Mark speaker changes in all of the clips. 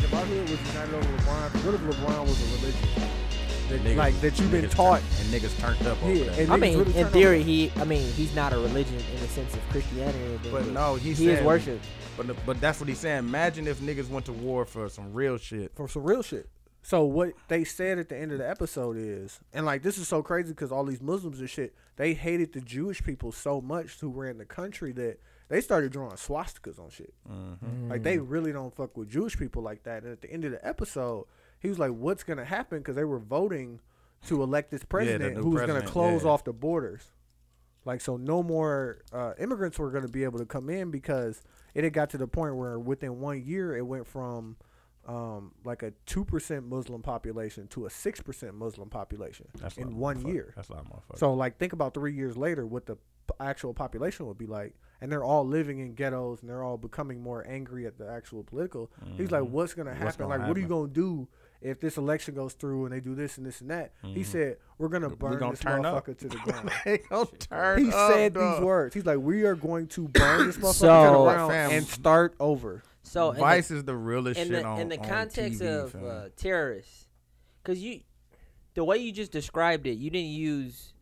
Speaker 1: did not know LeBron. What if LeBron was a religion? That,
Speaker 2: Niggas-
Speaker 1: like that you've been
Speaker 2: niggas
Speaker 1: taught.
Speaker 2: turned- and niggas turned up over
Speaker 1: Yeah,
Speaker 2: that.
Speaker 1: and
Speaker 3: I
Speaker 1: niggas
Speaker 3: mean,
Speaker 1: really
Speaker 3: in
Speaker 1: turn
Speaker 3: theory, he. I mean, he's not a religion in the sense of Christianity. or anything,
Speaker 2: But no, he
Speaker 3: he is
Speaker 2: said-
Speaker 3: worship.
Speaker 2: But the- but that's what he's saying. Imagine if niggas went to war for some real shit.
Speaker 1: for some real shit. So what they said at the end of the episode is, and like this is so crazy because all these Muslims and shit, they hated the Jewish people so much who ran the country that they started drawing swastikas on shit.
Speaker 2: Mm-hmm.
Speaker 1: Like they really don't fuck with Jewish people like that. And at the end of the episode, he was like, "What's gonna happen?" Because they were voting to elect this president
Speaker 2: new
Speaker 1: who's
Speaker 2: president,
Speaker 1: gonna close
Speaker 2: yeah.
Speaker 1: off the borders. Like so, no more uh, immigrants were going to be able to come in because it had got to the point where within one year it went from um, like a two percent Muslim population to a six percent Muslim population
Speaker 2: That's a lot
Speaker 1: in
Speaker 2: of
Speaker 1: one
Speaker 2: motherfuckers.
Speaker 1: year.
Speaker 2: That's a lot of motherfuckers.
Speaker 1: So like, think about three years later what the p- actual population would be like, and they're all living in ghettos and they're all becoming more angry at the actual political. He's like, what's going to happen?
Speaker 2: Mm-hmm. gonna
Speaker 1: like, what are you
Speaker 2: happen?
Speaker 1: going to do? If this election goes through and they do this and this and that, he said, "We're gonna burn
Speaker 2: Mm-hmm. gonna
Speaker 1: this
Speaker 2: turn up."
Speaker 1: motherfucker to the ground."
Speaker 2: they gonna turn
Speaker 1: He
Speaker 2: up,
Speaker 1: said
Speaker 2: dog.
Speaker 1: these words. He's like, "We are going to burn this motherfucker to the
Speaker 3: So-
Speaker 1: ground
Speaker 2: Fam.
Speaker 1: and start over."
Speaker 3: So in the-
Speaker 2: Vice is the realest
Speaker 3: in
Speaker 2: shit
Speaker 3: the
Speaker 2: on
Speaker 3: in the
Speaker 2: on
Speaker 3: context
Speaker 2: TV,
Speaker 3: of
Speaker 2: fam.
Speaker 3: uh, terrorists, because you, the way you just described it, you didn't use,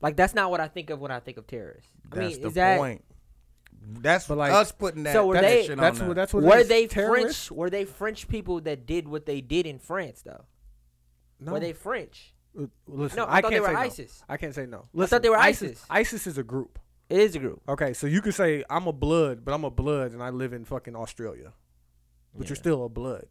Speaker 3: like that's not what I think of when I think of terrorists. I
Speaker 2: that's
Speaker 3: mean,
Speaker 2: the
Speaker 3: is that
Speaker 2: point. That's
Speaker 1: But, like-
Speaker 2: us putting that.
Speaker 3: So were
Speaker 2: that
Speaker 3: they-
Speaker 2: shit
Speaker 1: That's
Speaker 2: on
Speaker 1: what.
Speaker 2: that.
Speaker 1: That's what. it
Speaker 3: were
Speaker 1: is.
Speaker 3: they
Speaker 1: Terrorists?
Speaker 3: French? Were they French people that did what they did in France though?
Speaker 1: No.
Speaker 3: Were they French?
Speaker 1: Uh, Listen,
Speaker 3: No, I
Speaker 1: I,
Speaker 3: thought
Speaker 1: can't
Speaker 3: they were
Speaker 1: say
Speaker 3: ISIS.
Speaker 1: No. I can't say no.
Speaker 3: I
Speaker 1: Listen,
Speaker 3: thought they were
Speaker 1: ISIS.
Speaker 3: ISIS.
Speaker 1: ISIS is a group.
Speaker 3: It is a group.
Speaker 1: Okay, so you could say I'm a blood, but I'm a blood, and I live in fucking Australia, but you're
Speaker 3: Yeah.
Speaker 1: still a blood.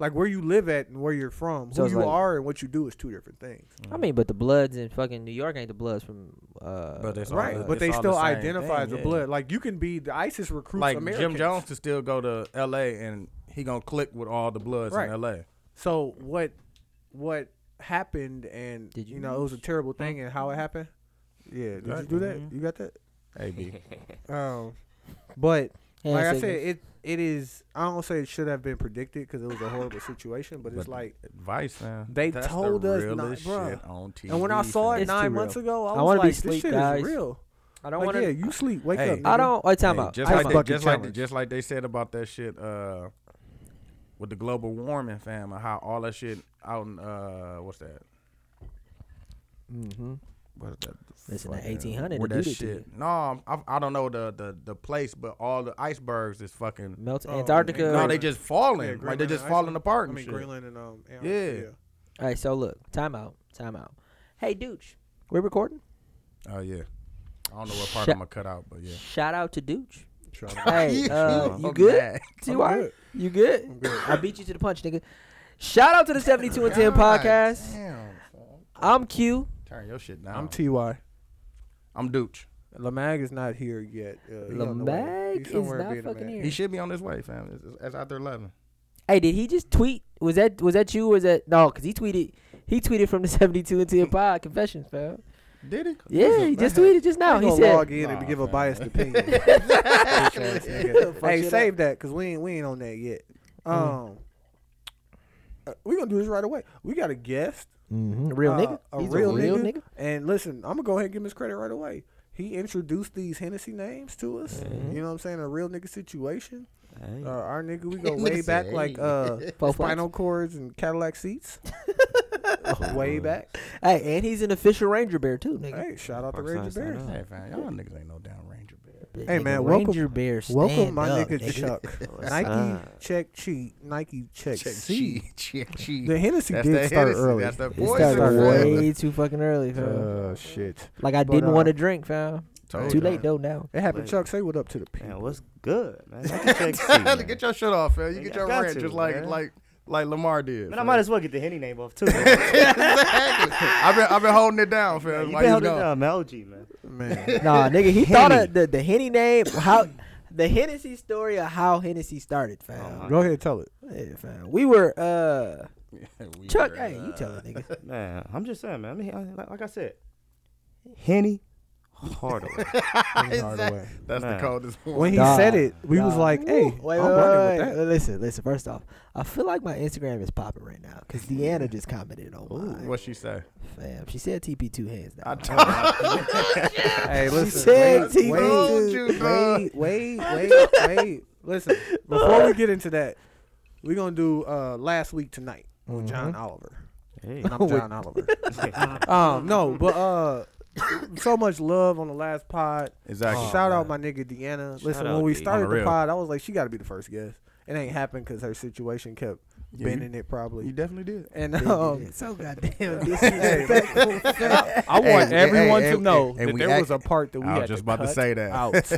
Speaker 1: Like where you live at and where you're from,
Speaker 3: So
Speaker 1: who
Speaker 3: it's
Speaker 1: you
Speaker 3: like-
Speaker 1: are and what you do is two different things.
Speaker 3: I mean, but the Bloods in fucking New York ain't the Bloods from. Uh,
Speaker 2: But it's all
Speaker 1: right,
Speaker 2: the-
Speaker 1: but
Speaker 2: it's
Speaker 1: they
Speaker 2: all
Speaker 1: still
Speaker 2: the same
Speaker 1: identify as
Speaker 2: thing,
Speaker 1: a
Speaker 2: yeah.
Speaker 1: blood. Like you can be the ISIS recruits
Speaker 2: Like
Speaker 1: Americans.
Speaker 2: Jim Jones to still go to L.A. and he gonna click with all the bloods
Speaker 1: Right.
Speaker 2: in L.A.
Speaker 1: So what what happened and
Speaker 3: Did
Speaker 1: you,
Speaker 3: you
Speaker 1: know it was a terrible thing and how it happened? Yeah, did you do that?
Speaker 2: Mhm.
Speaker 3: Mm-hmm.
Speaker 1: You got that?
Speaker 2: Hey, B.
Speaker 1: Um, but
Speaker 3: Yeah,
Speaker 1: like I
Speaker 3: so-
Speaker 1: said, it it is. I don't say it should have been predicted because it was a horrible situation, but it's
Speaker 2: But
Speaker 1: like.
Speaker 2: Vice, man.
Speaker 1: They
Speaker 2: That's the
Speaker 1: told us not-
Speaker 2: realest
Speaker 1: bruh.
Speaker 2: shit on TV.
Speaker 1: And when I saw
Speaker 2: fam.
Speaker 1: it
Speaker 3: It's
Speaker 1: nine
Speaker 3: too
Speaker 1: months
Speaker 3: real.
Speaker 1: ago, I
Speaker 3: I
Speaker 1: was
Speaker 3: wanna be
Speaker 1: like, "This
Speaker 3: asleep,
Speaker 1: shit
Speaker 3: guys.
Speaker 1: is real."
Speaker 3: I don't
Speaker 1: like,
Speaker 3: want to.
Speaker 1: yeah, you sleep, wake
Speaker 2: Hey.
Speaker 1: up.
Speaker 3: I
Speaker 1: nigga.
Speaker 3: don't. Wait, time
Speaker 2: Hey,
Speaker 3: out.
Speaker 2: Just
Speaker 3: time
Speaker 2: like,
Speaker 3: out.
Speaker 2: they,
Speaker 1: Bucket
Speaker 2: just, like
Speaker 1: challenge.
Speaker 2: just like they said about that shit uh, with the global warming, fam, and how all that shit out in uh, what's that?
Speaker 3: Mhm.
Speaker 2: What is that?
Speaker 3: Listen, the
Speaker 2: Fucking-
Speaker 3: 1800
Speaker 2: where
Speaker 3: to do
Speaker 2: that
Speaker 3: that to
Speaker 2: shit. No, I, I don't know the, the the place, but all the icebergs is fucking.
Speaker 3: Melts
Speaker 1: Oh,
Speaker 3: Antarctica.
Speaker 2: No, they just falling.
Speaker 1: Yeah,
Speaker 2: like
Speaker 1: Greenland
Speaker 2: they just
Speaker 1: and
Speaker 2: falling
Speaker 1: Iceland.
Speaker 2: apart.
Speaker 1: I
Speaker 2: and
Speaker 1: mean,
Speaker 2: shit.
Speaker 1: Greenland and um, Antarctica,
Speaker 2: Yeah.
Speaker 1: yeah.
Speaker 3: All right, so look, time out, time out. Hey, Dooch, we're recording.
Speaker 2: Oh yeah. I don't know what part
Speaker 3: Shut-
Speaker 2: I'm gonna cut out, but yeah.
Speaker 3: Shout out to Dooch.
Speaker 1: Sure,
Speaker 3: Hey, uh, you
Speaker 2: I'm
Speaker 3: good?
Speaker 2: mad.
Speaker 3: See
Speaker 1: I'm
Speaker 3: why?
Speaker 1: good.
Speaker 3: You good? I beat you to the punch, nigga. Shout out to the 72 and 10
Speaker 2: God
Speaker 3: podcast.
Speaker 2: damn, fam.
Speaker 3: I'm Q.
Speaker 2: Turn your shit down.
Speaker 1: I'm
Speaker 2: I'm,
Speaker 1: Ty.
Speaker 2: Dooch.
Speaker 1: Lamag is not here yet. Uh, he's on the way.
Speaker 3: Lamag
Speaker 1: He's
Speaker 3: is
Speaker 1: somewhere
Speaker 3: not
Speaker 1: being a
Speaker 3: fucking
Speaker 1: man.
Speaker 3: here.
Speaker 2: He should be on his way, fam. It's, it's, it's after eleven.
Speaker 3: Hey, did he just tweet? Was that was that you? Or was that no? Cause he tweeted. He tweeted from the 72 and 10 pod confessions, fam.
Speaker 2: Did he?
Speaker 3: Yeah, he just tweeted just now.
Speaker 1: I'm
Speaker 3: He
Speaker 1: gonna
Speaker 3: said,
Speaker 1: log in
Speaker 2: Nah,
Speaker 1: and give a
Speaker 2: fam.
Speaker 1: biased opinion. Bitch ass nigga.
Speaker 3: Fuck shit
Speaker 1: hey,
Speaker 3: up.
Speaker 1: save that because we ain't we ain't on that yet. Um, uh, we gonna do this right away. We got a guest,
Speaker 3: Mhm, "Real
Speaker 1: uh,
Speaker 3: nigga,
Speaker 1: a
Speaker 3: He's
Speaker 1: real, nigga. And listen, I'm gonna go ahead and give him his credit right away. He introduced these Hennessy names to us. You know what I'm saying? A real nigga situation. Uh, our nigga, we go way
Speaker 2: Nigga
Speaker 1: back
Speaker 2: said,
Speaker 1: like
Speaker 2: "Hey."
Speaker 1: uh,
Speaker 3: Faux flex.
Speaker 1: spinal cords and Cadillac seats. way
Speaker 4: Uh-huh.
Speaker 1: back.
Speaker 3: Hey, and he's an official Ranger Bear too, nigga.
Speaker 1: Hey, shout out to
Speaker 4: Fuck
Speaker 1: Ranger
Speaker 4: signs, sign
Speaker 1: Bears.
Speaker 4: up.
Speaker 2: Hey, fam, y'all niggas ain't no damn ranger. Man.
Speaker 1: Hey,
Speaker 3: Nigga,
Speaker 1: man, welcome-
Speaker 3: Ranger Bear. Stand
Speaker 1: Welcome, my
Speaker 3: up,
Speaker 1: nigga, Chuck.
Speaker 4: What's
Speaker 1: Nike
Speaker 4: up?
Speaker 1: check cheat. Nike check,
Speaker 2: Check
Speaker 1: seat.
Speaker 2: she, check she.
Speaker 1: The Hennessy
Speaker 2: That's
Speaker 1: did
Speaker 2: that
Speaker 1: start
Speaker 2: Hennessy,
Speaker 1: early.
Speaker 2: That's that
Speaker 3: It
Speaker 2: poison.
Speaker 1: started
Speaker 3: started
Speaker 2: fam.
Speaker 3: way too fucking early, fam.
Speaker 1: Oh shit!
Speaker 3: like I
Speaker 1: but,
Speaker 3: didn't
Speaker 1: uh,
Speaker 3: want to drink, fam.
Speaker 2: Told
Speaker 3: Too
Speaker 2: y'all.
Speaker 3: late though now.
Speaker 1: It happened.
Speaker 4: Like-
Speaker 1: Chuck, say what up to the people.
Speaker 4: Man, what's good, man? Nike check seat, man.
Speaker 2: get your shit off, fam. You
Speaker 4: Nigga,
Speaker 2: get
Speaker 4: I
Speaker 2: your
Speaker 4: got
Speaker 2: rent
Speaker 4: to,
Speaker 2: just like
Speaker 4: man.
Speaker 2: like like Lamar did.
Speaker 4: Man, I
Speaker 2: fam.
Speaker 4: might as well get the Henny name off too. man.
Speaker 2: exactly. I've been I've been holding it down, fam.
Speaker 4: you
Speaker 2: While
Speaker 4: been holding
Speaker 2: gone.
Speaker 4: down, man. LG, man.
Speaker 1: Man,
Speaker 3: nah, nigga, he thought of the, the Henny name, how the Hennessy story of how Hennessy started, fam.
Speaker 1: go ahead, tell it.
Speaker 3: Yeah, fam. We were uh
Speaker 2: Yeah, we
Speaker 3: Chuck.
Speaker 2: were,
Speaker 3: Hey, you
Speaker 2: uh,
Speaker 3: tell it, nigga.
Speaker 4: Man, I'm just saying, man. I mean, I- like, like I said, Henny Hardaway.
Speaker 1: Penny Hardaway.
Speaker 2: That's the
Speaker 4: Man.
Speaker 2: coldest one.
Speaker 1: When he
Speaker 3: Nah,
Speaker 1: said it, we was
Speaker 3: nah.
Speaker 1: like, "Hey,
Speaker 3: Ooh, wait,
Speaker 1: I'm
Speaker 3: wait,
Speaker 1: running with
Speaker 3: wait,
Speaker 1: that."
Speaker 3: wait. Listen, listen. First off, I feel like my Instagram is popping right now because Deanna just commented on mine.
Speaker 2: what she say?
Speaker 3: Fam, she said TP two hands.
Speaker 2: I
Speaker 3: Now.
Speaker 2: told her.
Speaker 1: Hey, listen.
Speaker 3: said
Speaker 1: wait,
Speaker 3: T-
Speaker 2: told
Speaker 1: wait,
Speaker 2: you,
Speaker 1: wait,
Speaker 2: dog.
Speaker 1: wait, wait, wait. Listen, before we get into that, We're gonna do uh, last week tonight with John Oliver. And I'm John Oliver. um, no, but uh, so much love on the last pod.
Speaker 2: Exactly.
Speaker 1: Shout out my nigga Deanna. Listen,
Speaker 4: out,
Speaker 1: when we
Speaker 4: D.
Speaker 1: started
Speaker 2: On
Speaker 1: the,
Speaker 2: the real.
Speaker 1: pod, I was like, she got to be the first guest. It ain't happened because her situation kept
Speaker 2: Yeah, you-
Speaker 1: bending it probably.
Speaker 2: definitely did.
Speaker 1: and um,
Speaker 5: so goddamn disrespectful.
Speaker 6: I want
Speaker 2: hey,
Speaker 6: everyone
Speaker 2: hey,
Speaker 6: to
Speaker 2: hey,
Speaker 6: know
Speaker 2: and
Speaker 6: that
Speaker 2: we
Speaker 6: there
Speaker 2: act-
Speaker 6: was a part that we
Speaker 2: I
Speaker 6: had
Speaker 2: was just
Speaker 6: to
Speaker 2: about to
Speaker 6: cut
Speaker 2: say that.
Speaker 6: out.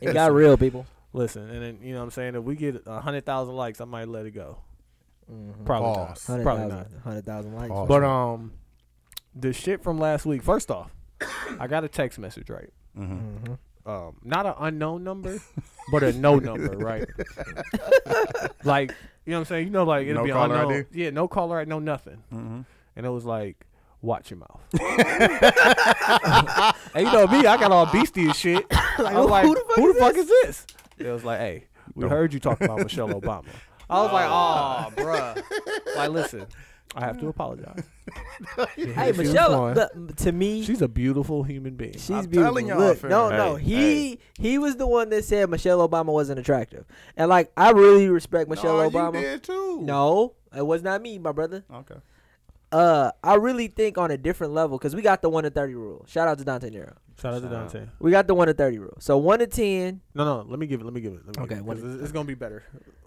Speaker 3: It got real, people.
Speaker 6: Listen, and then you know what I'm saying if we get a hundred thousand likes, I might let it go.
Speaker 3: Mm-hmm.
Speaker 6: Probably
Speaker 2: Pause.
Speaker 6: not.
Speaker 3: Hundred
Speaker 6: Probably
Speaker 3: thousand,
Speaker 6: not.
Speaker 3: hundred thousand likes.
Speaker 2: Pause.
Speaker 6: But um, the shit from last week. First off, I got a text message right.
Speaker 2: Mhm.
Speaker 6: Um, not an unknown number, but a no number, right? like you know what I'm saying. You know, like it'll
Speaker 2: No
Speaker 6: be an
Speaker 2: caller
Speaker 6: unknown.
Speaker 2: ID?
Speaker 6: Yeah, no caller. I know nothing.
Speaker 2: Mhm.
Speaker 6: and it was like, "Watch your mouth." and you know me, I got all beastie and shit. I was like, "Who the fuck, is, this? It was like, "Hey, we
Speaker 2: No.
Speaker 6: heard you talking about Michelle Obama." I was like, "Oh, bruh. Like, listen, I have to apologize.
Speaker 3: Hey,
Speaker 6: She was fine.
Speaker 3: Michelle, the- to me,
Speaker 6: she's a beautiful human being.
Speaker 3: She's
Speaker 2: I'm
Speaker 3: beautiful.
Speaker 2: telling y'all,
Speaker 3: Look,
Speaker 2: fam.
Speaker 3: no, no,
Speaker 2: Hey,
Speaker 3: he he was the one that said Michelle Obama wasn't attractive, and like I really respect Michelle
Speaker 2: No, you
Speaker 3: Obama.
Speaker 2: did too.
Speaker 3: No, it was not me, my brother.
Speaker 2: Okay.
Speaker 3: Uh, I really think on a different level because we got the one to thirty rule. Shout out to Dante Nero.
Speaker 6: Shout out to Dante.
Speaker 3: We got the one to thirty rule. So one to ten,
Speaker 6: No, no, let me give it. Let me give it. Let me
Speaker 3: Okay,
Speaker 6: give it,
Speaker 3: what-
Speaker 6: 'cause it's, it's gonna be better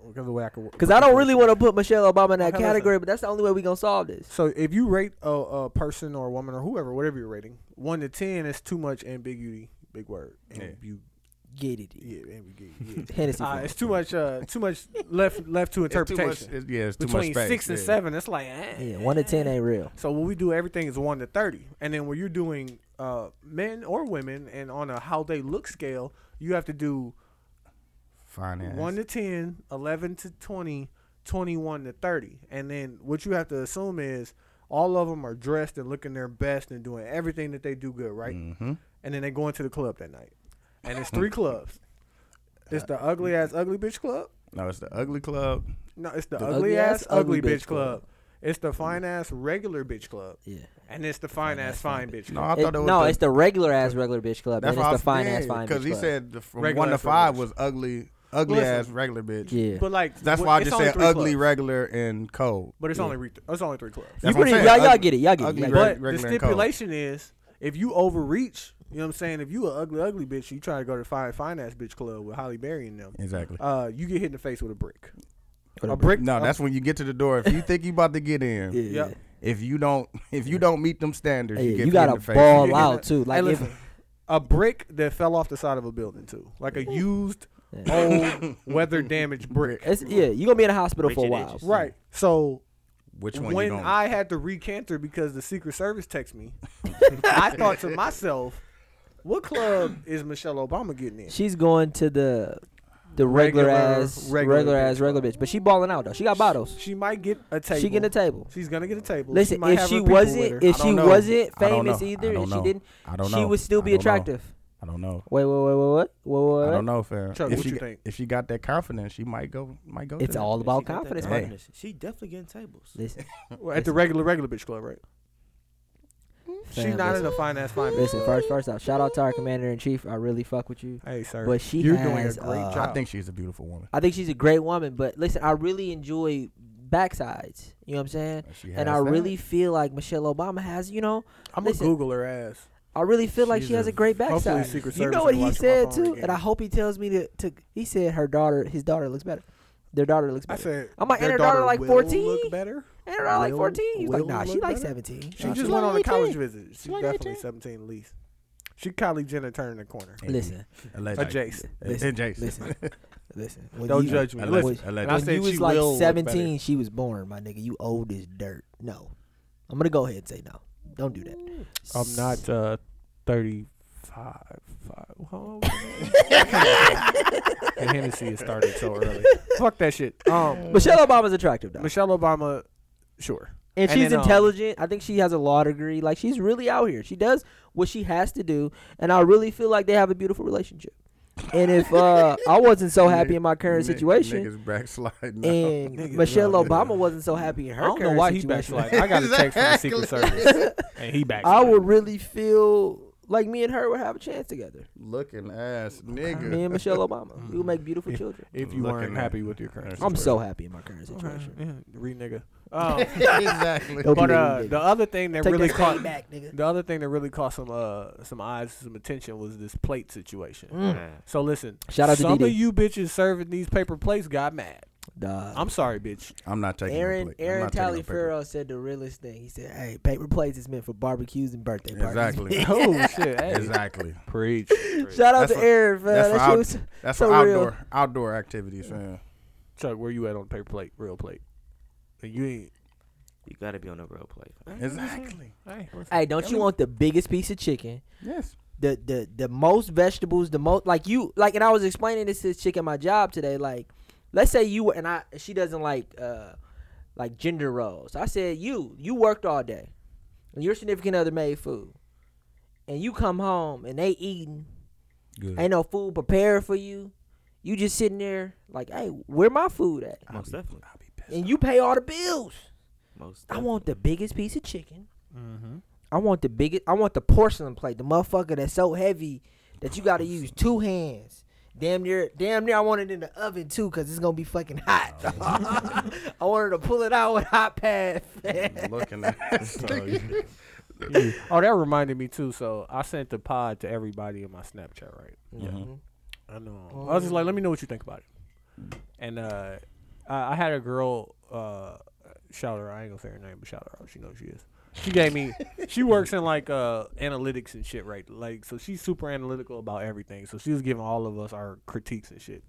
Speaker 6: because the way I can.
Speaker 3: because I don't really want to put Michelle Obama in that
Speaker 6: Okay,
Speaker 3: category, but that's the only way we gonna solve this.
Speaker 1: so if you rate a, a person or a woman or whoever, whatever you're rating, one to ten is too much ambiguity. Big word.
Speaker 2: Yeah.
Speaker 1: Ambu-
Speaker 3: Get it,
Speaker 1: yeah. ambiguity. Yeah.
Speaker 3: Hennessy.
Speaker 1: Uh,
Speaker 3: for
Speaker 1: it's too much. Uh, too much left left to
Speaker 2: It's too
Speaker 1: interpretation.
Speaker 2: much, it's, yeah, it's too
Speaker 1: Between
Speaker 2: much space.
Speaker 1: six and
Speaker 2: yeah.
Speaker 1: seven, it's like eh.
Speaker 3: me. yeah, one to ten ain't real.
Speaker 1: So what we do, everything is one to thirty, and then when you're doing uh, men or women, and on a how they look scale, you have to do
Speaker 2: Finance.
Speaker 1: one to 10, 11 to 20, 21 to thirty, and then what you have to assume is all of them are dressed and looking their best and doing everything that they do good, right?
Speaker 2: Mhm.
Speaker 1: And then they go into the club that night, and it's three clubs. It's the ugly ass ugly bitch club.
Speaker 2: No, it's the ugly club.
Speaker 1: No, it's the,
Speaker 3: The
Speaker 1: ugly,
Speaker 3: ugly
Speaker 1: ass,
Speaker 3: ass
Speaker 1: ugly
Speaker 3: ugly
Speaker 1: bitch,
Speaker 3: bitch
Speaker 1: club. It's the fine ass regular bitch club,
Speaker 3: Yeah,
Speaker 1: and it's the fine ass fine bitch
Speaker 2: No,
Speaker 1: club.
Speaker 2: I
Speaker 3: It-
Speaker 2: thought it was.
Speaker 3: no,
Speaker 2: the,
Speaker 3: it's the regular ass regular bitch club, and
Speaker 2: That's
Speaker 3: it's the fine ass fine bitch
Speaker 2: Because he
Speaker 3: club.
Speaker 2: said the, from
Speaker 1: Regular
Speaker 2: one to
Speaker 1: ass
Speaker 2: five
Speaker 1: regular
Speaker 2: was ugly, ugly
Speaker 1: Listen.
Speaker 2: ass regular bitch.
Speaker 3: yeah,
Speaker 1: But like
Speaker 2: That's
Speaker 1: wh-
Speaker 2: why I
Speaker 1: it's
Speaker 2: just
Speaker 1: only
Speaker 2: said
Speaker 1: three
Speaker 2: ugly,
Speaker 1: clubs.
Speaker 2: regular, and cold.
Speaker 1: But it's
Speaker 3: Yeah.
Speaker 1: only re- it's only three clubs.
Speaker 2: That's
Speaker 3: you
Speaker 2: what I'm
Speaker 3: pretty, y'all,
Speaker 2: saying,
Speaker 3: y'all
Speaker 2: ugly-
Speaker 3: get it, y'all get
Speaker 2: ugly
Speaker 3: it. y'all get it.
Speaker 1: But
Speaker 2: regular
Speaker 1: the
Speaker 2: and cold.
Speaker 1: stipulation is if you overreach, you know what I'm saying. If you a ugly ugly bitch, you try to go to fine fine ass bitch club with Holly Berry and them.
Speaker 2: Exactly.
Speaker 1: Uh, you get hit in the face with a brick.
Speaker 3: With
Speaker 1: a
Speaker 3: a
Speaker 1: brick.
Speaker 2: No,
Speaker 1: uh,
Speaker 2: that's when you get to the door. If you think you about to get in,
Speaker 3: Yeah.
Speaker 1: Yep.
Speaker 2: if you don't, if you don't meet them standards,
Speaker 3: Hey,
Speaker 2: you
Speaker 3: you,
Speaker 2: get hit in
Speaker 3: gotta
Speaker 2: the face.
Speaker 3: ball
Speaker 1: Yeah.
Speaker 3: out too.
Speaker 1: Hey,
Speaker 3: Like if,
Speaker 1: listen, a brick that fell off the side of a building too, like a used,
Speaker 3: Yeah.
Speaker 1: old, weather damaged brick.
Speaker 3: it's, yeah, you gonna be in the hospital for a
Speaker 4: Rigid
Speaker 3: while.
Speaker 4: edges.
Speaker 1: Right. So
Speaker 2: Which one you
Speaker 1: when
Speaker 2: don't?
Speaker 1: I had to recanter because the Secret Service texted me, I thought to myself, what club is Michelle Obama getting in?
Speaker 3: She's going to the the regular,
Speaker 1: Regular-
Speaker 3: ass
Speaker 1: regular
Speaker 3: regular,
Speaker 1: bitch.
Speaker 3: ass regular bitch, but she balling out though. She got bottles.
Speaker 1: She might get a table.
Speaker 3: She getting a table.
Speaker 1: She's gonna get a table.
Speaker 3: Listen,
Speaker 1: might
Speaker 3: if
Speaker 1: have
Speaker 3: she
Speaker 1: her people with
Speaker 3: wasn't
Speaker 1: her.
Speaker 3: if
Speaker 2: I
Speaker 3: she
Speaker 2: don't know.
Speaker 3: wasn't
Speaker 2: I don't
Speaker 3: famous
Speaker 2: know.
Speaker 3: either,
Speaker 2: I don't
Speaker 3: and she
Speaker 2: know.
Speaker 3: didn't,
Speaker 2: I don't
Speaker 3: she
Speaker 2: know.
Speaker 3: would still
Speaker 2: I
Speaker 3: be
Speaker 2: don't know.
Speaker 3: attractive.
Speaker 2: I don't know.
Speaker 3: Wait, wait, wait, wait, what? Wait, wait,
Speaker 2: I
Speaker 3: wait.
Speaker 2: don't know, fam.
Speaker 1: Chuck,
Speaker 2: if
Speaker 1: what
Speaker 2: she
Speaker 1: you
Speaker 2: got-
Speaker 1: think?
Speaker 2: if she got that confidence, she might go. Might go.
Speaker 3: It's
Speaker 2: to that.
Speaker 3: all about confidence,
Speaker 2: Hey.
Speaker 3: man.
Speaker 4: She definitely getting tables.
Speaker 3: Listen,
Speaker 1: Well, at the regular regular bitch club, right? She
Speaker 3: Fam,
Speaker 1: not in
Speaker 3: listen.
Speaker 1: a fine ass fine. bitch.
Speaker 3: listen. First, first off, shout out to our commander in chief. I really fuck with you,
Speaker 1: Hey sir,
Speaker 3: but she
Speaker 1: you're doing a
Speaker 3: has.
Speaker 1: great
Speaker 3: uh,
Speaker 1: job.
Speaker 2: I think she's a beautiful woman.
Speaker 3: I think she's a great woman, but listen, I really enjoy backsides. You know what I'm saying?
Speaker 2: She has
Speaker 3: and I
Speaker 2: that.
Speaker 3: really feel like Michelle Obama has, you know,
Speaker 1: I'm gonna
Speaker 3: listen.
Speaker 1: Google her ass.
Speaker 3: I really feel like
Speaker 2: She's
Speaker 3: she has
Speaker 2: a-
Speaker 3: a great
Speaker 1: hopefully
Speaker 3: backside.
Speaker 1: Secret
Speaker 3: you
Speaker 1: Service
Speaker 3: know what
Speaker 1: is
Speaker 3: he
Speaker 1: watching my
Speaker 3: said
Speaker 1: phone
Speaker 3: too,
Speaker 1: again.
Speaker 3: and I hope he tells me to, to. He said her daughter, his daughter looks better. Their daughter looks
Speaker 1: I
Speaker 3: better.
Speaker 1: said,
Speaker 3: I'm like,
Speaker 1: their
Speaker 3: and her daughter like
Speaker 1: will
Speaker 3: 14?
Speaker 1: Look better.
Speaker 3: and her daughter like
Speaker 1: will-
Speaker 3: 14. He was like,
Speaker 1: will
Speaker 3: nah, she
Speaker 1: look
Speaker 3: like
Speaker 1: better?
Speaker 3: 17.
Speaker 1: She
Speaker 3: Nah,
Speaker 1: just
Speaker 3: she-
Speaker 1: went on a
Speaker 5: like
Speaker 1: college
Speaker 5: 18.
Speaker 1: visit. She's
Speaker 5: She like
Speaker 1: definitely
Speaker 5: 18.
Speaker 1: 17 at least. She Kylie Jenner turned the corner.
Speaker 2: Hey,
Speaker 3: Listen,
Speaker 2: allegedly.
Speaker 1: Adjacent.
Speaker 2: Hey,
Speaker 3: Listen,
Speaker 2: adjacent.
Speaker 3: listen, listen. When
Speaker 1: Don't
Speaker 3: you,
Speaker 1: judge me.
Speaker 2: Alleged-
Speaker 1: Listen,
Speaker 3: When-
Speaker 2: alleged.
Speaker 1: I
Speaker 3: When
Speaker 1: said
Speaker 3: you
Speaker 1: she
Speaker 3: was like
Speaker 1: will look better.
Speaker 3: 17, she was born, my nigga. You old as dirt. No, I'm gonna go ahead and say no. Don't do that.
Speaker 6: I'm not uh, thirty-five. Five. How old am I? and Hennessy has started so early.
Speaker 1: Fuck that shit. Um,
Speaker 3: Michelle Obama's attractive though,
Speaker 1: Michelle Obama, sure.
Speaker 3: and
Speaker 1: and
Speaker 3: she's
Speaker 1: then, um,
Speaker 3: intelligent. I think she has a law degree. Like she's really out here. She does what she has to do, and I really feel like they have a beautiful relationship. And if uh, I wasn't so happy in my current
Speaker 2: Ni-
Speaker 3: situation,
Speaker 2: Niggas backsliding.
Speaker 3: and
Speaker 1: Niggas
Speaker 3: Michelle
Speaker 1: love it.
Speaker 3: Obama wasn't so happy in
Speaker 6: I
Speaker 3: her
Speaker 6: don't know
Speaker 3: current
Speaker 6: why he
Speaker 3: situation,
Speaker 6: backsliding. I got a text from the Secret Service, and he backsliding.
Speaker 3: I would really feel like me and her would have a chance together.
Speaker 2: Looking ass
Speaker 3: Me
Speaker 2: nigga.
Speaker 3: and Michelle Obama, we would make beautiful children.
Speaker 1: If you
Speaker 2: Looking
Speaker 1: weren't
Speaker 2: at-
Speaker 1: happy with your current,
Speaker 2: That's
Speaker 3: I'm
Speaker 2: right.
Speaker 3: so happy in my current
Speaker 1: situation.
Speaker 3: situation.
Speaker 1: yeah, re nigga. Um,
Speaker 2: exactly.
Speaker 3: Don't be
Speaker 1: but
Speaker 3: a
Speaker 1: uh,
Speaker 3: nigga.
Speaker 1: the other thing that
Speaker 3: Take
Speaker 1: really
Speaker 3: that
Speaker 1: caught
Speaker 7: back, nigga.
Speaker 1: the other thing that really caught some uh some eyes some attention was this plate situation.
Speaker 3: Mm.
Speaker 1: So listen,
Speaker 3: Shout out to
Speaker 1: some
Speaker 3: DD.
Speaker 1: of you bitches serving these paper plates got mad.
Speaker 3: Duh.
Speaker 1: I'm sorry, bitch.
Speaker 2: I'm not taking. no
Speaker 3: Aaron
Speaker 2: plate. I'm
Speaker 3: Aaron
Speaker 2: not taking no paper.
Speaker 3: Taliaferro said the realest thing. He said, "Hey, paper plates is meant for barbecues and birthday parties."
Speaker 2: Exactly.
Speaker 1: oh shit! Hey.
Speaker 2: exactly.
Speaker 1: Preach.
Speaker 3: Shout out
Speaker 2: That's
Speaker 3: to
Speaker 2: what-
Speaker 3: Aaron, man.
Speaker 2: that's
Speaker 3: That
Speaker 2: what
Speaker 3: shit
Speaker 2: I'll-
Speaker 3: was
Speaker 2: That's
Speaker 3: So
Speaker 2: for
Speaker 3: real.
Speaker 2: outdoor outdoor activities, fam.
Speaker 1: Chuck, where you at on paper plate, real plate? Like, You ain't.
Speaker 4: You gotta be on the real play.
Speaker 2: Exactly.
Speaker 3: Hey, don't you want the biggest piece of chicken?
Speaker 2: Yes.
Speaker 3: The the the most vegetables, the most like you like and I was explaining this to this chick at my job today, like let's say you and I she doesn't like uh like ginger rolls. I said you you worked all day and your significant other made food. And you come home and they eating.
Speaker 2: Good.
Speaker 3: Ain't no food prepared for you. You just sitting there like, hey, where my food at?
Speaker 4: Most definitely.
Speaker 2: I'll be pissed.
Speaker 3: And you pay all the bills.
Speaker 4: Most
Speaker 3: I
Speaker 4: definitely.
Speaker 3: want the biggest piece of chicken.
Speaker 1: Mm-hmm.
Speaker 3: I want the biggest. I want the porcelain plate, the motherfucker that's so heavy that you got to use two hands. Damn near, damn near. I want it in the oven too, cause it's gonna be fucking hot. I wanted to pull it out with hot pad.
Speaker 2: Looking at.
Speaker 1: Oh, that reminded me too. So I sent the pod to everybody in my Snapchat, right?
Speaker 3: Mhm.
Speaker 1: I know. I was just like, let me know what you think about it. And uh, I, I had a girl uh, shout her. I ain't gonna say her name, but shout her out. She knows she is. She gave me. she works in like uh, analytics and shit, right? Like, so she's super analytical about everything. So she was giving all of us our critiques and shit.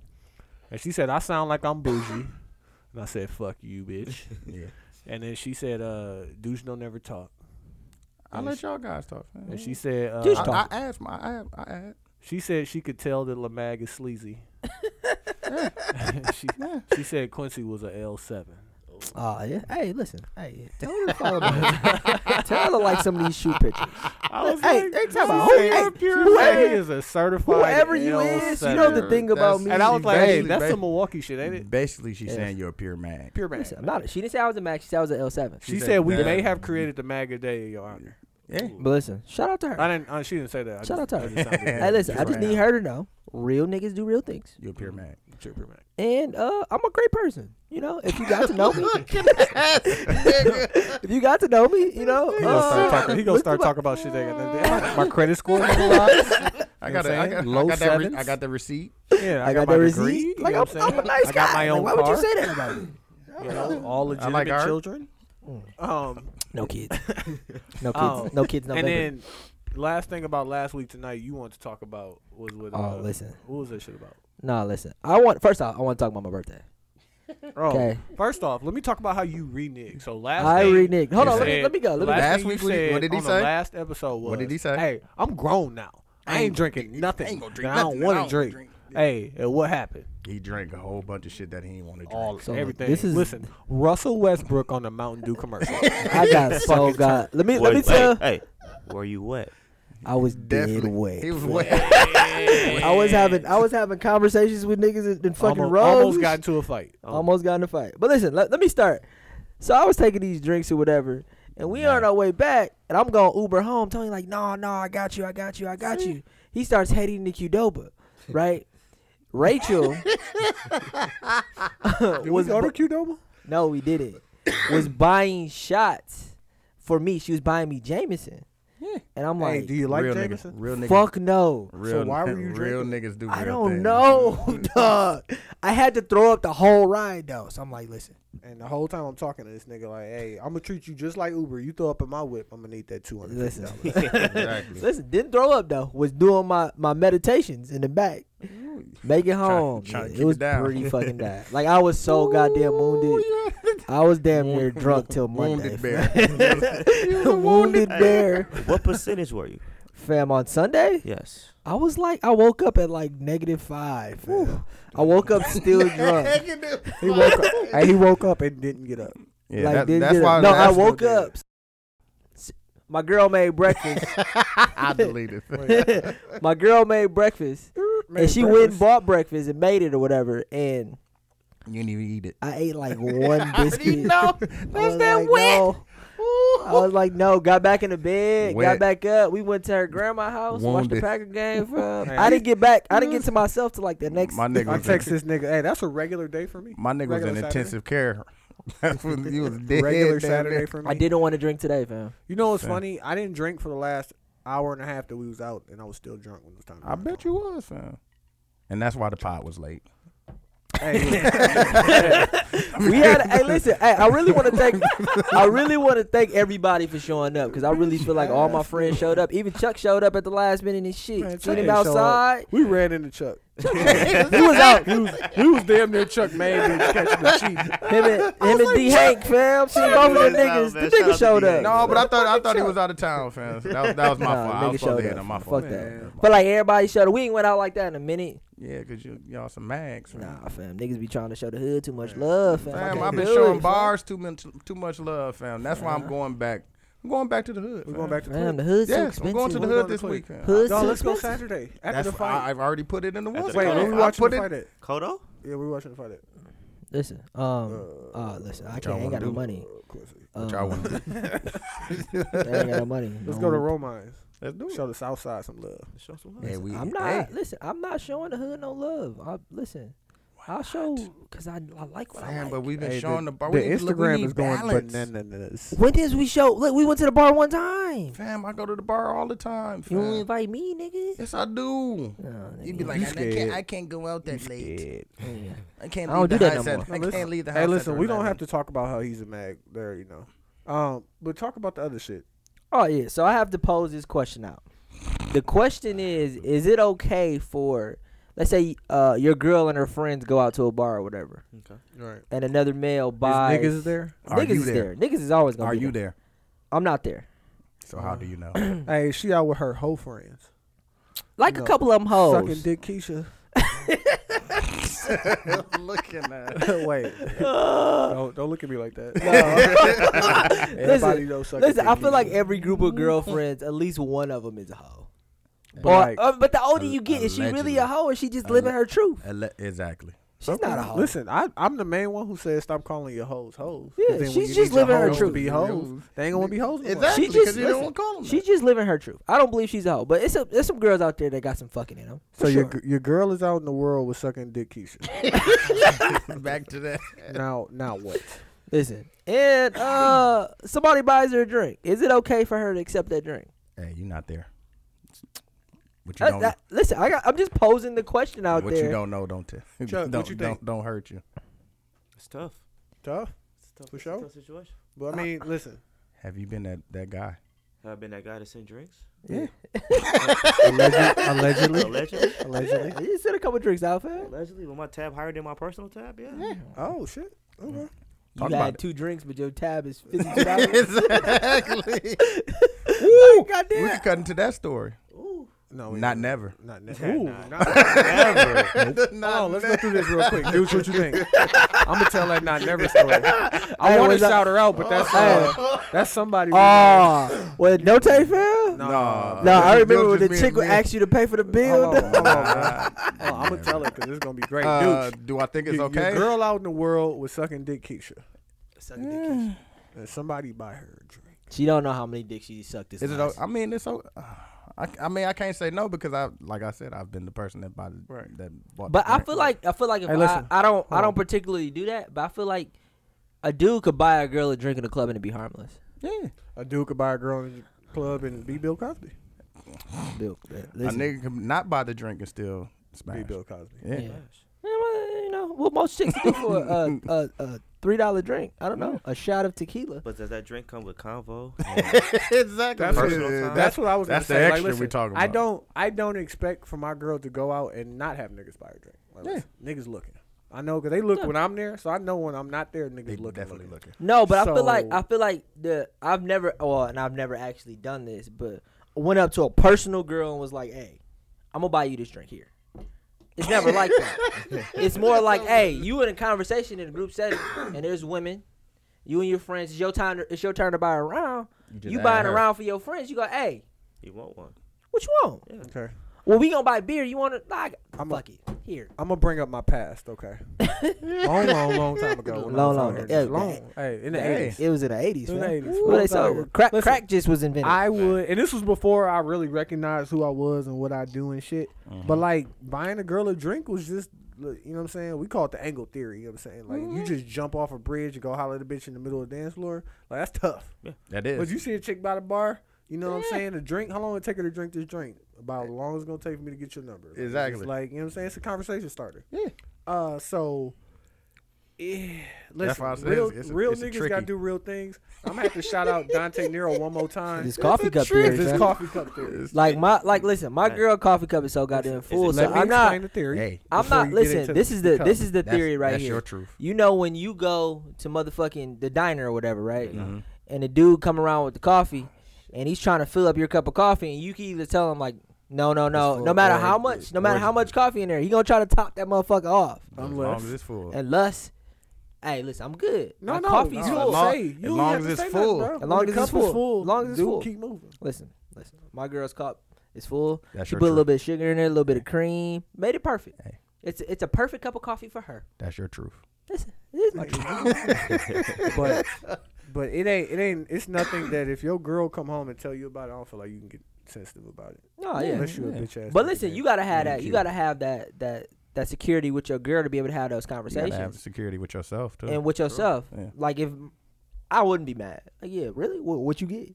Speaker 1: And she said, "I sound like I'm bougie," and I said, "Fuck you, bitch."
Speaker 2: yeah.
Speaker 1: and then she said, uh, "Douche don't never talk."
Speaker 2: I let y'all guys talk. fam.
Speaker 1: And she said, uh,
Speaker 3: Douche
Speaker 2: I,
Speaker 3: Mm. talk.
Speaker 2: I asked my. I, I asked.
Speaker 1: She said she could tell that Lamag is sleazy. she, she said Quincy was a L seven.
Speaker 3: Oh yeah. Hey, listen. Hey, tell her to follow me. tell her like some of these shoe pictures.
Speaker 1: I was
Speaker 3: Hey,
Speaker 1: like,
Speaker 3: they talking about
Speaker 1: she
Speaker 3: who-
Speaker 1: said,
Speaker 3: hey,
Speaker 1: "She
Speaker 3: whoever-
Speaker 1: is a certified
Speaker 3: Whoever you
Speaker 1: L7."
Speaker 3: is, you know the thing about
Speaker 2: That's-
Speaker 3: me.
Speaker 1: And I was like, hey,
Speaker 2: Basically,
Speaker 1: that's some
Speaker 2: ba-
Speaker 1: Milwaukee shit, ain't it?
Speaker 2: Basically, she's
Speaker 3: Yes.
Speaker 2: saying you're a pure mag.
Speaker 1: Pure man.
Speaker 3: Listen, I'm not. She didn't say I was a Mac. She said I was an L7.
Speaker 1: She,
Speaker 2: She
Speaker 1: said,
Speaker 2: said
Speaker 1: we
Speaker 2: that.
Speaker 1: may have created the MAGA day in your honor.
Speaker 2: Yeah.
Speaker 3: But listen, shout out to her.
Speaker 1: I didn't. Uh, she didn't say that. I
Speaker 3: Shout
Speaker 1: just,
Speaker 3: out to
Speaker 1: I
Speaker 3: her.
Speaker 1: just sounded
Speaker 3: Hey, listen. I just
Speaker 2: Right.
Speaker 3: need her to know real niggas do real things.
Speaker 2: You're a Mm. pure mag.
Speaker 1: Sure, pure mag.
Speaker 3: and uh, I'm a great person. You know, if you got to know me, if you got to know me, you know,
Speaker 1: He gonna start
Speaker 3: uh,
Speaker 1: talking. He gonna
Speaker 3: look
Speaker 1: start
Speaker 3: to my-
Speaker 1: talking about shit. That got nothing- my credit score. is a lot.
Speaker 2: I
Speaker 1: You know
Speaker 2: got,
Speaker 1: what
Speaker 2: a,
Speaker 1: I'm
Speaker 2: I
Speaker 1: saying?
Speaker 2: got,
Speaker 1: Low
Speaker 2: I got that. Re-
Speaker 1: sevens?
Speaker 2: I got the receipt.
Speaker 1: Yeah,
Speaker 3: I got
Speaker 1: my
Speaker 3: that
Speaker 1: degree,
Speaker 3: receipt.
Speaker 1: you
Speaker 3: Like
Speaker 1: know
Speaker 3: I'm,
Speaker 1: what
Speaker 3: I'm a
Speaker 1: saying?
Speaker 3: nice
Speaker 1: I
Speaker 3: guy.
Speaker 1: got my
Speaker 3: Like,
Speaker 1: own
Speaker 3: why
Speaker 1: car.
Speaker 3: would you say that about me?
Speaker 1: You know, all legitimate
Speaker 2: like art.
Speaker 1: children. Um,
Speaker 3: No kids. No kids.
Speaker 1: Oh.
Speaker 3: No kids. No
Speaker 1: and
Speaker 3: baby.
Speaker 1: then last thing about last week tonight you want to talk about was with
Speaker 3: Oh,
Speaker 1: uh,
Speaker 3: listen.
Speaker 1: what was that shit about
Speaker 3: no, listen. I want first off, I want to talk about my birthday.
Speaker 1: oh
Speaker 3: Okay.
Speaker 1: first off let me talk about how you reneged so last
Speaker 3: I
Speaker 1: thing
Speaker 3: reneged. Hold
Speaker 1: you
Speaker 3: on. Let me
Speaker 1: said-
Speaker 3: let me go. Let me.
Speaker 1: last
Speaker 2: Last
Speaker 1: thing you
Speaker 2: week, what did-
Speaker 1: said
Speaker 2: what did he
Speaker 1: on the
Speaker 2: say?
Speaker 1: last episode was
Speaker 2: What did he say?
Speaker 1: hey I'm grown now I ain't, drinking nothing I,
Speaker 2: gonna
Speaker 1: I don't
Speaker 2: nothing that
Speaker 1: want
Speaker 2: I
Speaker 1: to drink. hey and what happened
Speaker 2: He drank a whole bunch of shit that he didn't want to drink.
Speaker 1: all
Speaker 3: So,
Speaker 1: everything
Speaker 3: this is-
Speaker 1: listen Russell Westbrook on the Mountain Dew commercial
Speaker 3: I got so god. Let me let me
Speaker 4: Wait,
Speaker 3: tell.
Speaker 4: Hey, hey, were you wet?
Speaker 3: I was dead
Speaker 2: Definitely.
Speaker 3: wet.
Speaker 2: He was wet.
Speaker 3: I was having I was having conversations with niggas in, in fucking
Speaker 1: almost,
Speaker 3: rows.
Speaker 1: almost got into a fight
Speaker 8: Oh.
Speaker 3: Almost got in a fight. But listen, let, let me start. So I was taking these drinks or whatever, and we on our way back, and I'm going Uber home. Tony like, no, no, I got you, I got you, I got you. He starts heading to Qdoba, right? Rachel was bu-
Speaker 1: Qdoba
Speaker 3: no, we didn't. was buying shots for me. She was buying me Jameson, and I'm
Speaker 8: Hey,
Speaker 3: like,
Speaker 8: do you like
Speaker 2: real
Speaker 8: Jameson?
Speaker 2: niggas. Real niggas.
Speaker 3: fuck no.
Speaker 2: Real,
Speaker 8: So why were you
Speaker 2: Real niggas do. Real
Speaker 3: I don't
Speaker 2: things.
Speaker 3: know, dog. I had to throw up the whole ride though. So I'm like, listen,
Speaker 8: And the whole time I'm talking to this nigga, like, hey, I'm gonna treat you just like Uber. You throw up in my whip, I'm gonna need that two hundred fifty
Speaker 3: listen.
Speaker 8: dollars.
Speaker 2: Exactly.
Speaker 3: Listen, didn't throw up though. Was doing my my meditations in the back. Make it home.
Speaker 2: try to
Speaker 3: Yeah,
Speaker 2: keep
Speaker 3: it
Speaker 2: it
Speaker 3: was
Speaker 2: down.
Speaker 3: pretty fucking bad. Like I was so goddamn wounded. I was damn near drunk till Monday.
Speaker 2: Wounded
Speaker 3: fam.
Speaker 2: bear.
Speaker 3: wounded bear,
Speaker 4: What percentage were you?
Speaker 3: fam. On Sunday,
Speaker 4: Yes.
Speaker 3: I was like, I woke up at like negative five. fam. I woke up still drunk.
Speaker 8: he woke up. hey, he woke up and didn't get up.
Speaker 2: Yeah,
Speaker 3: like
Speaker 2: that-
Speaker 3: didn't
Speaker 2: that's
Speaker 3: get
Speaker 2: why.
Speaker 3: up. No, I
Speaker 2: that's-
Speaker 3: woke up. S- My girl made breakfast.
Speaker 2: I deleted.
Speaker 3: My girl made breakfast,
Speaker 8: Made
Speaker 3: and she went and bought breakfast and made it or whatever, and.
Speaker 2: You didn't even eat it.
Speaker 3: I ate like one
Speaker 2: already
Speaker 3: biscuit.
Speaker 2: know.
Speaker 3: That's that wet. I was like, no. Got back in the bed. Got
Speaker 2: Wet.
Speaker 3: back up. We went to her grandma's house. Watched the
Speaker 2: Wounded.
Speaker 3: Packer game. From
Speaker 1: Man.
Speaker 3: I didn't get back. I didn't get to myself till like the next.
Speaker 2: my nigga
Speaker 1: I
Speaker 2: was
Speaker 1: text
Speaker 2: in,
Speaker 1: this nigga, hey, that's a regular day for me.
Speaker 2: my nigga was in
Speaker 1: regular Saturday.
Speaker 2: intensive care. That's when you was dead
Speaker 1: regular
Speaker 2: down
Speaker 1: Saturday
Speaker 2: there.
Speaker 1: for me.
Speaker 3: I didn't want to drink today, fam.
Speaker 1: You know what's
Speaker 2: Same.
Speaker 1: funny? I didn't drink for the last hour and a half that we was out, and I was still drunk when it was time. to
Speaker 2: I
Speaker 1: go
Speaker 2: bet
Speaker 1: home.
Speaker 2: you was, fam. And that's why the pod was late.
Speaker 1: Hey,
Speaker 3: We had. hey, listen. Hey, I really want to thank. I really want to thank everybody for showing up because I really feel like all my friends showed up. Even Chuck showed up at the last minute and shit.
Speaker 1: Man,
Speaker 3: Seen
Speaker 1: Chuck
Speaker 3: him
Speaker 1: didn't show up.
Speaker 3: outside.
Speaker 1: we ran into Chuck.
Speaker 3: He was out.
Speaker 1: He was, he was damn near Chuck made me catching the cheat.
Speaker 3: Him and, him and D Hank, fam. See
Speaker 4: Chuck
Speaker 3: both of
Speaker 4: was
Speaker 3: the
Speaker 4: out,
Speaker 3: niggas.
Speaker 4: man.
Speaker 3: The
Speaker 4: Shout out
Speaker 3: nigga
Speaker 4: to
Speaker 3: showed
Speaker 4: D
Speaker 3: up.
Speaker 4: Hank.
Speaker 2: No, but I thought I thought he was out of town, fam. That, was- that was my
Speaker 3: Nah,
Speaker 2: fault. I
Speaker 3: nigga
Speaker 2: was supposed
Speaker 3: showed
Speaker 2: to hit
Speaker 3: up.
Speaker 2: him. My
Speaker 3: Fuck
Speaker 2: fault.
Speaker 3: that.
Speaker 2: Yeah, my
Speaker 3: But
Speaker 2: fault.
Speaker 3: like everybody showed up. We ain't went out like that in a minute.
Speaker 2: Yeah, because you, y'all some mags, fam.
Speaker 3: Nah, fam. Niggas be trying to show the hood too much love, fam. I
Speaker 2: Fam,
Speaker 3: can't
Speaker 2: I've been
Speaker 3: do
Speaker 2: showing
Speaker 3: it,
Speaker 2: bars too much, too much love, fam. That's why I'm going back. I'm going back to the
Speaker 1: Uh-huh.
Speaker 2: hood.
Speaker 1: We're
Speaker 2: fam.
Speaker 1: going back to
Speaker 3: Fam, Fam,
Speaker 1: Cleveland.
Speaker 3: the hood's too
Speaker 2: Yes, I'm
Speaker 3: expensive.
Speaker 2: going to the
Speaker 1: We're
Speaker 2: hood
Speaker 1: going
Speaker 2: this
Speaker 1: to
Speaker 2: week, fam.
Speaker 3: Hood's
Speaker 1: No,
Speaker 3: too
Speaker 1: let's go
Speaker 3: expensive.
Speaker 1: Saturday after
Speaker 2: That's
Speaker 1: the
Speaker 2: why I-
Speaker 1: fight.
Speaker 2: I've already put it in the one.
Speaker 1: Wait,
Speaker 4: I-
Speaker 1: where we
Speaker 4: I
Speaker 1: watching
Speaker 2: put
Speaker 1: the
Speaker 2: it-
Speaker 1: fight at?
Speaker 4: Kodo?
Speaker 1: Yeah, we watching the fight at.
Speaker 3: Listen, um, uh, listen, I can't. I ain't
Speaker 2: wanna
Speaker 3: got no
Speaker 2: do?
Speaker 3: money.
Speaker 1: Quincy.
Speaker 3: Um,
Speaker 2: Y'all want to
Speaker 3: I ain't got no money.
Speaker 1: Let's
Speaker 3: No.
Speaker 1: go to Romines.
Speaker 2: Let's do it.
Speaker 1: Show the South Side some love.
Speaker 4: Show some love.
Speaker 2: Yeah, we,
Speaker 3: I'm not.
Speaker 2: hey,
Speaker 3: Listen, I'm not showing the hood no love. I listen. I'll show because I, I like what I
Speaker 2: fam,
Speaker 3: like.
Speaker 2: but we've been
Speaker 1: Hey, the-
Speaker 2: showing the, bar.
Speaker 1: the
Speaker 2: we need to look- we
Speaker 1: Instagram
Speaker 2: need
Speaker 1: is going
Speaker 2: balance.
Speaker 1: bananas.
Speaker 3: when did we show? Look, we went to the bar one time.
Speaker 2: Fam, I go to the bar all the time,
Speaker 3: You don't
Speaker 2: fam.
Speaker 3: invite me, nigga.
Speaker 2: Yes, I do.
Speaker 3: No, nigga.
Speaker 2: You be like, I
Speaker 1: scared.
Speaker 2: can't, I can't go out that late.
Speaker 3: Yeah.
Speaker 2: I can't
Speaker 3: I don't
Speaker 2: leave
Speaker 3: do
Speaker 2: the
Speaker 3: that
Speaker 2: house
Speaker 3: no
Speaker 2: at-
Speaker 3: more.
Speaker 2: I can't leave the house.
Speaker 1: Hey,
Speaker 2: at
Speaker 1: listen, we don't
Speaker 2: 11.
Speaker 1: have to talk about how he's a mag there, you know. Um, but talk about the other shit.
Speaker 3: Oh yeah, so I have to pose this question out. The question is, is it okay for let's say uh your girl and her friends go out to a bar or whatever
Speaker 1: Right.
Speaker 3: and another male buys
Speaker 1: Niggas is there.
Speaker 2: Are
Speaker 3: Niggas
Speaker 2: you
Speaker 3: is there.
Speaker 2: there?
Speaker 3: Niggas is always gonna
Speaker 2: Are
Speaker 3: be
Speaker 2: you
Speaker 3: there.
Speaker 2: there?
Speaker 3: I'm not there.
Speaker 2: So how do you know?
Speaker 1: Hey, she out with her hoe friends.
Speaker 3: Like
Speaker 1: No.
Speaker 3: a couple of them
Speaker 1: Sucking
Speaker 3: hoes.
Speaker 1: dick Keisha.
Speaker 2: Looking at.
Speaker 1: Wait.
Speaker 3: Uh,
Speaker 1: Don't, don't look at me like that. Everybody
Speaker 3: listen,
Speaker 1: knows sucking
Speaker 3: listen,
Speaker 1: dick
Speaker 3: I feel like
Speaker 1: Keisha.
Speaker 3: every group of girlfriends, at least one of them is a hoe.
Speaker 1: But
Speaker 3: Or,
Speaker 1: like,
Speaker 3: uh, but the older
Speaker 2: al-
Speaker 3: you get, is she really a
Speaker 2: allegedly.
Speaker 3: hoe or is she just
Speaker 2: Alle-
Speaker 3: living her truth?
Speaker 2: Ele- exactly.
Speaker 3: She's not a hoe.
Speaker 1: Listen, I, I'm the main one who says stop calling your hoes hoes. 'Cause
Speaker 3: Yeah,
Speaker 1: then when
Speaker 3: she's
Speaker 1: you
Speaker 3: just
Speaker 1: need your
Speaker 3: living her
Speaker 1: hoes to
Speaker 3: truth.
Speaker 1: Be hoes. They ain't gonna be hoes. no more.
Speaker 2: Exactly.
Speaker 3: She just-
Speaker 2: because you don't
Speaker 3: listen,
Speaker 2: call them.
Speaker 3: She's just living her truth. I don't believe she's a hoe, but it's a, there's some girls out there that got some fucking in them.
Speaker 1: So your g- your girl is out in the world with sucking dick Keisha.
Speaker 2: that. back to that.
Speaker 1: now now what?
Speaker 3: Listen, and uh, somebody buys her a drink. Is it okay for her to accept that drink?
Speaker 2: Hey, you're not there. What you don't.
Speaker 3: That's- that- listen, I got, I'm just posing the question out
Speaker 2: what
Speaker 3: there.
Speaker 2: you don't know, don't tell.
Speaker 1: Chuck, what
Speaker 2: don't,
Speaker 1: you think?
Speaker 2: don't, don't hurt you.
Speaker 4: It's tough.
Speaker 1: Tough.
Speaker 4: It's tough.
Speaker 1: For
Speaker 4: it's
Speaker 1: sure.
Speaker 4: a tough situation.
Speaker 1: But I mean, listen.
Speaker 2: Have you been that, that guy?
Speaker 4: Have I been that guy that sent drinks?
Speaker 1: Allegedly.
Speaker 4: Allegedly.
Speaker 1: Allegedly.
Speaker 3: You said a couple drinks out, fam.
Speaker 4: Allegedly, with my tab higher than my personal tab, yeah.
Speaker 1: Oh shit. Okay.
Speaker 3: You
Speaker 2: Talk
Speaker 3: had
Speaker 2: about it.
Speaker 3: two drinks, but your tab is fifty-two dollars.
Speaker 2: exactly. We
Speaker 3: Goddamn.
Speaker 2: could cut into that story.
Speaker 1: No,
Speaker 2: Not never.
Speaker 1: Not never. Ooh,
Speaker 4: Nah,
Speaker 1: not
Speaker 4: Never.
Speaker 1: Oh, let's go through this real quick. Dudes, what you think? I'm gonna tell that not never story. I
Speaker 3: Hey,
Speaker 1: want to
Speaker 3: was I-
Speaker 1: shout her out, but that's uh, that's somebody. we know.
Speaker 3: Oh, with no tape, fam. No,
Speaker 2: Nah.
Speaker 3: I
Speaker 2: This is
Speaker 3: remember when
Speaker 2: just
Speaker 3: the
Speaker 2: me and
Speaker 3: chick would
Speaker 2: me.
Speaker 3: ask you to pay for the bill.
Speaker 1: Hold on, hold on, bro. Hold on,
Speaker 2: Uh,
Speaker 1: I'm gonna Oh, tell her because it's gonna be great.
Speaker 2: uh,
Speaker 1: Dudes,
Speaker 2: do I think it's
Speaker 1: your-
Speaker 2: okay?
Speaker 1: Your girl out in the world was sucking dick, Keisha. And somebody buy her a drink.
Speaker 3: She don't know how many dicks she sucked this.
Speaker 2: Is it?
Speaker 3: last
Speaker 2: o- I mean, it's okay. I, I mean, I can't say no because I, like I said, I've been the person that bought
Speaker 1: Right.
Speaker 2: that bought.
Speaker 3: But
Speaker 2: the
Speaker 3: I
Speaker 2: drink.
Speaker 3: feel like I feel like if
Speaker 1: Hey, listen.
Speaker 3: I, I don't I
Speaker 1: Hold
Speaker 3: don't
Speaker 1: on.
Speaker 3: particularly do that, but I feel like a dude could buy a girl a drink in a club and it'd be harmless.
Speaker 2: yeah,
Speaker 1: A dude could buy a girl in the club and be Bill Cosby.
Speaker 3: Bill, man,
Speaker 2: a
Speaker 3: listen,
Speaker 2: nigga can not buy the drink and still
Speaker 1: Be
Speaker 2: smash.
Speaker 1: Bill Cosby.
Speaker 2: Yeah.
Speaker 3: Yeah. Yeah, well, you know what most chicks do for a, a, a three dollar drink. I don't know, a shot of tequila.
Speaker 4: But does that drink come with convo?
Speaker 2: exactly.
Speaker 1: That's,
Speaker 4: Personal
Speaker 1: what-
Speaker 4: time.
Speaker 1: that's what I was.
Speaker 2: That's
Speaker 1: gonna say.
Speaker 2: the extra
Speaker 1: like,
Speaker 2: we
Speaker 1: listen,
Speaker 2: talking
Speaker 1: I
Speaker 2: about.
Speaker 1: don't. I don't expect for my girl to go out and not have niggas buy her drink. Like,
Speaker 2: Yeah.
Speaker 1: listen, niggas looking. I know because they look
Speaker 3: Yeah.
Speaker 1: when I'm there, so I know when I'm not there, niggas
Speaker 2: They
Speaker 1: looking.
Speaker 2: definitely
Speaker 1: looking.
Speaker 2: looking.
Speaker 3: No, but I feel like
Speaker 1: So-
Speaker 3: I feel like the I've never well, and I've never actually done this, but I went up to a personal girl and was like, "Hey, I'm gonna buy you this drink here." It's never like that. It's more like, "Hey, you in a conversation in a group setting, and there's women, you and your friends. It's your time. To, it's your turn to buy a round.
Speaker 2: just
Speaker 3: You
Speaker 2: add
Speaker 3: buying a
Speaker 2: her.
Speaker 3: round for your friends. You go, hey,
Speaker 4: You want one?
Speaker 3: what you want?
Speaker 1: Okay.
Speaker 3: What Well, we gonna buy beer. You want to? Nah,
Speaker 1: I'm a-
Speaker 3: fuck it. Here.
Speaker 1: I'm gonna bring up my past, okay? long, long, long time ago. When I
Speaker 3: Long,
Speaker 1: was out
Speaker 3: long.
Speaker 1: here.
Speaker 3: Yeah,
Speaker 1: long. Hey, in the
Speaker 3: Hey,
Speaker 1: eighties.
Speaker 3: It was in the eighties,
Speaker 1: In the
Speaker 3: man.
Speaker 1: 80s.
Speaker 3: What
Speaker 1: Full
Speaker 3: they saw?
Speaker 1: power.
Speaker 3: Crack,
Speaker 1: Listen,
Speaker 3: crack just was invented.
Speaker 1: I would, and this was before I really recognized who I was and what I do and shit.
Speaker 2: Mm-hmm.
Speaker 1: But like buying a girl a drink was just, look, you know what I'm saying? We call it the angle theory. You know what I'm saying? Like you just jump off a bridge and go holler at a bitch in the middle of the dance floor. Like that's tough.
Speaker 2: That
Speaker 1: But
Speaker 2: is.
Speaker 1: you see a chick by the bar, you know what I'm saying? A drink. How long it take her to drink this drink? About how long it's gonna take for me to get your number. Like, it's
Speaker 2: Exactly.
Speaker 1: Like you know what I'm saying? It's a conversation starter.
Speaker 4: Yeah.
Speaker 1: Uh, so. Eh, listen,
Speaker 2: why I said
Speaker 1: real,
Speaker 2: it's- it's a-
Speaker 1: real
Speaker 2: it's a
Speaker 1: niggas
Speaker 2: tricky.
Speaker 1: gotta do real things. I'm gonna have to shout out Dante Nero one more time.
Speaker 3: this coffee cup
Speaker 1: Theory,
Speaker 3: theory,
Speaker 1: this
Speaker 3: fam.
Speaker 1: coffee cup theory.
Speaker 3: Like my, like listen, my
Speaker 4: Hey.
Speaker 3: girl coffee cup is so goddamn full.
Speaker 1: Let
Speaker 3: So
Speaker 1: me
Speaker 3: I'm
Speaker 1: explain
Speaker 3: not,
Speaker 1: the theory.
Speaker 2: Hey,
Speaker 3: I'm
Speaker 1: before
Speaker 3: not.
Speaker 1: you get into
Speaker 3: Listen, this is the
Speaker 1: cup.
Speaker 3: this is the
Speaker 2: that's-
Speaker 3: theory right
Speaker 2: that's
Speaker 3: here.
Speaker 2: your truth.
Speaker 3: You know when you go to motherfucking the diner or whatever, right?
Speaker 1: Mm-hmm.
Speaker 2: Mm-hmm.
Speaker 3: And the dude come around with the coffee, and he's trying to fill up your cup of coffee, and you can either tell him like, no, no, no,
Speaker 2: full
Speaker 3: no matter
Speaker 2: or
Speaker 3: how
Speaker 2: it-
Speaker 3: much, no
Speaker 2: or
Speaker 3: matter
Speaker 2: it-
Speaker 3: how much coffee in there, he gonna try to top that motherfucker off.
Speaker 2: As long as it's full.
Speaker 3: Unless, hey, listen, I'm good.
Speaker 1: No,
Speaker 3: My
Speaker 1: no,
Speaker 3: coffee's
Speaker 1: no,
Speaker 3: full.
Speaker 1: As long, say,
Speaker 2: as
Speaker 1: you don't
Speaker 2: long
Speaker 1: have
Speaker 2: as
Speaker 1: to
Speaker 2: it's
Speaker 1: say Nothing,
Speaker 2: full.
Speaker 1: bro.
Speaker 3: As long
Speaker 1: When
Speaker 3: as
Speaker 1: the
Speaker 3: it's
Speaker 1: cup is
Speaker 3: full. As long as it's
Speaker 1: dude,
Speaker 3: full.
Speaker 1: Keep moving.
Speaker 3: Listen, listen, my girl's cup is full.
Speaker 2: That's
Speaker 3: she
Speaker 2: your
Speaker 3: put a little
Speaker 2: truth.
Speaker 3: bit of sugar in there, a little bit of cream, made it perfect.
Speaker 2: Hey.
Speaker 3: It's it's a perfect cup of coffee for her.
Speaker 2: That's your truth.
Speaker 3: Listen, this is my truth.
Speaker 1: but but it ain't it ain't it's nothing that if your girl come home and tell you about it, I don't feel like you can get sensitive about it.
Speaker 3: No, yeah. Mm-hmm.
Speaker 1: Unless you a
Speaker 2: yeah.
Speaker 1: bitch ass.
Speaker 3: But
Speaker 1: nigga,
Speaker 3: listen,
Speaker 1: man.
Speaker 3: you gotta have
Speaker 1: Yeah,
Speaker 3: that. You
Speaker 1: cute.
Speaker 3: gotta have that that that security with your girl to be able to have those
Speaker 2: You gotta have
Speaker 3: conversations
Speaker 2: security with yourself too.
Speaker 3: and with yourself.
Speaker 2: Yeah.
Speaker 3: Like if I wouldn't be mad. Like yeah, really? What, what you get?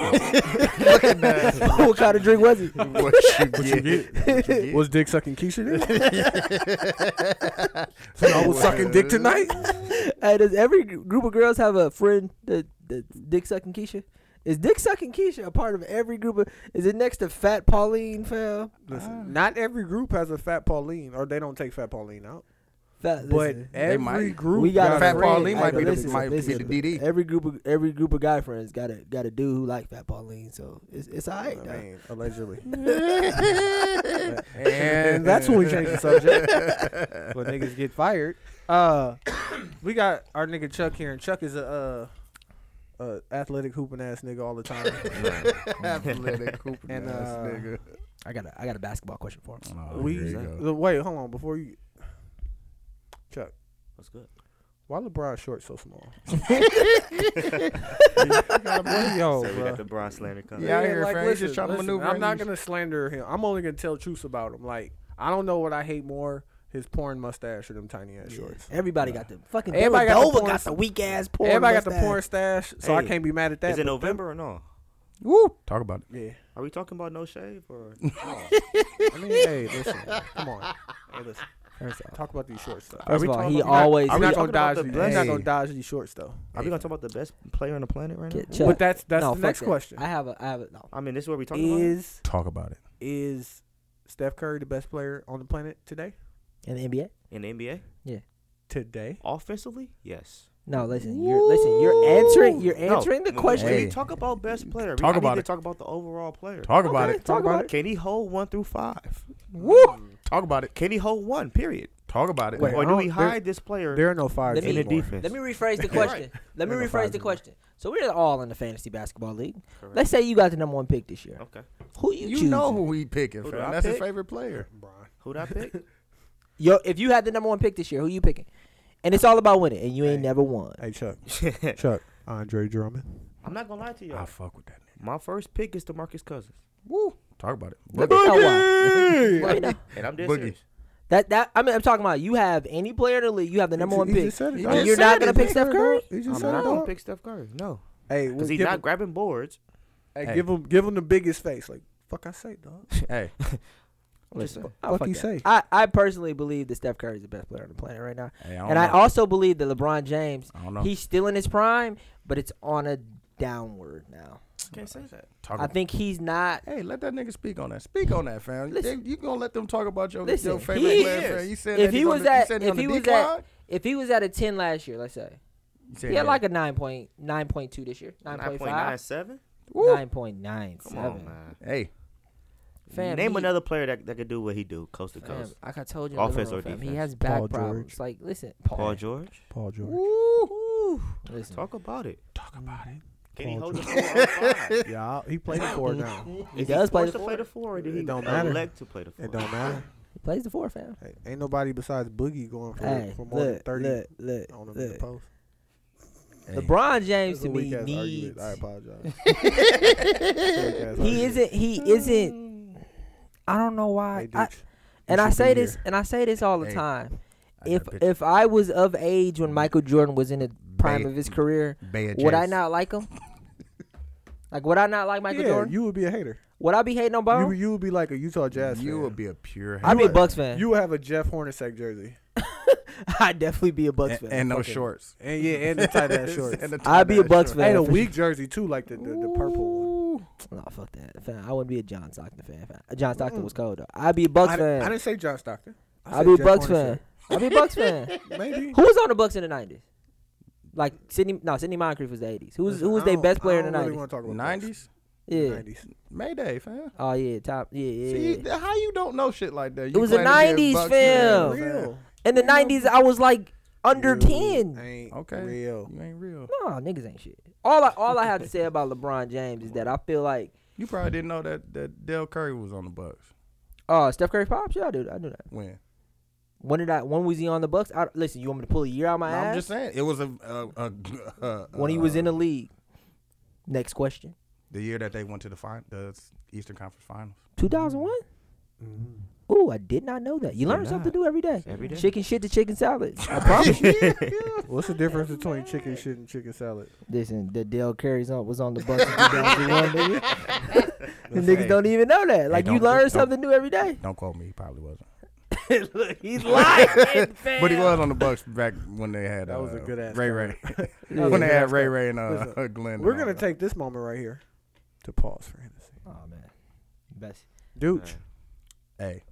Speaker 3: what kind of drink was it?
Speaker 2: what you get? What you get?
Speaker 1: was dick sucking Keisha there? I was sucking dick tonight.
Speaker 3: Hey, does every gr- group of girls have a friend that, that dick sucking Keisha? Is dick sucking Keisha a part of every group of? Is it next to Fat Pauline fam?
Speaker 1: Listen,
Speaker 2: Uh-huh.
Speaker 1: not every group has a fat Pauline, or they don't take fat Pauline out.
Speaker 3: Fat,
Speaker 1: But
Speaker 3: listen,
Speaker 1: every
Speaker 2: Uh, might.
Speaker 1: group
Speaker 3: we got a
Speaker 2: Fat
Speaker 3: friend-
Speaker 2: Pauline might
Speaker 3: hey,
Speaker 2: be the-
Speaker 3: listen,
Speaker 2: might be
Speaker 3: listen,
Speaker 2: the DD.
Speaker 3: Every group of every group of guy friends got a got a dude who like Fat Pauline, so it's it's
Speaker 1: I
Speaker 3: alright. dawg.
Speaker 1: mean, allegedly. and that's when we change the subject. when niggas get fired. Uh, we got our nigga Chuck here, and Chuck is a uh, uh athletic hooping ass nigga all the time.
Speaker 2: Athletic hooping
Speaker 1: And,
Speaker 2: ass
Speaker 1: uh,
Speaker 2: nigga.
Speaker 3: I got a I got a basketball question for him.
Speaker 2: Oh,
Speaker 1: we
Speaker 2: here you go.
Speaker 1: uh, wait, hold on before you. Chuck,
Speaker 9: What's good?
Speaker 1: why LeBron's shorts so small? Yo,
Speaker 4: so we
Speaker 1: bro.
Speaker 4: got the Bron slander coming.
Speaker 2: Yeah, out here, fam. He's just trying to maneuver
Speaker 1: I'm
Speaker 2: in
Speaker 1: not
Speaker 2: these-
Speaker 1: gonna slander him. I'm only gonna tell truths about him. Like I don't know what I hate more: his porn mustache or them tiny ass shorts.
Speaker 3: Everybody got the fucking.
Speaker 1: Everybody
Speaker 3: Everybody
Speaker 1: got the
Speaker 3: got,
Speaker 1: porn-
Speaker 3: got the weak ass porn.
Speaker 1: Everybody got
Speaker 3: mustache.
Speaker 1: the porn stash, so I
Speaker 4: Hey,
Speaker 1: can't be mad at that.
Speaker 4: Is it
Speaker 1: but
Speaker 4: November or no?
Speaker 2: Woo. Talk about it.
Speaker 1: them- Yeah.
Speaker 4: Are we talking about no shave or?
Speaker 1: I mean, hey, listen, come on, hey, listen. Talk about these shorts though.
Speaker 3: First
Speaker 2: we
Speaker 3: of all,
Speaker 2: talking
Speaker 3: he
Speaker 2: about- I'm
Speaker 3: always.
Speaker 4: Are
Speaker 1: I'm
Speaker 4: we
Speaker 1: not
Speaker 4: talking
Speaker 1: gonna
Speaker 4: about
Speaker 1: dodge
Speaker 4: the
Speaker 1: these.
Speaker 4: best-
Speaker 1: I'm not
Speaker 2: Hey.
Speaker 1: gonna dodge these shorts though.
Speaker 4: Are we gonna talk about the best player on the planet right now?
Speaker 3: Get Chuck.
Speaker 1: But that's that's
Speaker 3: no,
Speaker 1: the
Speaker 3: fuck
Speaker 1: next
Speaker 3: that.
Speaker 1: question.
Speaker 3: I have a I have a no.
Speaker 4: I mean, this is what we talking about.
Speaker 1: Is
Speaker 2: Talk about it.
Speaker 1: is Steph Curry the best player on the planet today?
Speaker 3: In the NBA.
Speaker 4: In the NBA,
Speaker 1: Today,
Speaker 4: offensively, yes.
Speaker 3: No, listen. You're listen. You're answering. You're
Speaker 4: No,
Speaker 3: answering the
Speaker 4: when-
Speaker 3: question.
Speaker 4: When
Speaker 2: Hey.
Speaker 4: we talk about best player,
Speaker 2: Talk
Speaker 4: we, I
Speaker 2: about
Speaker 4: need
Speaker 2: it.
Speaker 4: to talk about the overall player.
Speaker 2: Talk about
Speaker 3: Okay,
Speaker 2: it.
Speaker 3: Talk about it.
Speaker 4: Can he hold one through five?
Speaker 2: Woo. Talk about it.
Speaker 4: Can he hold one? Period.
Speaker 2: Talk about it.
Speaker 1: Wait,
Speaker 4: or
Speaker 1: I
Speaker 4: do we
Speaker 1: don't-
Speaker 4: hide this player
Speaker 1: there are no five
Speaker 3: Let
Speaker 4: in
Speaker 3: me-
Speaker 4: the
Speaker 1: anymore.
Speaker 4: defense?
Speaker 3: Let me rephrase the question. Let me
Speaker 1: You're the
Speaker 3: rephrase the
Speaker 1: prize
Speaker 3: question. So we're all in the fantasy basketball league.
Speaker 4: Correct.
Speaker 3: Let's say you got the number one pick this year.
Speaker 4: okay.
Speaker 3: Who you,
Speaker 2: You,
Speaker 3: choosing?
Speaker 2: know who he picking,
Speaker 4: Who
Speaker 2: fam.
Speaker 4: do I
Speaker 2: That's his
Speaker 4: pick?
Speaker 2: favorite player.
Speaker 4: Who'd I pick?
Speaker 3: Yo, if you had the number one pick this year, who you picking? And it's all about winning, and you ain't
Speaker 1: Hey.
Speaker 3: never won.
Speaker 1: Hey Chuck, Chuck, Andre Drummond.
Speaker 4: I'm not gonna lie to
Speaker 2: I
Speaker 4: y'all.
Speaker 2: fuck with that nigga.
Speaker 4: My first pick is DeMarcus Cousins,
Speaker 2: Woo. Talk about it.
Speaker 3: Let me know why. Let me know.
Speaker 4: and I'm dead
Speaker 2: Boogie.
Speaker 4: serious.
Speaker 3: That that I mean, I'm talking about. You have any player in the league. You have the number one pick.
Speaker 2: He
Speaker 3: And
Speaker 2: just
Speaker 3: you're not
Speaker 2: said
Speaker 3: gonna
Speaker 2: it,
Speaker 3: pick Steph Curry.
Speaker 1: He
Speaker 4: I'm
Speaker 1: just said
Speaker 4: not
Speaker 1: it,
Speaker 4: gonna
Speaker 1: dog.
Speaker 4: pick Steph Curry. No,
Speaker 1: Hey,
Speaker 4: because
Speaker 1: well,
Speaker 4: he's
Speaker 1: give
Speaker 4: not
Speaker 1: him-
Speaker 4: grabbing boards.
Speaker 1: Hey,
Speaker 2: Hey.
Speaker 1: give him give him the biggest face. Like fuck, I say, dog.
Speaker 2: Hey,
Speaker 3: Listen,
Speaker 1: Fuck
Speaker 3: I'll fuck
Speaker 1: you
Speaker 3: that.
Speaker 1: say.
Speaker 3: I, I personally believe that Steph Curry is the best player on the planet right now,
Speaker 2: hey I don't
Speaker 3: and I
Speaker 2: know.
Speaker 3: also believe that LeBron James
Speaker 2: I don't know.
Speaker 3: he's still in his prime, but it's on a downward now.
Speaker 4: Can't say that.
Speaker 2: Talk
Speaker 3: I
Speaker 2: about
Speaker 3: think he's not.
Speaker 2: Hey, let that nigga speak on that. Speak on that, fam.
Speaker 3: Listen.
Speaker 2: Listen, you gonna let them talk about your,
Speaker 3: Listen,
Speaker 2: your favorite
Speaker 3: he
Speaker 2: player,
Speaker 4: is.
Speaker 2: fam? You said
Speaker 3: If
Speaker 2: that
Speaker 3: he
Speaker 2: he's on
Speaker 3: was
Speaker 2: the,
Speaker 3: at-
Speaker 2: you said he
Speaker 3: if
Speaker 2: on the
Speaker 3: he was
Speaker 2: decline?
Speaker 3: at- If he was at a ten last year, let's say
Speaker 2: You said
Speaker 3: he had like a nine point nine point two this year, nine
Speaker 4: Nine
Speaker 3: point
Speaker 4: point
Speaker 3: five,
Speaker 4: nine seven.
Speaker 2: Woo.
Speaker 3: nine point nine
Speaker 4: Come on,
Speaker 3: seven.
Speaker 4: man.
Speaker 2: Hey,
Speaker 3: Fam,
Speaker 4: Name
Speaker 3: he-
Speaker 4: another player that that could do what he do, coast to
Speaker 3: Fam,
Speaker 4: coast.
Speaker 3: like I told you, offense
Speaker 4: Offense or
Speaker 3: or fam, he
Speaker 4: defense?
Speaker 3: has back
Speaker 1: Paul
Speaker 3: problems.
Speaker 1: George.
Speaker 3: Like, listen,
Speaker 4: Paul George.
Speaker 1: Paul George.
Speaker 3: Woo. Listen,
Speaker 4: Talk about it.
Speaker 2: talk about it.
Speaker 4: Can he hold the floor on fire?
Speaker 1: Yeah, he played the four now.
Speaker 3: He does play
Speaker 4: Forced
Speaker 3: the
Speaker 4: to
Speaker 3: four.
Speaker 4: play the four, or did
Speaker 1: It
Speaker 4: he
Speaker 1: don't matter.
Speaker 4: elect to play the four?
Speaker 1: It don't matter.
Speaker 3: He plays the four, fam.
Speaker 1: Hey, ain't nobody besides Boogie going for,
Speaker 3: Hey,
Speaker 1: for more
Speaker 3: look,
Speaker 1: than 30
Speaker 3: look, look,
Speaker 1: on him in the
Speaker 3: look.
Speaker 1: post.
Speaker 3: LeBron James
Speaker 1: That's
Speaker 3: to
Speaker 1: a
Speaker 3: me
Speaker 1: weak-ass argument.
Speaker 3: needs.
Speaker 1: I apologize.
Speaker 3: He isn't.
Speaker 1: Hmm.
Speaker 3: He isn't. I don't know why. I, and I
Speaker 1: should
Speaker 3: say
Speaker 1: be
Speaker 3: this, and I say this all the
Speaker 2: Hey,
Speaker 3: time.
Speaker 2: I got
Speaker 3: If
Speaker 2: a picture.
Speaker 3: if I was of age when Michael Jordan was in the prime
Speaker 2: Ba-
Speaker 3: of his career,
Speaker 2: Bay of
Speaker 3: would I
Speaker 2: Chase.
Speaker 3: not like him? Like, would I not like Michael
Speaker 1: yeah,
Speaker 3: Jordan?
Speaker 1: you would be a hater.
Speaker 3: would I be hating on
Speaker 1: You,
Speaker 3: Bo?
Speaker 1: you would be like a Utah Jazz
Speaker 2: You
Speaker 1: fan.
Speaker 2: would be a pure.
Speaker 3: I'd be a
Speaker 2: hater.
Speaker 3: Bucks fan.
Speaker 1: You would have a Jeff Hornacek jersey.
Speaker 3: I'd definitely be a Bucks
Speaker 2: and,
Speaker 3: fan.
Speaker 2: and no
Speaker 3: Fuck it.
Speaker 2: shorts.
Speaker 1: And yeah, and the tight ass shorts.
Speaker 2: And the
Speaker 3: I'd be a
Speaker 2: tight-ass
Speaker 3: Bucks
Speaker 2: shorts.
Speaker 3: fan.
Speaker 1: and a
Speaker 3: for
Speaker 1: weak jersey too, like the, the, the purple one.
Speaker 3: Ooh. Nah, fuck that. Fan. I wouldn't be a John Stockton fan. fan. John Stockton was cold though. I'd be a
Speaker 1: Mm.
Speaker 3: Bucks
Speaker 1: I, di-
Speaker 3: fan.
Speaker 1: I didn't say John Stockton. I
Speaker 3: I'd
Speaker 1: said
Speaker 3: be a
Speaker 1: Jeff
Speaker 3: Bucks
Speaker 1: Hornacek.
Speaker 3: fan. I'd be a Bucks fan.
Speaker 1: Maybe.
Speaker 3: Who was on the Bucks in the nineties? Like Sidney, no, Sidney Moncrief was the eighties. Who was who was
Speaker 1: I
Speaker 3: their
Speaker 1: don't-
Speaker 3: best player in the
Speaker 1: I don't really
Speaker 3: nineties?
Speaker 1: want to talk about
Speaker 2: Nineties,
Speaker 3: yeah.
Speaker 1: Nineties.
Speaker 2: Mayday, fam.
Speaker 3: Oh yeah, top. Yeah, yeah.
Speaker 2: See,
Speaker 3: yeah.
Speaker 2: th- how you don't know shit like that? You
Speaker 3: It was the
Speaker 2: claim to be a
Speaker 3: 90s,
Speaker 2: Bucks
Speaker 3: fam.
Speaker 2: fan,
Speaker 1: Real.
Speaker 3: In the nineties, I was like under ten.
Speaker 1: Ain't
Speaker 2: Okay.
Speaker 1: Real.
Speaker 2: You ain't real.
Speaker 3: No, niggas ain't shit. All I all I have to say about LeBron James is that I feel like
Speaker 2: You probably didn't know that that Dell Curry was on the Bucks.
Speaker 3: oh Steph Curry pops. Yeah, I do. I do that.
Speaker 2: When?
Speaker 3: When did I? When was he on the Bucks? I, listen, you want me to pull a year out of my
Speaker 2: No,
Speaker 3: ass?
Speaker 2: I'm just saying it was a, a, a, a
Speaker 3: when he was
Speaker 2: uh,
Speaker 3: in the league. Next question.
Speaker 2: the year that they went to the fin- the Eastern Conference Finals.
Speaker 3: 2001? Ooh, I did not know that. You learn something new every day.
Speaker 4: Every day.
Speaker 3: Chicken shit to chicken salad. I promise you.
Speaker 1: What's the difference between chicken shit and chicken salad?
Speaker 3: Listen, the Dell Curry's on was on the bus in 2001, nigga. the niggas don't even know that. Like you
Speaker 2: don't-
Speaker 3: learn
Speaker 2: don't-
Speaker 3: something new every day.
Speaker 2: Don't quote me. He probably wasn't.
Speaker 3: Look, he's lying.
Speaker 2: But he was on the Bucks back when they had
Speaker 1: That was
Speaker 2: uh,
Speaker 1: a good-ass
Speaker 2: Ray Ray.
Speaker 3: Yeah.
Speaker 2: when they
Speaker 1: good-ass
Speaker 2: had Ray Ray and uh,
Speaker 1: Listen,
Speaker 2: Glenn.
Speaker 1: We're
Speaker 2: and
Speaker 1: gonna
Speaker 2: all that.
Speaker 1: take this moment right here to pause for Hennessy.
Speaker 3: Oh man. Best.
Speaker 1: Dude,
Speaker 2: Hey,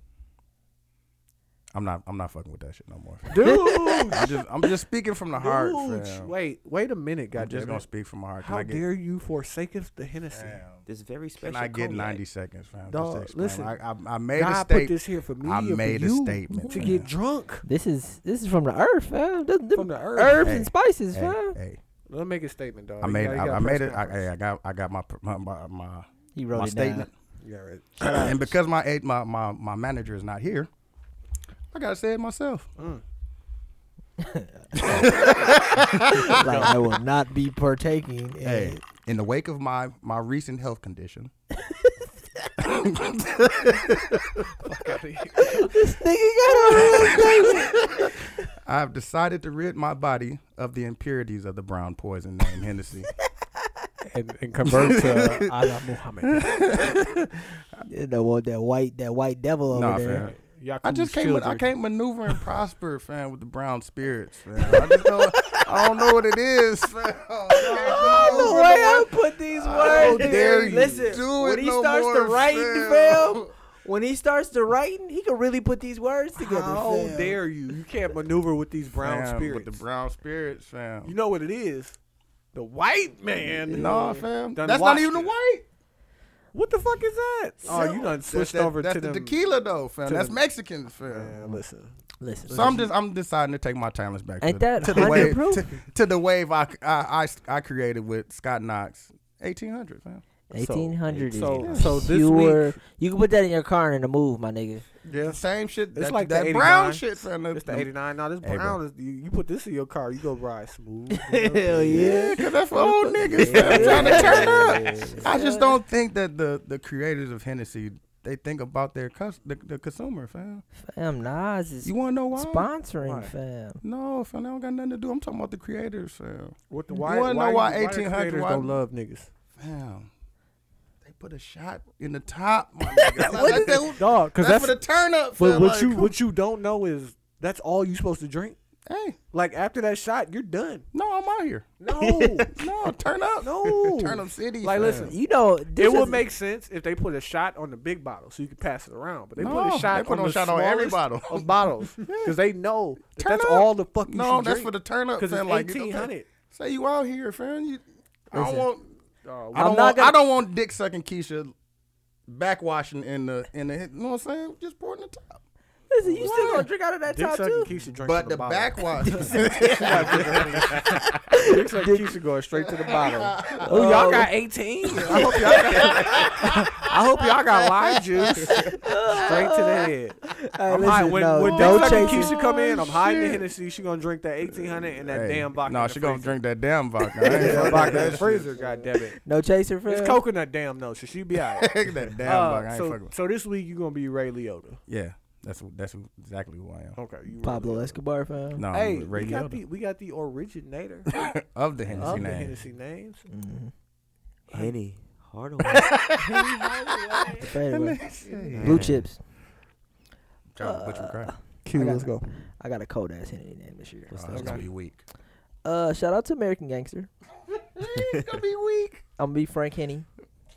Speaker 2: I'm not. I'm not fucking with that shit no more. fam.
Speaker 1: dude,
Speaker 2: I'm just. I'm just speaking from the heart.
Speaker 1: dude.
Speaker 2: fam.
Speaker 1: Wait, wait a minute,
Speaker 2: I'm just
Speaker 1: goddamn.
Speaker 2: gonna
Speaker 1: it.
Speaker 2: speak from my heart. Can
Speaker 1: How
Speaker 2: I get,
Speaker 1: dare you forsake us the Hennessy?
Speaker 2: Fam,
Speaker 4: This very special.
Speaker 2: Can I get
Speaker 4: cognac.
Speaker 2: 90 seconds, fam?
Speaker 1: Dog,
Speaker 2: just to
Speaker 1: listen.
Speaker 2: explain. I, I, I made
Speaker 1: God
Speaker 2: a
Speaker 1: put
Speaker 2: statement.
Speaker 1: this here for me.
Speaker 2: I
Speaker 1: and for
Speaker 2: made a
Speaker 1: you
Speaker 2: statement,
Speaker 1: to
Speaker 2: man.
Speaker 1: get drunk.
Speaker 3: This is this is from the earth, fam. Them- them
Speaker 1: From the earth.
Speaker 3: Herbs
Speaker 2: Hey,
Speaker 3: and spices,
Speaker 2: Hey,
Speaker 3: fam.
Speaker 2: hey,
Speaker 1: Let me make a statement, dog.
Speaker 2: I
Speaker 1: Oh, You
Speaker 2: made.
Speaker 1: gotta- you
Speaker 2: I,
Speaker 1: gotta
Speaker 2: I made
Speaker 1: press
Speaker 2: it. I, hey,
Speaker 1: conference.
Speaker 2: I got. I got my pr- my my my,
Speaker 3: He wrote
Speaker 2: my
Speaker 3: it down.
Speaker 2: statement.
Speaker 1: You got it.
Speaker 2: and because my aide- my my my manager is not here, I gotta say it myself.
Speaker 3: like I will not be partaking. in-
Speaker 2: Hey, in the wake of my my recent health condition,
Speaker 3: This nigga got a real statement.
Speaker 2: I have decided to rid my body of the impurities of the brown poison named Hennessy.
Speaker 10: and, and convert to uh, Allah Muhammad.
Speaker 3: You know what that white that white devil over
Speaker 2: nah,
Speaker 3: there.
Speaker 2: fam. I just can't.
Speaker 10: Yaku's
Speaker 2: I
Speaker 10: children.
Speaker 2: can't maneuver and prosper, fam, with the brown spirits. Fam. I just don't. I don't know what it is. Fam. I
Speaker 3: The way I put these
Speaker 2: How
Speaker 3: words,
Speaker 2: dare you
Speaker 3: listen.
Speaker 2: do
Speaker 3: when
Speaker 2: it
Speaker 3: he
Speaker 2: no
Speaker 3: starts to
Speaker 2: more,
Speaker 3: writing,
Speaker 2: fam.
Speaker 3: fam, when he starts to writing, he can really put these words together.
Speaker 1: How
Speaker 3: fam.
Speaker 1: dare you? You can't maneuver with these brown
Speaker 2: Fam,
Speaker 1: spirits.
Speaker 2: With the brown spirits, fam.
Speaker 1: you know what it is? The white man.
Speaker 2: Nah, fam.
Speaker 1: Done
Speaker 2: That's not
Speaker 1: watched
Speaker 2: even the
Speaker 1: it.
Speaker 2: white.
Speaker 1: What the fuck is that? Oh, you done switched
Speaker 2: that's, that-
Speaker 1: over
Speaker 2: that's
Speaker 1: to
Speaker 2: the
Speaker 1: them.
Speaker 2: tequila, though, fam.
Speaker 1: to
Speaker 2: That's
Speaker 1: them-
Speaker 2: Mexican, fam.
Speaker 1: Man, listen.
Speaker 3: Listen,
Speaker 2: So I'm just I'm deciding to take my talents back.
Speaker 3: Ain't
Speaker 2: to,
Speaker 3: that
Speaker 2: to the
Speaker 3: 100
Speaker 2: wave
Speaker 3: proof?
Speaker 2: to, to the wave I, I, I, I created with Scott Knox, 1800, fam.
Speaker 3: eighteen hundred.
Speaker 1: so-
Speaker 3: is
Speaker 1: so this
Speaker 3: pure.
Speaker 1: week-
Speaker 3: you can put that in your car and in a move, my nigga.
Speaker 2: Yeah, same shit.
Speaker 1: It's
Speaker 2: that,
Speaker 1: like the
Speaker 2: that brown
Speaker 1: 89.
Speaker 2: shit, fam.
Speaker 1: It's the 89. Now this
Speaker 2: Hey, bro.
Speaker 1: brown is you, you put this in your car, you go ride smooth.
Speaker 3: Hell yeah.
Speaker 2: Cause that's for old niggas fam, trying to turn up. I just don't think that the the creators of Hennessy they think about their cus- the, the consumer, fam.
Speaker 3: Fam, Nas is
Speaker 2: You want to know why?
Speaker 3: sponsoring,
Speaker 1: Why?
Speaker 3: fam.
Speaker 2: No, fam, they don't got nothing to do. I'm talking about the creators, fam.
Speaker 1: What the,
Speaker 2: You
Speaker 1: why,
Speaker 2: wanna know
Speaker 1: why,
Speaker 2: why
Speaker 1: why
Speaker 2: 1800
Speaker 1: creators
Speaker 2: why-
Speaker 1: don't love niggas?
Speaker 2: Fam, they put a shot in the top. My nigga. Like, like, that-
Speaker 1: Dog, because
Speaker 2: that's,
Speaker 1: that's,
Speaker 2: for the turn up. Fam.
Speaker 1: but what
Speaker 2: like,
Speaker 1: you what you don't know is that's all you supposed to drink.
Speaker 2: Hey,
Speaker 1: Like after that shot, you're done.
Speaker 2: no, I'm out here.
Speaker 1: No,
Speaker 2: No, turn up.
Speaker 1: no.
Speaker 2: turn up city.
Speaker 1: Like,
Speaker 2: fam.
Speaker 1: listen,
Speaker 3: You know, this
Speaker 1: it would
Speaker 3: is-
Speaker 1: make sense if they put a shot on the big bottle so you could pass it around. But they put
Speaker 2: No,
Speaker 1: a shot
Speaker 2: they put
Speaker 1: on
Speaker 2: a
Speaker 1: the
Speaker 2: shot on
Speaker 1: smallest
Speaker 2: every bottle.
Speaker 1: of bottles because they know that
Speaker 2: Turn
Speaker 1: that's
Speaker 2: up.
Speaker 1: all the fuck you
Speaker 2: no,
Speaker 1: should
Speaker 2: that's
Speaker 1: drink.
Speaker 2: for the turn up.
Speaker 1: because
Speaker 2: fam.
Speaker 1: it's
Speaker 2: Like, okay,
Speaker 1: eighteen hundred.
Speaker 2: Say you out here, fam. You, I don't
Speaker 3: Listen.
Speaker 2: want.
Speaker 1: Uh,
Speaker 2: I don't,
Speaker 3: I'm
Speaker 2: want
Speaker 3: not
Speaker 2: I
Speaker 3: gonna-
Speaker 2: don't want dick sucking Keisha backwashing in the in the you know what I'm saying? Just pouring the top.
Speaker 3: Listen, you still gonna drink out of that
Speaker 8: Dick
Speaker 3: top
Speaker 8: sucking
Speaker 3: too?
Speaker 8: keeps you drinking.
Speaker 2: But the
Speaker 8: bottle.
Speaker 2: backwash.
Speaker 8: Dick sucking keeps you going straight to the bottom. Oh, y'all got 18. I hope y'all got. I hope y'all got lime juice straight to the head.
Speaker 3: Hey,
Speaker 8: I'm high.
Speaker 3: listen,
Speaker 8: When,
Speaker 3: no,
Speaker 8: when
Speaker 3: no
Speaker 8: Dick sucking
Speaker 3: chasing.
Speaker 8: keeps you come in, I'm high in the Hennessy. She gonna drink that 1800 and that damn vodka.
Speaker 2: No,
Speaker 8: in the
Speaker 2: she gonna
Speaker 8: freezer.
Speaker 2: drink that damn vodka. I ain't
Speaker 8: That
Speaker 2: fucking
Speaker 8: vodka in
Speaker 2: that
Speaker 8: the
Speaker 2: shit.
Speaker 8: freezer. God damn it.
Speaker 3: No chaser for
Speaker 8: It's
Speaker 3: real?
Speaker 8: coconut damn though, so she be alright.
Speaker 2: that damn
Speaker 1: Uh,
Speaker 2: vodka. I ain't
Speaker 1: so,
Speaker 2: fucking with-
Speaker 1: so this week you gonna be Ray Liotta.
Speaker 2: Yeah, that's who- that's who- exactly who I am.
Speaker 1: Okay, you Ray
Speaker 3: Pablo
Speaker 1: Liotta.
Speaker 3: Escobar, fam.
Speaker 2: No,
Speaker 8: Hey,
Speaker 2: I'm Ray
Speaker 8: we got,
Speaker 2: Liotta.
Speaker 8: the, we got the originator
Speaker 2: of the Hennessy
Speaker 8: of the
Speaker 2: name.
Speaker 8: Hennessy names.
Speaker 4: Henny Hardaway.
Speaker 3: The favorite.
Speaker 2: Shit.
Speaker 3: Blue chips.
Speaker 2: Trying to butcher crap.
Speaker 3: Q,
Speaker 8: let's go.
Speaker 3: I got a cold ass Hennessy name this year.
Speaker 2: Oh, it's gonna be weak.
Speaker 3: Uh, shout out to American Gangster.
Speaker 2: it's gonna be weak.
Speaker 3: I'm gonna be Frank Henny.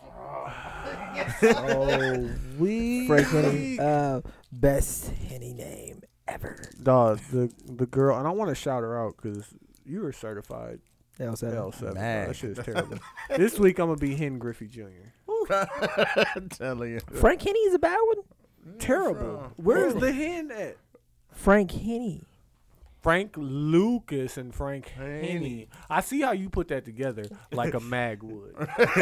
Speaker 8: Oh, we
Speaker 3: Frank Henny. Uh, best Henny name ever.
Speaker 8: Dog, the the girl, and I want to shout her out because you were certified
Speaker 3: That
Speaker 1: uh,
Speaker 3: was that.
Speaker 8: L seven.
Speaker 2: Man.
Speaker 8: That shit is terrible. this week I'm gonna be Hen Griffey Jr.
Speaker 2: I'm telling you.
Speaker 3: Frank Henny is a bad one.
Speaker 8: Terrible. Where is the hen at?
Speaker 3: Frank Henny.
Speaker 1: Frank Lucas and Frank
Speaker 2: Henny.
Speaker 1: Henny. I see how you put that together like a mag would.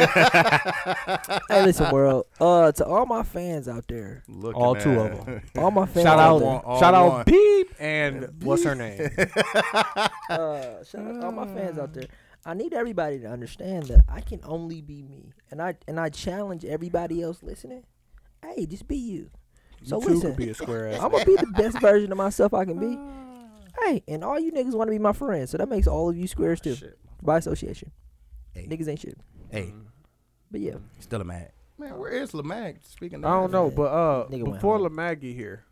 Speaker 3: hey, listen, world. Uh, to all my fans out there,
Speaker 2: Looking
Speaker 1: All two
Speaker 2: at-
Speaker 1: of them.
Speaker 3: all my fans.
Speaker 1: Shout
Speaker 3: out,
Speaker 1: out,
Speaker 3: there,
Speaker 2: one, all
Speaker 1: shout
Speaker 2: one.
Speaker 1: out, Beep, and what's her name?
Speaker 3: uh, shout out to all my fans out
Speaker 1: Mm.
Speaker 3: there. I need everybody to understand that I can only be me, and I and I challenge everybody else listening. Hey, just be you. So
Speaker 1: you too
Speaker 3: listen,
Speaker 1: could be a square ass.
Speaker 3: I'm gonna be the best version of myself I can be.
Speaker 1: Ah.
Speaker 3: Hey, and all you niggas want to be my friends, so that makes all of you squares too, by association.
Speaker 2: Hey.
Speaker 3: Niggas ain't shit,
Speaker 2: Hey,
Speaker 1: Mm-hmm.
Speaker 3: but yeah,
Speaker 2: still a mag. Man, where is Lamag? Speaking.
Speaker 1: I don't
Speaker 2: of-
Speaker 1: know, but uh,
Speaker 3: Nigga went
Speaker 1: before
Speaker 3: home.
Speaker 1: Lamaggie here,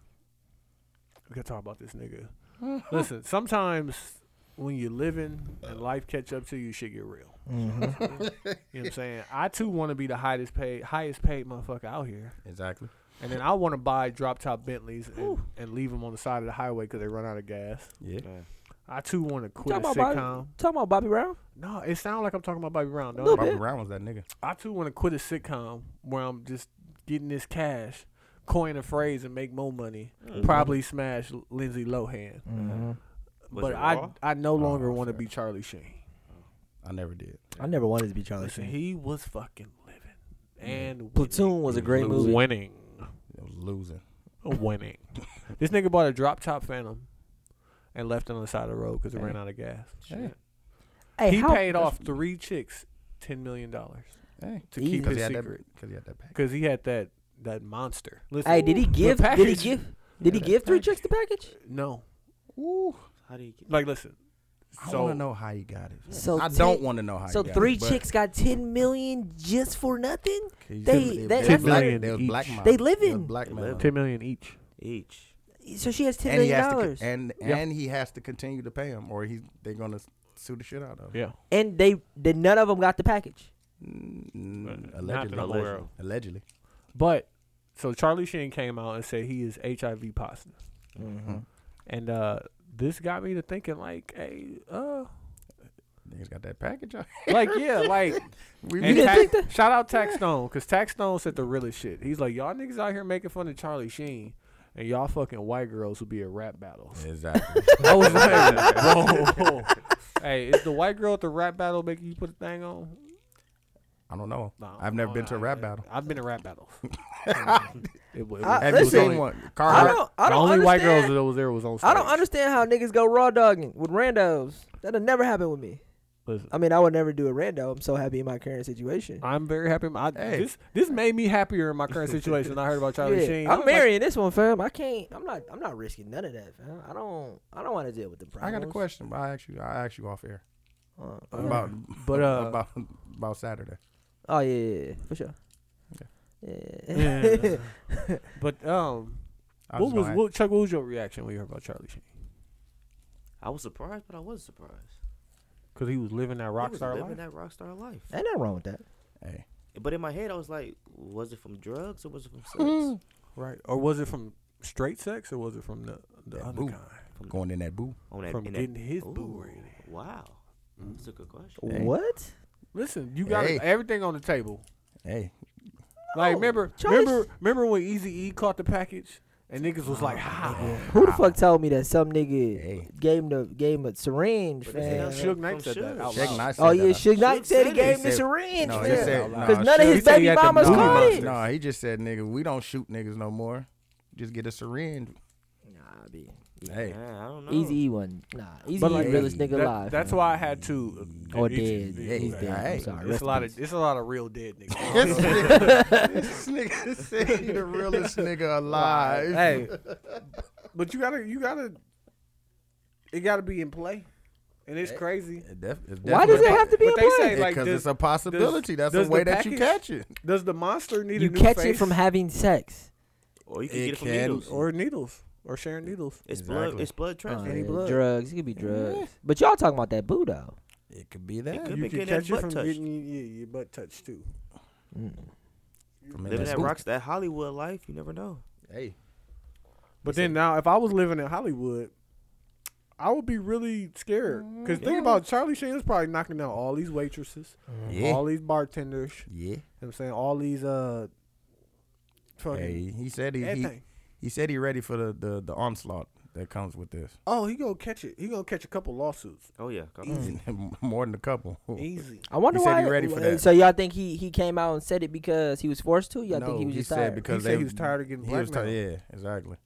Speaker 1: we can talk about this nigga. Listen, sometimes when you're living and life catch up to you, shit get real.
Speaker 3: Mm-hmm.
Speaker 1: you know what I'm saying? I too want to be the highest paid, highest paid motherfucker out here,
Speaker 2: Exactly.
Speaker 1: and then I want to buy drop top Bentleys and, and leave them on the side of the highway because they run out of gas.
Speaker 2: Yeah.
Speaker 1: I too want to quit a
Speaker 3: talking
Speaker 1: sitcom.
Speaker 3: about Bobby, talking about Bobby Brown.
Speaker 1: No, it sounds like I'm talking about Bobby Brown. Don't
Speaker 3: Little
Speaker 1: it?
Speaker 2: Bobby
Speaker 3: bit.
Speaker 2: Brown was that nigga.
Speaker 1: I too want to quit a sitcom where I'm just getting this cash, coin a phrase, and make more money.
Speaker 3: Mm-hmm.
Speaker 1: Probably smash L- Lindsay Lohan,
Speaker 4: Was
Speaker 1: but
Speaker 4: it
Speaker 1: I
Speaker 4: Raw?
Speaker 1: I no longer
Speaker 2: Oh,
Speaker 1: want to
Speaker 2: fair.
Speaker 1: be Charlie Sheen.
Speaker 2: I never did.
Speaker 3: I never wanted to be Charlie Mm.
Speaker 1: Listen, he was fucking living and winning.
Speaker 3: Platoon was a great movie.
Speaker 1: winning,
Speaker 2: It was losing.
Speaker 1: winning. this nigga bought a drop top Phantom and left it on the side of the road because it ran out of gas.
Speaker 2: Hey,
Speaker 3: Hey,
Speaker 1: he
Speaker 3: how-
Speaker 1: paid off three chicks ten million dollars
Speaker 2: hey.
Speaker 1: to
Speaker 3: Jesus.
Speaker 1: keep
Speaker 2: Because
Speaker 1: his
Speaker 2: he had that.
Speaker 1: secret
Speaker 2: Because he had that pack.
Speaker 1: because he had that that monster. Listen,
Speaker 3: Hey, did he give? Did he
Speaker 1: package-
Speaker 3: give? Did he give three chicks the package?
Speaker 1: no.
Speaker 2: Ooh.
Speaker 4: How do you get?
Speaker 1: Like, listen.
Speaker 2: I
Speaker 1: So
Speaker 2: want to know how he got it.
Speaker 3: So
Speaker 2: I
Speaker 3: ten-
Speaker 2: don't want to know how.
Speaker 3: So
Speaker 2: he got
Speaker 3: three
Speaker 2: it, but
Speaker 3: chicks got ten million just for nothing.
Speaker 2: he-
Speaker 3: they-
Speaker 2: he-
Speaker 3: that-
Speaker 2: he
Speaker 3: that's
Speaker 2: black-
Speaker 1: like-
Speaker 2: they was
Speaker 1: each.
Speaker 2: blackmailed.
Speaker 3: They live
Speaker 2: was
Speaker 3: in.
Speaker 2: blackmailed.
Speaker 4: They live
Speaker 1: ten million each.
Speaker 4: Each.
Speaker 3: So she has ten
Speaker 2: And he
Speaker 3: million
Speaker 2: has to con-
Speaker 3: dollars, and,
Speaker 2: and
Speaker 1: Yeah.
Speaker 2: and he has to continue to pay him, or he's they're gonna s- sue the shit out of him.
Speaker 1: Yeah.
Speaker 3: they, they none of them got the package.
Speaker 2: Mm,
Speaker 1: But
Speaker 2: mm,
Speaker 1: not that I'm aware
Speaker 2: allegedly,
Speaker 1: of.
Speaker 2: allegedly.
Speaker 1: But so Charlie Sheen came out and said he is HIV positive.
Speaker 2: Mm-hmm.
Speaker 1: And uh this got me to thinking like, hey, uh
Speaker 2: Niggas got that package. out.
Speaker 1: like yeah, like
Speaker 2: We
Speaker 1: and
Speaker 2: be-
Speaker 1: Tax- shout out Tax Stone, cause Tax Stone said the realest shit. He's like, Y'all niggas out here making fun of Charlie Sheen and y'all fucking white girls will be at rap battles.
Speaker 2: exactly.
Speaker 1: I was like, whoa. hey, is the white girl at the rap battle making you put a thing on?
Speaker 2: I don't know.
Speaker 1: No,
Speaker 2: I've never
Speaker 1: no,
Speaker 2: been to a
Speaker 1: I-
Speaker 2: rap battle.
Speaker 1: I've been to rap battles. It wa- it was-
Speaker 3: I-
Speaker 2: Have
Speaker 1: it
Speaker 2: you
Speaker 1: was
Speaker 2: seen
Speaker 1: only-
Speaker 2: one?
Speaker 3: Uh, I
Speaker 2: Carl,
Speaker 3: don't. I
Speaker 1: the
Speaker 3: don't
Speaker 1: only
Speaker 3: understand.
Speaker 1: white girls that was there was on stage.
Speaker 3: I don't understand how niggas go raw dogging with randos. That'll never happen with me.
Speaker 1: Listen,
Speaker 3: I mean, I would never do a rando. I'm so happy in my current situation.
Speaker 1: I'm very happy. I,
Speaker 2: Hey.
Speaker 1: This this made me happier in my current situation. when I heard about Charlie
Speaker 3: Yeah,
Speaker 1: Sheen. I
Speaker 3: I'm
Speaker 1: was like,
Speaker 3: marrying this one, fam. I can't. I'm not. I'm not risking none of that, fam. I don't. I don't want to deal with the
Speaker 2: I
Speaker 3: problems.
Speaker 2: got a question. But I ask you. I ask you off air
Speaker 3: Uh,
Speaker 2: about
Speaker 1: But, uh,
Speaker 2: about about Saturday.
Speaker 3: oh yeah, yeah, yeah, for sure. Yeah.
Speaker 1: Yeah. but um,
Speaker 2: I
Speaker 1: what
Speaker 2: just
Speaker 1: was
Speaker 2: gonna-
Speaker 1: what, Chuck? What was your reaction when you heard about Charlie Sheen?
Speaker 4: I was surprised, but I wasn't surprised.
Speaker 1: Because he was living that rock
Speaker 4: He was
Speaker 1: star
Speaker 4: living
Speaker 1: life.
Speaker 4: that rock star life.
Speaker 3: Ain't nothing wrong with that.
Speaker 2: Hey,
Speaker 4: But in my head, I was like, was it from drugs or was it from sex?
Speaker 1: right? Or was it from straight sex, or was it from the the
Speaker 2: That
Speaker 1: other
Speaker 2: boob.
Speaker 1: kind?
Speaker 2: going in that boo.
Speaker 4: On that,
Speaker 1: From
Speaker 4: in
Speaker 1: getting
Speaker 4: that,
Speaker 1: his
Speaker 4: Ooh,
Speaker 1: boo rated.
Speaker 4: Wow, that's a good question.
Speaker 2: Hey.
Speaker 3: What?
Speaker 1: Listen, you got
Speaker 2: Hey.
Speaker 1: everything on the table.
Speaker 2: Hey,
Speaker 1: Like
Speaker 3: Oh,
Speaker 1: remember,
Speaker 3: Charlie
Speaker 1: remember, remember when Easy E caught the package And niggas was like, "Ah." how?
Speaker 3: Who the fuck told me that some nigga
Speaker 2: Hey.
Speaker 3: gave him the gave him a syringe, fam?
Speaker 1: Suge Knight said that. out
Speaker 2: Shaq
Speaker 1: loud.
Speaker 2: Knight said
Speaker 3: Oh yeah,
Speaker 2: that.
Speaker 3: Suge Knight said he
Speaker 4: said
Speaker 3: gave
Speaker 4: it.
Speaker 3: him the
Speaker 2: Said-
Speaker 3: syringe,
Speaker 2: No,
Speaker 3: fam.
Speaker 2: he said
Speaker 1: Nah,
Speaker 2: no.
Speaker 3: Cause none of
Speaker 2: Suge-
Speaker 3: his
Speaker 1: said he
Speaker 3: baby
Speaker 1: had them
Speaker 3: mamas
Speaker 1: booty
Speaker 3: caught it.
Speaker 1: monsters.
Speaker 2: No, he just said, nigga, we don't shoot niggas no more. Just get a syringe.
Speaker 3: Nah, be
Speaker 2: Hey,
Speaker 4: Yeah, I don't know.
Speaker 3: Easy E one. Nah, Easy
Speaker 1: But
Speaker 3: E
Speaker 1: like,
Speaker 3: realest nigga
Speaker 1: that-
Speaker 3: alive.
Speaker 1: That's why I had to. uh,
Speaker 3: Or
Speaker 1: each-
Speaker 3: dead.
Speaker 1: yeah,
Speaker 3: Yeah, he's
Speaker 1: right.
Speaker 3: dead. I'm
Speaker 2: Hey,
Speaker 3: sorry.
Speaker 1: It's
Speaker 3: Rest
Speaker 1: a
Speaker 3: in
Speaker 1: lot
Speaker 3: peace.
Speaker 1: of it's a lot of real dead niggas.
Speaker 2: this nigga, this nigga said he the realest nigga alive.
Speaker 8: hey, but you gotta, you gotta, it gotta be in play, and it's crazy.
Speaker 2: It def- it's
Speaker 3: Why does
Speaker 2: definitely
Speaker 3: it have to be
Speaker 8: But
Speaker 3: a
Speaker 8: they say
Speaker 3: play?
Speaker 2: Because
Speaker 8: like, does,
Speaker 2: it's a possibility.
Speaker 8: does-
Speaker 2: That's
Speaker 8: does
Speaker 2: the way
Speaker 8: the
Speaker 2: that you
Speaker 8: package-
Speaker 2: catch it.
Speaker 8: does the monster need
Speaker 3: You
Speaker 8: a new
Speaker 3: catch
Speaker 8: face
Speaker 3: it from having sex.
Speaker 4: Or you can
Speaker 2: It
Speaker 4: get it from
Speaker 2: can-
Speaker 4: needles.
Speaker 8: or needles or sharing needles?
Speaker 4: It's blood.
Speaker 2: Exactly.
Speaker 4: It's blood
Speaker 3: Uh,
Speaker 4: transfer.
Speaker 8: Any blood.
Speaker 3: Drugs. It could be drugs. But y'all talking about that boo though.
Speaker 2: It could be
Speaker 4: It
Speaker 2: that.
Speaker 4: could
Speaker 8: You
Speaker 4: be
Speaker 8: can
Speaker 4: getting that
Speaker 8: catch it
Speaker 4: butt
Speaker 8: from
Speaker 4: touched.
Speaker 8: getting your, yeah, your butt touched too.
Speaker 2: From in
Speaker 4: Living
Speaker 2: that
Speaker 4: that
Speaker 2: boot.
Speaker 4: rocks that Hollywood life. You never know.
Speaker 2: Hey,
Speaker 8: But then now, if I was living in Hollywood, I would be really scared. Cause think about Charlie Sheen is probably knocking down all these waitresses,
Speaker 2: yeah,
Speaker 8: all these bartenders. You
Speaker 2: yeah.
Speaker 8: know what I'm saying all these uh, fucking
Speaker 2: Hey, he said he, he
Speaker 8: everything.
Speaker 2: he said he ready for the, the the onslaught that comes with this.
Speaker 8: Oh, he gonna catch it. He gonna catch a couple lawsuits.
Speaker 4: Oh yeah. come on.
Speaker 2: More than a couple.
Speaker 8: Easy.
Speaker 3: I wonder
Speaker 2: He said
Speaker 3: why.
Speaker 2: he ready for that.
Speaker 3: So y'all think he he came out and said it because he was forced to? Y'all think he was just tired?
Speaker 8: He said he was tired of getting
Speaker 2: he was tired-
Speaker 8: blackmailed.
Speaker 2: yeah, exactly.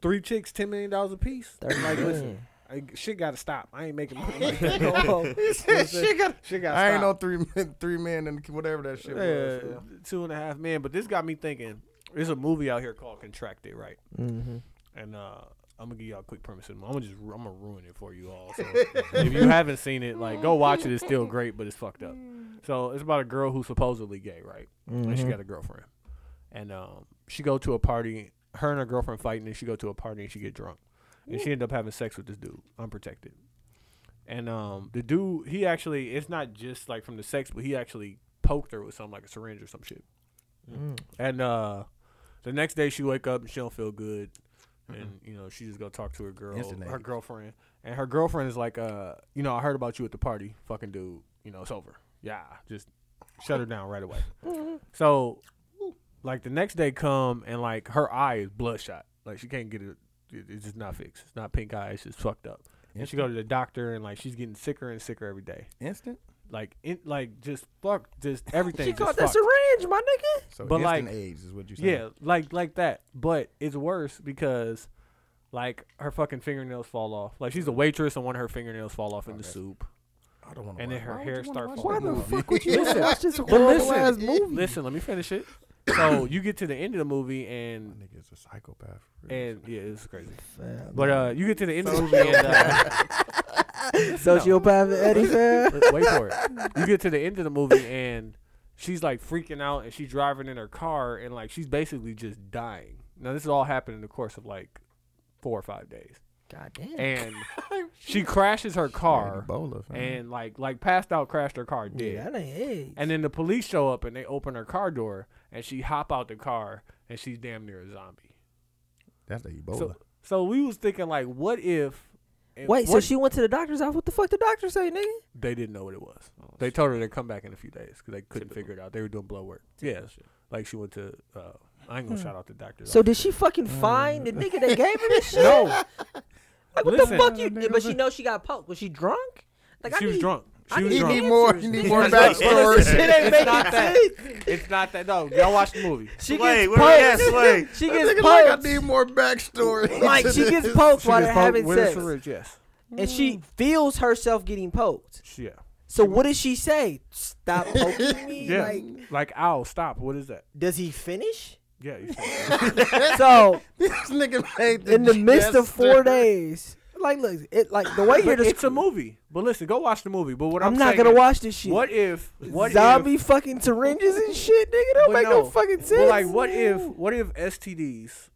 Speaker 8: Three chicks, ten million dollars a piece.
Speaker 3: Thirty
Speaker 8: Like, listen,
Speaker 3: million.
Speaker 8: I, shit gotta stop. I ain't making money. Like that.
Speaker 2: he said she got.
Speaker 8: shit gotta
Speaker 2: I ain't no
Speaker 8: stop.
Speaker 2: three men, three men and whatever that shit
Speaker 8: Yeah,
Speaker 2: was. yeah.
Speaker 1: two and a half men. But this got me thinking. There's a movie out here called Contracted, right?
Speaker 3: Mhm.
Speaker 1: And uh, I'm gonna give y'all a quick premise. and I'm gonna just I'm gonna ruin it for you all. So if you haven't seen it, like go watch it. It's still great, but it's fucked up. So it's about a girl who's supposedly gay, right?
Speaker 2: Mm-hmm.
Speaker 1: And she got a girlfriend, and um, she go to a party. Her and her girlfriend fighting, and she go to a party and she get drunk, and she end up having sex with this dude, unprotected. And um, the dude, he actually, it's not just like from the sex, but he actually poked her with something like a syringe or some shit.
Speaker 2: Mm-hmm.
Speaker 1: And uh, the next day she wake up and she don't feel good, and you know she just go talk to her girl,
Speaker 2: Instant
Speaker 1: her
Speaker 2: eggs.
Speaker 1: girlfriend, and her girlfriend is like, uh, you know, I heard about you at the party, fucking dude, you know, it's over. Yeah, just shut her down right away. so, like the next day come and like her eye is bloodshot, like she can't get it. it- It's just not fixed. It's not pink eye. It's just fucked up. And she go to the doctor and like she's getting sicker and sicker every day.
Speaker 2: Instant.
Speaker 1: Like, in, like just fuck, just everything.
Speaker 3: She
Speaker 1: just
Speaker 3: caught that
Speaker 1: fucked.
Speaker 3: syringe, my nigga.
Speaker 2: So
Speaker 1: But,
Speaker 2: instant
Speaker 1: like-
Speaker 2: AIDS is what you said.
Speaker 1: Yeah, like like that. But it's worse because like her fucking fingernails fall off. Like she's a waitress and one of her fingernails fall off in the soup.
Speaker 2: I don't want to.
Speaker 1: And then her hair starts
Speaker 2: Why
Speaker 1: falling
Speaker 2: the
Speaker 1: off.
Speaker 2: fuck would you?
Speaker 3: Listen, watch this
Speaker 1: But
Speaker 3: horrible ass
Speaker 1: listen,
Speaker 3: movie.
Speaker 1: listen, let me finish it. So you get to the end of the movie and
Speaker 2: Nigga's a psychopath.
Speaker 1: and yeah, it's crazy. But uh you get to the end of the movie and uh,
Speaker 3: Sociopath Eddie, fam.
Speaker 1: Wait- wait for it. You get to the end of the movie and she's like freaking out and she's driving in her car and like she's basically just dying. Now this is all happened in the course of like four or five days.
Speaker 3: God damn.
Speaker 1: And she crashes her car
Speaker 2: Ebola. fam.
Speaker 1: and like like passed out, crashed her car dead.
Speaker 3: Yeah, that ain't AIDS.
Speaker 1: And then the police show up and they open her car door and she hop out the car and she's damn near a zombie.
Speaker 2: that's the
Speaker 3: Oh.
Speaker 2: Ebola.
Speaker 1: So so we was thinking like what if and
Speaker 3: Wait, so
Speaker 1: what-
Speaker 3: she went to the doctor's office. What the fuck the doctor say, nigga?
Speaker 1: they didn't know what it was. They told her to come back in a few days because they couldn't figure it out. They were doing blood work. Yeah, like she went to. Uh, I ain't gonna shout out the doctor.
Speaker 3: Hmm. So did she fucking
Speaker 2: Mm.
Speaker 3: find the nigga that gave her this shit?
Speaker 1: no,
Speaker 3: Like, what
Speaker 1: listen.
Speaker 3: the fuck you? But she knows she got poked. Was she drunk? Like
Speaker 1: she was
Speaker 3: need-
Speaker 1: drunk.
Speaker 3: I
Speaker 1: She was
Speaker 3: need
Speaker 2: you need
Speaker 1: drunk.
Speaker 3: answers,
Speaker 2: more. You need more
Speaker 3: nigga.
Speaker 2: backstory.
Speaker 3: Shit ain't
Speaker 1: It's
Speaker 3: making
Speaker 1: not that.
Speaker 3: sense.
Speaker 1: It's not that. No, y'all watch the movie.
Speaker 3: She gets
Speaker 4: Wait, wait,
Speaker 3: poked.
Speaker 4: yes, wait.
Speaker 3: She
Speaker 2: That
Speaker 3: gets
Speaker 2: nigga like I
Speaker 3: poked.
Speaker 2: need more backstory.
Speaker 3: Like
Speaker 2: to
Speaker 3: she
Speaker 2: this.
Speaker 3: gets poked while
Speaker 1: She
Speaker 3: they're
Speaker 1: was
Speaker 3: having
Speaker 1: with a
Speaker 3: sex,
Speaker 1: syringe, Yes.
Speaker 3: and she feels herself getting poked.
Speaker 1: She- Yeah.
Speaker 3: So what does she say? Stop poking me.
Speaker 1: Yeah.
Speaker 3: Like,
Speaker 1: Like, ow, stop. What is that?
Speaker 3: does he finish?
Speaker 1: Yeah. You
Speaker 3: So
Speaker 2: This nigga made the
Speaker 3: in the midst of four
Speaker 2: gesture.
Speaker 3: days, like look, it like the way you're
Speaker 1: but it's a
Speaker 3: describing.
Speaker 1: movie. But listen, go watch the movie. But what I'm,
Speaker 3: I'm not
Speaker 1: saying
Speaker 3: gonna
Speaker 1: is,
Speaker 3: watch this shit.
Speaker 1: What if? What if,
Speaker 3: zombie fucking syringes and shit, nigga. Don't
Speaker 1: But
Speaker 3: make no, fucking
Speaker 1: But,
Speaker 3: sense.
Speaker 1: like, what if what if STDs?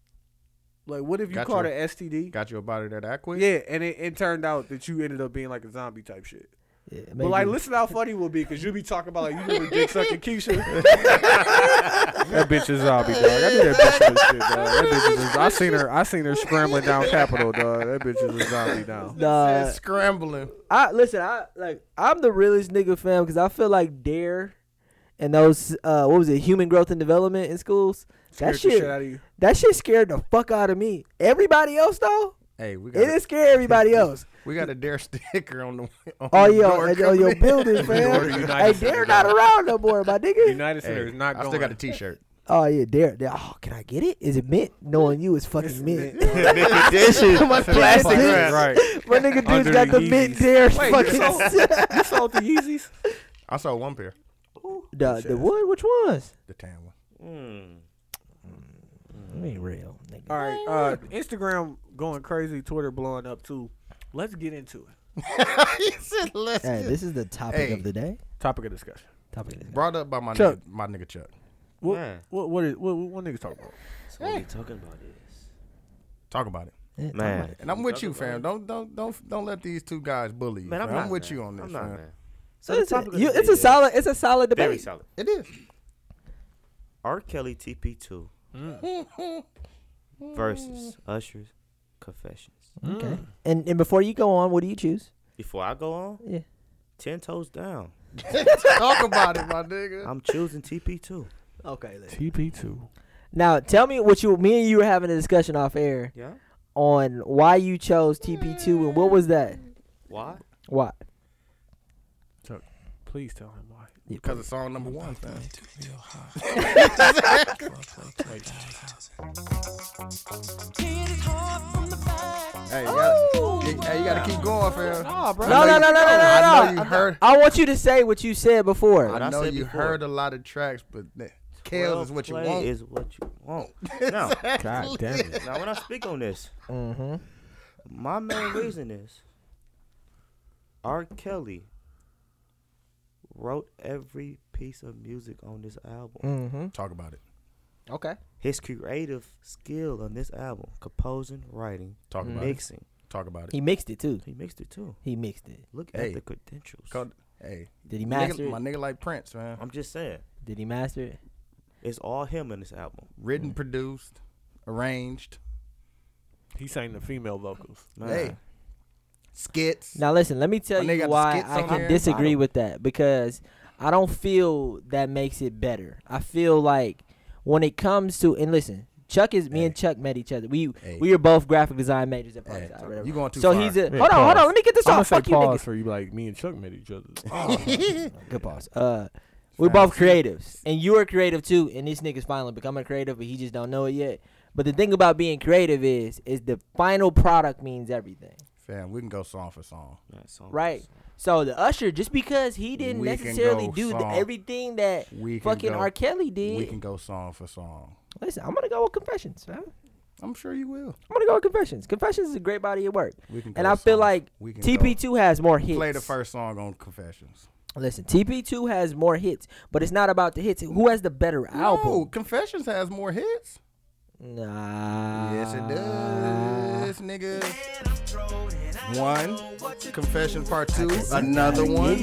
Speaker 1: Like, what if you
Speaker 2: Got
Speaker 1: caught
Speaker 2: you.
Speaker 1: an STD?
Speaker 2: Got you a body that that quick?
Speaker 1: Yeah, and it, it turned out that you ended up being like a zombie type shit.
Speaker 3: Yeah,
Speaker 1: But like, listen how funny it will be because you'll be talking about like you remember dick sucking Keisha. that bitch is zombie dog. I knew that bitch was shit dog. That bitch is. I seen her. I seen her scrambling down Capitol dog. That bitch is a zombie now.
Speaker 3: nah,
Speaker 2: Said scrambling.
Speaker 3: I listen. I like. I'm the realest nigga, fam, because I feel like Dare and those uh, what was it, Human Growth and Development in schools. That
Speaker 8: Scared the
Speaker 3: shit-
Speaker 8: out of you.
Speaker 3: That shit scared the fuck out of me. Everybody else though,
Speaker 2: Hey, we got
Speaker 3: it didn't scare everybody else.
Speaker 2: we got a dare sticker on the on
Speaker 3: Oh
Speaker 2: the
Speaker 3: yeah,
Speaker 2: door
Speaker 3: on, on your
Speaker 2: coming in.
Speaker 3: building,
Speaker 1: Door
Speaker 3: fam.
Speaker 1: United
Speaker 3: hey,
Speaker 1: Center
Speaker 3: they're not
Speaker 1: door.
Speaker 3: around no more, my nigga.
Speaker 1: United Center
Speaker 2: Hey,
Speaker 1: is not
Speaker 2: I
Speaker 1: going.
Speaker 2: still got a T-shirt.
Speaker 3: Oh yeah, there. there- Oh, can I get it? Is it mint? Knowing you is fucking mint.
Speaker 2: this is
Speaker 3: plastic
Speaker 2: plastic.
Speaker 3: wrap.
Speaker 1: Right.
Speaker 3: My nigga dude's
Speaker 1: Under
Speaker 3: got
Speaker 1: the
Speaker 3: the mint
Speaker 1: Yeezys.
Speaker 3: there.
Speaker 1: Wait,
Speaker 3: fucking.
Speaker 1: You sold the Yeezys?
Speaker 2: I saw one pair,
Speaker 3: the the one? Which ones?
Speaker 2: the tan one.
Speaker 4: Hmm.
Speaker 3: ain't real, nigga.
Speaker 8: All right, uh, Instagram going crazy, Twitter blowing up too. Let's get into it.
Speaker 2: he said, "Let's."
Speaker 3: Hey,
Speaker 2: get-
Speaker 3: this is the topic
Speaker 2: Hey.
Speaker 3: of the day.
Speaker 8: Topic of discussion.
Speaker 3: Topic of the day.
Speaker 2: Brought up by my
Speaker 8: Chuck.
Speaker 2: nigga, my nigga Chuck.
Speaker 8: What
Speaker 4: Man.
Speaker 8: what what, is, what what what niggas talking about?
Speaker 4: So what we talking about is
Speaker 2: Talk about it.
Speaker 3: Yeah, talk
Speaker 4: Man.
Speaker 3: about it.
Speaker 2: And I'm with you, fam. Don't don't don't don't let these two guys bully you.
Speaker 4: man. I'm,
Speaker 2: fam.
Speaker 4: not,
Speaker 2: with
Speaker 4: man.
Speaker 2: you on this.
Speaker 4: I'm not,
Speaker 2: fam.
Speaker 4: man.
Speaker 3: So
Speaker 4: the
Speaker 3: it's, a,
Speaker 4: topic of
Speaker 3: you,
Speaker 4: the
Speaker 3: it's a
Speaker 4: day
Speaker 3: solid. It's a solid debate.
Speaker 4: Very solid.
Speaker 2: It is.
Speaker 4: R. Kelly TP two Mm. versus Usher's Confessions.
Speaker 3: Okay. And and before you go on, what do you choose?
Speaker 4: Before I go on,
Speaker 3: Yeah.
Speaker 4: ten toes down.
Speaker 2: Talk about it, my nigga.
Speaker 4: I'm choosing TP two.
Speaker 3: Okay. Listen.
Speaker 1: TP2.
Speaker 3: Now tell me what you. Me and you were having a discussion off air
Speaker 4: Yeah.
Speaker 3: on why you chose TP2 and what was that?
Speaker 4: Why?
Speaker 3: Why?
Speaker 1: Please tell him why.
Speaker 2: Because it's song number one, fam. Hey, you gotta, you- hey, you gotta keep going, fam. Nah, bro.
Speaker 3: No, no, no, no, no, no,
Speaker 2: I know
Speaker 3: no.
Speaker 2: you heard.
Speaker 3: I want you to say what you said before.
Speaker 4: What
Speaker 2: I
Speaker 4: I
Speaker 2: know
Speaker 4: said
Speaker 2: you
Speaker 4: before.
Speaker 2: heard a lot of tracks, but that- Kale is what you
Speaker 4: Play
Speaker 2: want.
Speaker 4: Is what you want. now,
Speaker 1: God damn it.
Speaker 4: now, when I speak on this,
Speaker 3: Mm-hmm.
Speaker 4: my main reason is R. Kelly wrote every piece of music on this album.
Speaker 2: Mm.
Speaker 3: Mm-hmm.
Speaker 2: Talk about it.
Speaker 3: Okay.
Speaker 4: His creative skill on this album, composing, writing,
Speaker 2: Talk about it.
Speaker 4: mixing.
Speaker 2: Talk about it.
Speaker 3: He mixed it too.
Speaker 4: He mixed it too.
Speaker 3: He mixed it.
Speaker 4: Look
Speaker 2: Hey.
Speaker 4: at the credentials.
Speaker 2: Called- hey,
Speaker 3: Did he master
Speaker 2: nigga,
Speaker 3: it?
Speaker 2: my nigga like Prince, man.
Speaker 4: I'm just saying,
Speaker 3: Did he master it?
Speaker 4: it's all him in this album.
Speaker 2: Written, produced, arranged.
Speaker 1: He sang the female vocals.
Speaker 4: Man,
Speaker 2: Hey, skits.
Speaker 3: Now listen, let me tell
Speaker 2: My nigga
Speaker 3: you
Speaker 2: got the
Speaker 3: why
Speaker 2: skits
Speaker 3: I
Speaker 2: on
Speaker 3: can
Speaker 2: there.
Speaker 3: disagree
Speaker 4: Bottom.
Speaker 3: with that because I don't feel that makes it better. I feel like when it comes to and listen, Chuck is me and Chuck met each other. We
Speaker 2: Hey.
Speaker 3: we are both graphic design majors at
Speaker 2: Hey,
Speaker 3: Parkside. whatever.
Speaker 2: you going too
Speaker 3: so
Speaker 2: far.
Speaker 3: he's a
Speaker 1: Yeah,
Speaker 3: hold on, hold
Speaker 1: pause.
Speaker 3: on. Let me get this
Speaker 1: I'm gonna
Speaker 3: off.
Speaker 1: say
Speaker 3: Fuck you,
Speaker 1: pause
Speaker 3: niggas.
Speaker 1: for you, like me and Chuck met each other.
Speaker 2: Oh.
Speaker 3: Good pause. Uh, we're both creatives, and you're creative too. And this nigga's finally becoming creative, but he just don't know it yet. But the thing about being creative is, is the final product means everything.
Speaker 2: Fam, we can go song for song.
Speaker 4: that song was-
Speaker 3: Right. So the usher, just because he didn't
Speaker 2: We can
Speaker 3: necessarily
Speaker 2: go
Speaker 3: do the,
Speaker 2: song.
Speaker 3: everything that
Speaker 2: We can
Speaker 3: fucking
Speaker 2: go-
Speaker 3: R. Kelly
Speaker 2: We
Speaker 3: did,
Speaker 2: can go song for song.
Speaker 3: listen, I'm gonna go with Confessions. Man. I'm
Speaker 2: I'm sure you will.
Speaker 3: gonna go with Confessions. Confessions is a great body of work,
Speaker 2: We can.
Speaker 3: and
Speaker 2: go
Speaker 3: I feel
Speaker 2: song.
Speaker 3: like
Speaker 2: we can go.
Speaker 3: TP2 has more hits.
Speaker 2: Play the first song on Confessions.
Speaker 3: Listen, TP2 has more hits, but it's not about the hits. Who has the better
Speaker 2: No,
Speaker 3: album?
Speaker 2: Confessions has more hits.
Speaker 3: Nah.
Speaker 2: yes, it
Speaker 3: Ah.
Speaker 2: does, nigga. One Confession Part Two, another one.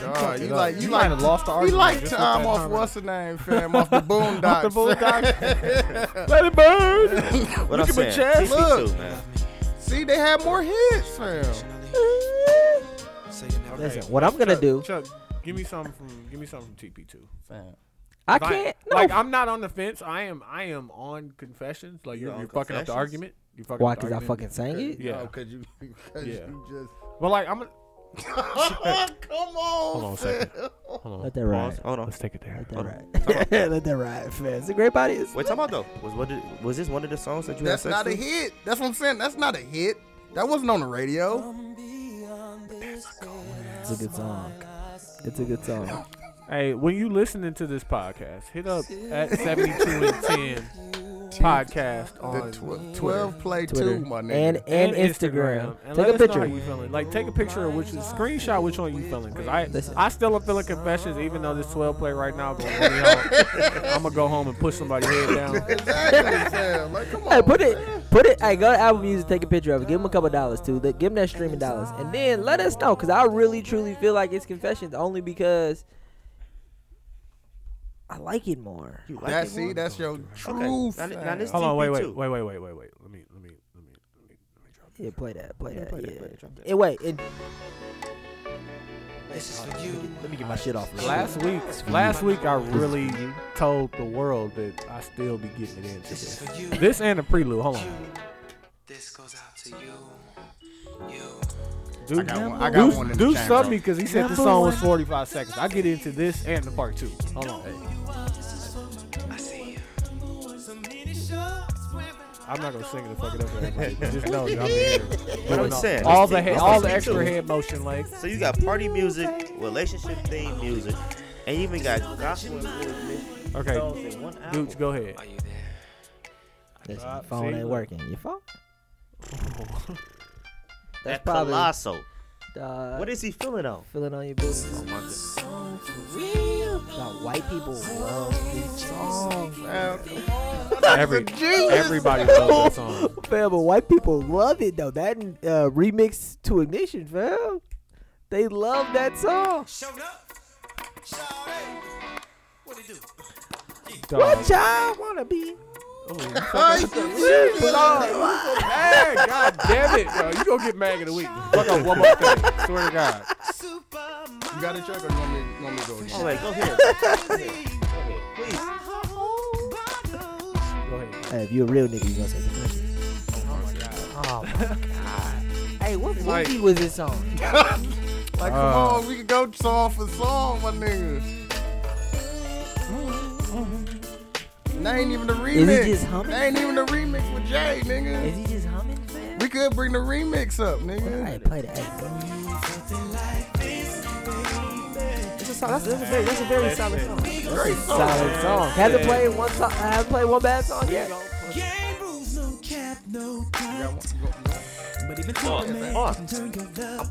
Speaker 2: Dawg, you like you, like
Speaker 1: lost the
Speaker 2: you like time off what's the name, fam? Off the Boondocks. off the
Speaker 1: Let it burn.
Speaker 2: Look at
Speaker 4: What I'm
Speaker 2: my
Speaker 4: saying,
Speaker 2: chest,
Speaker 4: TP2,
Speaker 2: look.
Speaker 4: man.
Speaker 2: See, they had more hits, fam.
Speaker 3: Listen, what I'm gonna do,
Speaker 1: Chuck, give me something from give me something from TP two.
Speaker 2: Fam.
Speaker 3: I
Speaker 1: If
Speaker 3: can't. No,
Speaker 1: Like I'm not on the fence. I am. I am on confessions. Like you're,
Speaker 4: You're on
Speaker 1: you're fucking up the
Speaker 4: Confessions?
Speaker 1: argument. You fucking
Speaker 3: why?
Speaker 1: up the
Speaker 3: Because I
Speaker 1: argument.
Speaker 3: fucking sang it.
Speaker 1: Yeah.
Speaker 2: No, cause you, cause
Speaker 1: Yeah.
Speaker 2: you just.
Speaker 1: But like I'm. Gonna,
Speaker 2: Come on,
Speaker 1: hold on a second. Hold on.
Speaker 3: Let that ride.
Speaker 4: Pause. Hold on.
Speaker 1: Let's take it there.
Speaker 3: Let that ride. Let that ride, fam. It's a great body. It's
Speaker 4: Wait, time out though. Was what? Did, was this one of the songs that you
Speaker 2: That's
Speaker 4: had sex
Speaker 2: not a
Speaker 4: to?
Speaker 2: hit. That's what I'm saying. That's not a hit. That wasn't on the radio.
Speaker 3: It's a good song. It's a good song.
Speaker 1: Hey, when you listening to this podcast, hit up at seventy two and ten podcast
Speaker 2: The
Speaker 1: on
Speaker 2: tw- 12 play
Speaker 3: Twitter
Speaker 2: 2, my nigga.
Speaker 3: and and Instagram.
Speaker 1: And
Speaker 3: Take
Speaker 1: let
Speaker 3: a
Speaker 1: us know how
Speaker 3: picture.
Speaker 1: you feeling. Like take a picture of which screenshot which one you feeling. Cause I
Speaker 3: Listen.
Speaker 1: I still am feeling confessions even though this 12 play right now. Going I'm gonna go home and push somebody head down.
Speaker 2: exactly, fam. Like, come on.
Speaker 3: Hey, put it, put it. Hey, go to Apple Music, take a picture of it. Give them a couple dollars too. Let- Give them that streaming dollars, and then let us know. Cause I really truly feel like it's confessions only because I like it more.
Speaker 4: You like
Speaker 2: That,
Speaker 4: it,
Speaker 2: see,
Speaker 4: Juan?
Speaker 2: that's your
Speaker 4: Okay,
Speaker 2: truth.
Speaker 4: now- now this-
Speaker 1: Hold on, wait, wait,
Speaker 4: TP2.
Speaker 1: wait, wait, wait, wait, wait. Let me let me let me let me drop.
Speaker 3: Yeah, play that, play that,
Speaker 4: play
Speaker 3: yeah.
Speaker 4: that, play that, drop that.
Speaker 3: And wait, and
Speaker 11: This is for you.
Speaker 4: Let me get
Speaker 3: My shit off. the
Speaker 1: Last week, last week I really told the world that I still be getting it into
Speaker 11: This
Speaker 1: this.
Speaker 11: is for you.
Speaker 1: This and the prelude. Hold on.
Speaker 11: This goes out to you. You.
Speaker 1: Do,
Speaker 2: I got one- I got
Speaker 1: do,
Speaker 2: one in the
Speaker 1: do
Speaker 2: chamber.
Speaker 1: something because he said this song was 45 seconds. I get into this and the part two. Hold on.
Speaker 11: I see you.
Speaker 1: I'm not gonna sing it and fuck it up for everybody. but Just know that I'm here.
Speaker 12: What I'm saying.
Speaker 1: All the head,
Speaker 12: That's
Speaker 1: all
Speaker 12: the
Speaker 1: the extra
Speaker 12: two.
Speaker 1: head motion, like
Speaker 12: So you got party music, relationship theme music, and you even got gospel and
Speaker 1: okay,
Speaker 12: songs in one album.
Speaker 1: Gooch, go ahead.
Speaker 11: Are you there?
Speaker 3: Listen, your
Speaker 1: Drop,
Speaker 3: phone
Speaker 1: see,
Speaker 3: ain't
Speaker 1: look.
Speaker 3: working. Your phone?
Speaker 12: That's
Speaker 3: That's probably
Speaker 12: colossal.
Speaker 3: uh,
Speaker 12: What is he feeling on?
Speaker 3: feeling on your booty.
Speaker 12: Oh my goodness.
Speaker 3: Now, white people Oh, love these songs.
Speaker 1: Every, everybody loves that song.
Speaker 3: Fam, but white people love it though. That uh, remix to Ignition, fam. They love that song.
Speaker 11: Showed up. Shawty. What it do?
Speaker 1: Dog.
Speaker 3: What y'all wanna be?
Speaker 1: Hey, God damn it, bro! You gonna get mag of the week? Fuck up one more thing. Swear to God.
Speaker 2: You got a track or you want me, you want me to go
Speaker 12: Oh
Speaker 2: again?
Speaker 12: wait, go ahead.
Speaker 1: Go ahead.
Speaker 3: Hey, if you a real nigga, you gonna say Ignition. Oh my god. Hey, what
Speaker 1: Like-
Speaker 3: movie was this on?
Speaker 2: Like, come
Speaker 1: Uh,
Speaker 2: on, we can go song for song, my nigga. That ain't even the remix.
Speaker 3: Is he just humming?
Speaker 2: That ain't even the remix with Jay,
Speaker 3: Is
Speaker 2: nigga.
Speaker 3: he just humming, fam?
Speaker 2: We could bring the remix up,
Speaker 3: Hey,
Speaker 2: nigga.
Speaker 3: play the hey,
Speaker 4: That's a, sol- that's, that's a very, that's a very solid song.
Speaker 2: Great song.
Speaker 3: solid song. Hasn't played one song. Hasn't played one bad song yet.
Speaker 2: You got one- you got-
Speaker 12: Oh, I'm, I'm, I'm,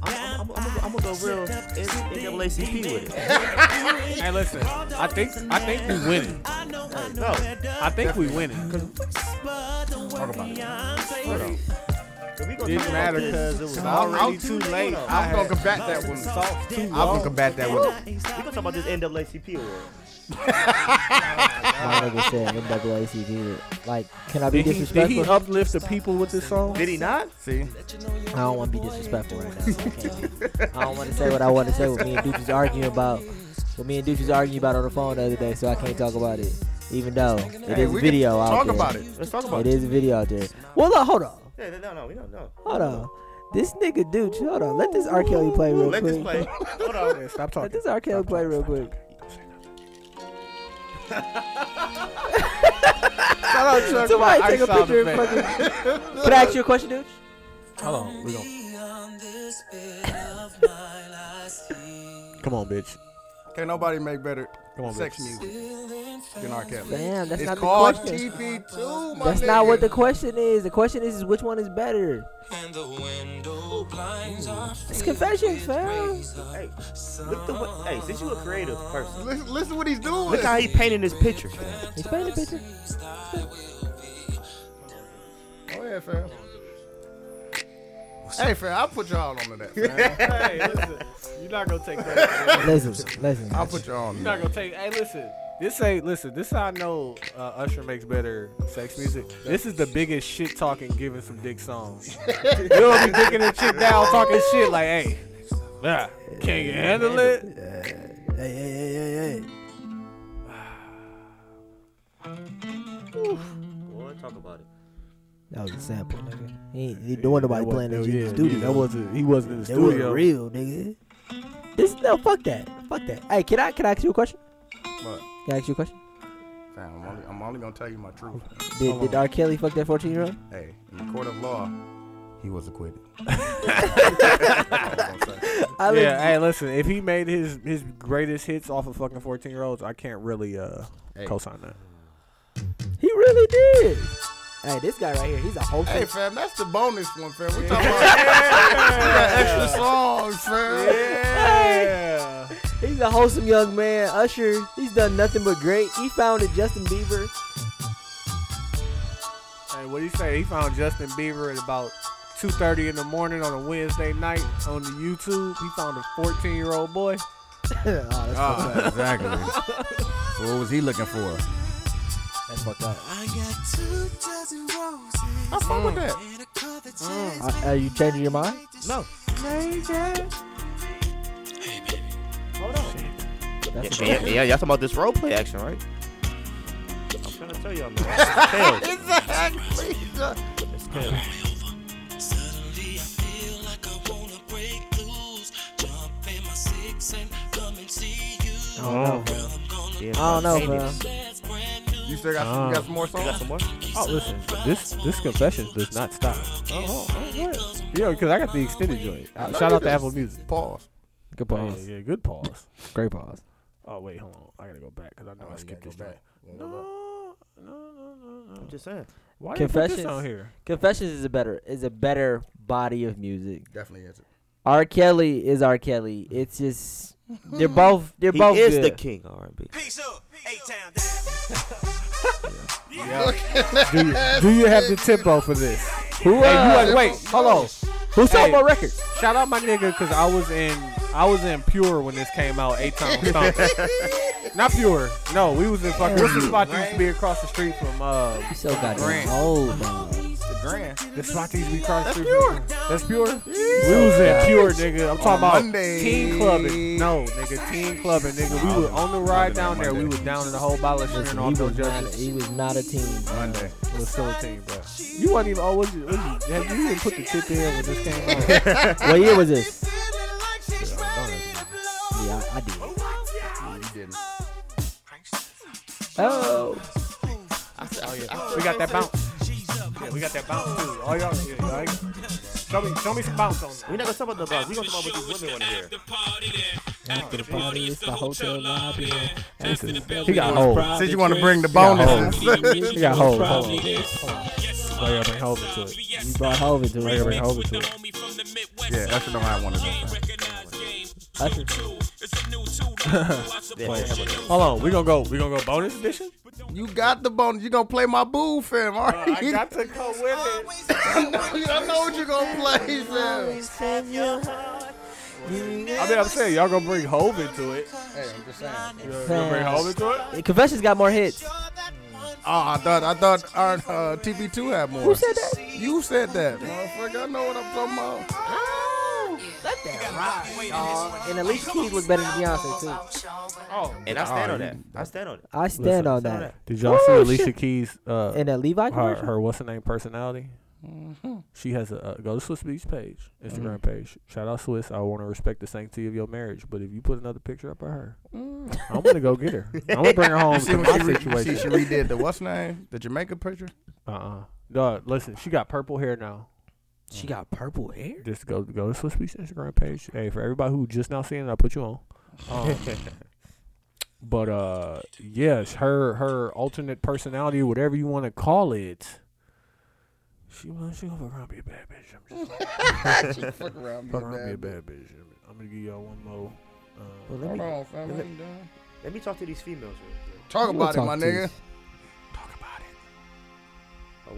Speaker 12: I'm, I'm gonna go real NAACP with it.
Speaker 1: Hey, listen. I think I think we winning.
Speaker 12: No,
Speaker 1: I think we winning.
Speaker 2: Talk about it.
Speaker 12: we gonna
Speaker 1: Didn't
Speaker 12: talk
Speaker 1: matter
Speaker 12: about this.
Speaker 1: because it was
Speaker 2: I'm-
Speaker 1: already
Speaker 2: I'm-
Speaker 1: too late. I
Speaker 2: I'm
Speaker 1: had
Speaker 2: gonna combat that one.
Speaker 1: talked too
Speaker 2: I'm gonna
Speaker 1: long.
Speaker 2: combat that one.
Speaker 12: We gonna talk about this NAACP award.
Speaker 3: My nigga said NAACP. Like, can I be
Speaker 1: Did he,
Speaker 3: disrespectful?
Speaker 1: did he uplift the people with this song?
Speaker 12: Did he not?
Speaker 2: See,
Speaker 3: I don't want to be disrespectful right now. so I can't. I don't want to say what I want to say. What me and Dooch was arguing about. What me and Dooch was arguing about on the phone the other day. So I can't talk about it, even though it
Speaker 2: Hey,
Speaker 3: is
Speaker 2: we can
Speaker 3: video out
Speaker 2: talk
Speaker 3: there.
Speaker 2: about it.
Speaker 12: Let's talk about
Speaker 3: It
Speaker 12: it.
Speaker 3: is video out there. Well, look, hold on,
Speaker 12: Yeah, no, no, we don't know.
Speaker 3: hold on. This nigga Dooch, hold on. Let this R. Kelly play real
Speaker 12: Let
Speaker 3: quick.
Speaker 12: this play. Hold on.
Speaker 1: Stop
Speaker 3: Let
Speaker 1: talking.
Speaker 3: this R. Kelly play real quick.
Speaker 1: Shout out Chuck
Speaker 3: Somebody
Speaker 1: for the
Speaker 3: take a
Speaker 1: ice sound
Speaker 3: picture and
Speaker 1: effect.
Speaker 3: fucking. Can I ask you a question, Dooch?
Speaker 1: Hold on. We gonna. Come on, bitch.
Speaker 2: can't nobody make better
Speaker 1: Come on,
Speaker 2: sex
Speaker 1: bitch.
Speaker 2: music than R. Kelly.
Speaker 3: Damn, that's
Speaker 2: It's
Speaker 3: not the
Speaker 2: called
Speaker 3: question.
Speaker 2: TP2, my
Speaker 3: That's not what
Speaker 2: nigga.
Speaker 3: the question is. The question is, is which one is better?
Speaker 11: And the window blinds are
Speaker 3: It's confessions, fam.
Speaker 12: Hey, look the way. Hey, since you a creative person,
Speaker 2: Listen, listen what he's doing.
Speaker 12: look how he painted this picture.
Speaker 3: He's painting a picture.
Speaker 2: Go ahead, fam. Hey, fam, I'll put y'all on to that. Fam.
Speaker 1: Hey, listen. You're not gonna take that.
Speaker 3: Listen, listen.
Speaker 2: I'll put y'all on.
Speaker 1: You're
Speaker 2: That.
Speaker 1: not gonna take. Hey, listen. This ain't listen. This how I know uh, Usher makes better sex music. This is the biggest shit talking, giving some dick songs. You'll be dicking and chick down, talking shit like, hey, nah, can you handle it?
Speaker 3: Hey, hey, hey, hey, hey.
Speaker 12: Boy, talk about it.
Speaker 3: That was a sample, nigga. He ain't he doing nobody playing in the studio.
Speaker 1: that wasn't. He wasn't in the
Speaker 3: That wasn't
Speaker 1: studio.
Speaker 3: real, nigga. This no, fuck that, fuck that. Hey, can I can I ask you a question?
Speaker 2: But,
Speaker 3: Can I ask you a question?
Speaker 2: fam, I'm only, I'm only gonna tell you my truth.
Speaker 3: Did, did R. Kelly fuck that fourteen year old?
Speaker 2: Hey, in the court of law, he was acquitted.
Speaker 3: I
Speaker 1: Yeah. Hey, listen. If he made his his greatest hits off of fucking fourteen year olds, I can't really uh
Speaker 2: Hey.
Speaker 1: co-sign that.
Speaker 3: he really did. Hey, this guy right here, he's a host.
Speaker 2: Hey, fam, that's the bonus one, fam. We talking about we got extra songs, fam.
Speaker 1: Yeah.
Speaker 3: He's a wholesome young man. Usher, he's done nothing but great. He founded Justin Bieber.
Speaker 1: Hey, what do you say? He found Justin Bieber at about 2:30 in the morning on a Wednesday night on the YouTube. He found a 14-year-old boy.
Speaker 3: oh, that's,
Speaker 2: Ah, exactly. So what was he looking for?
Speaker 3: that's fucked up.
Speaker 11: I got two dozen roses.
Speaker 2: I fuck with that.
Speaker 11: And a cup that
Speaker 3: Uh,
Speaker 11: says,
Speaker 3: Are, are you changing your mind?
Speaker 11: Hey, baby.
Speaker 3: That's
Speaker 12: Yeah, yeah, y'all talking about this role play action, right?
Speaker 4: I'm trying to tell y'all, man. It's failed.
Speaker 12: Exactly.
Speaker 4: It's failed.
Speaker 11: Suddenly I feel like I wanna break loose. Jump in my six and come and see you.
Speaker 3: Oh,
Speaker 11: I'm gonna
Speaker 4: Yeah,
Speaker 3: I don't know,
Speaker 4: man.
Speaker 3: bro.
Speaker 11: that's brand new.
Speaker 2: You still got, some, you got some
Speaker 1: Uh,
Speaker 2: more
Speaker 4: You got
Speaker 2: songs?
Speaker 4: some more?
Speaker 1: Oh, listen, this this confessions does not stop. Oh, yeah, because I got the extended joint. Uh, shout out to Apple Music.
Speaker 2: Pause.
Speaker 3: Good
Speaker 1: Yeah,
Speaker 3: pause.
Speaker 1: yeah, good pause.
Speaker 3: Great pause.
Speaker 1: Oh wait, hold on, I Oh, gotta go back because I know I skipped this joint. No, no, no, no, no.
Speaker 4: I'm just saying.
Speaker 1: Why did you put this
Speaker 3: Confessions.
Speaker 1: on here?
Speaker 3: Confessions is a better is a better body of music.
Speaker 2: Definitely is it.
Speaker 3: R. Kelly is R. Kelly. It's just they're both they're
Speaker 4: He
Speaker 3: both
Speaker 4: is
Speaker 3: good.
Speaker 4: the king of R&B.
Speaker 11: Peace up. A-Town.
Speaker 1: Do you, do you have the tempo for this?
Speaker 3: Who
Speaker 1: Hey, you
Speaker 3: uh,
Speaker 1: like, wait, hold on.
Speaker 3: who sold
Speaker 1: hey.
Speaker 3: more records?
Speaker 1: Shout out my nigga because I was in I was in Pure when this came out. Eight times Not Pure. No, we was in fucking. What's the spot that used to be across the street from? Uh,
Speaker 3: You so goddamn
Speaker 1: Grand.
Speaker 3: old, dog.
Speaker 2: The grand.
Speaker 1: the spot that used to be across the street. Pure. That's Pure. We was in Pure, nigga. I'm talking about
Speaker 2: Monday.
Speaker 1: teen clubbing. No, nigga, teen clubbing, nigga. We was on the ride down there. We was down in the whole bottle of shit
Speaker 3: Listen,
Speaker 1: and
Speaker 3: he
Speaker 1: all
Speaker 3: was,
Speaker 1: those
Speaker 3: not,
Speaker 1: judges.
Speaker 3: he was not a team.
Speaker 2: Monday.
Speaker 1: It was still a team, bro. You wasn't even. Oh, was you? Was you have you even put the tip in when this came out?
Speaker 3: what year was this?
Speaker 11: Damn.
Speaker 3: Yeah, I, I did.
Speaker 2: You didn't.
Speaker 3: Oh,
Speaker 1: We got that bounce. Yeah, we got that bounce too. All y'all, yeah, all right? show me, show me some bounce on.
Speaker 4: We're not going to talk about the box. We're going to talk about what these women want to hear.
Speaker 3: after the party, it's the hotel lobby.
Speaker 1: He got hold.
Speaker 2: Since you want to bring the bonuses.
Speaker 1: He got hold. Hold on. Why y'all bring hold into it?
Speaker 3: You brought Hov into
Speaker 1: Why y'all
Speaker 3: it.
Speaker 1: bring hold into it?
Speaker 2: yeah, that's the number I wanted to
Speaker 3: Usher.
Speaker 1: Hold on. We gonna go. We gonna go bonus edition.
Speaker 2: You got the bonus. You going to play my boo, fam, all right?
Speaker 1: I got to go with it.
Speaker 2: I know- I know what you're going to play, fam.
Speaker 1: I mean, I'm saying y'all gonna bring Hove into it.
Speaker 2: Hey, I'm just saying.
Speaker 1: Y'all gonna bring Hove into it.
Speaker 3: Confessions got more hits.
Speaker 2: Oh, I thought I thought our uh, TB2 had more. Who said that? You said that, motherfucker. I know what I'm talking about.
Speaker 3: And Alicia Keys look better than Beyonce too.
Speaker 4: And I stand on that. I stand on it.
Speaker 3: I stand on that.
Speaker 1: Did y'all see Alicia Keys? Uh,
Speaker 3: In that Levi
Speaker 1: her,
Speaker 3: commercial.
Speaker 1: her what's her name personality.
Speaker 2: Mm-hmm.
Speaker 1: She has a uh, go to Swiss Beach page, Instagram page. Shout out Swiss. I want to respect the sanctity of your marriage, but if you put another picture up of her, I'm gonna go get her. I'm gonna bring her home
Speaker 2: Mm. See
Speaker 1: to
Speaker 2: when
Speaker 1: my
Speaker 2: she, re- she, she
Speaker 1: situation.
Speaker 2: redid the what's name? The Jamaica picture?
Speaker 1: Uh uh Dog, listen. She got purple hair now.
Speaker 3: She got purple hair.
Speaker 1: Just go go to Swiss Beach Instagram page. Hey, for everybody who just now seeing it, I put you on.
Speaker 3: Oh.
Speaker 1: Um, but uh, yes, her her alternate personality, whatever you want to call it. She well, she gonna fuck around and be a bad bitch. I'm just
Speaker 2: Fuck around,
Speaker 1: Fuck around, be a bad bitch. I'm gonna give y'all one more. Uh,
Speaker 4: Let me,
Speaker 2: on, fam.
Speaker 4: Let
Speaker 2: you done?
Speaker 4: let me talk to these females real quick.
Speaker 2: Talk about it,
Speaker 3: We'll
Speaker 2: my
Speaker 3: talk to
Speaker 2: nigga.
Speaker 3: you.
Speaker 1: talk about it.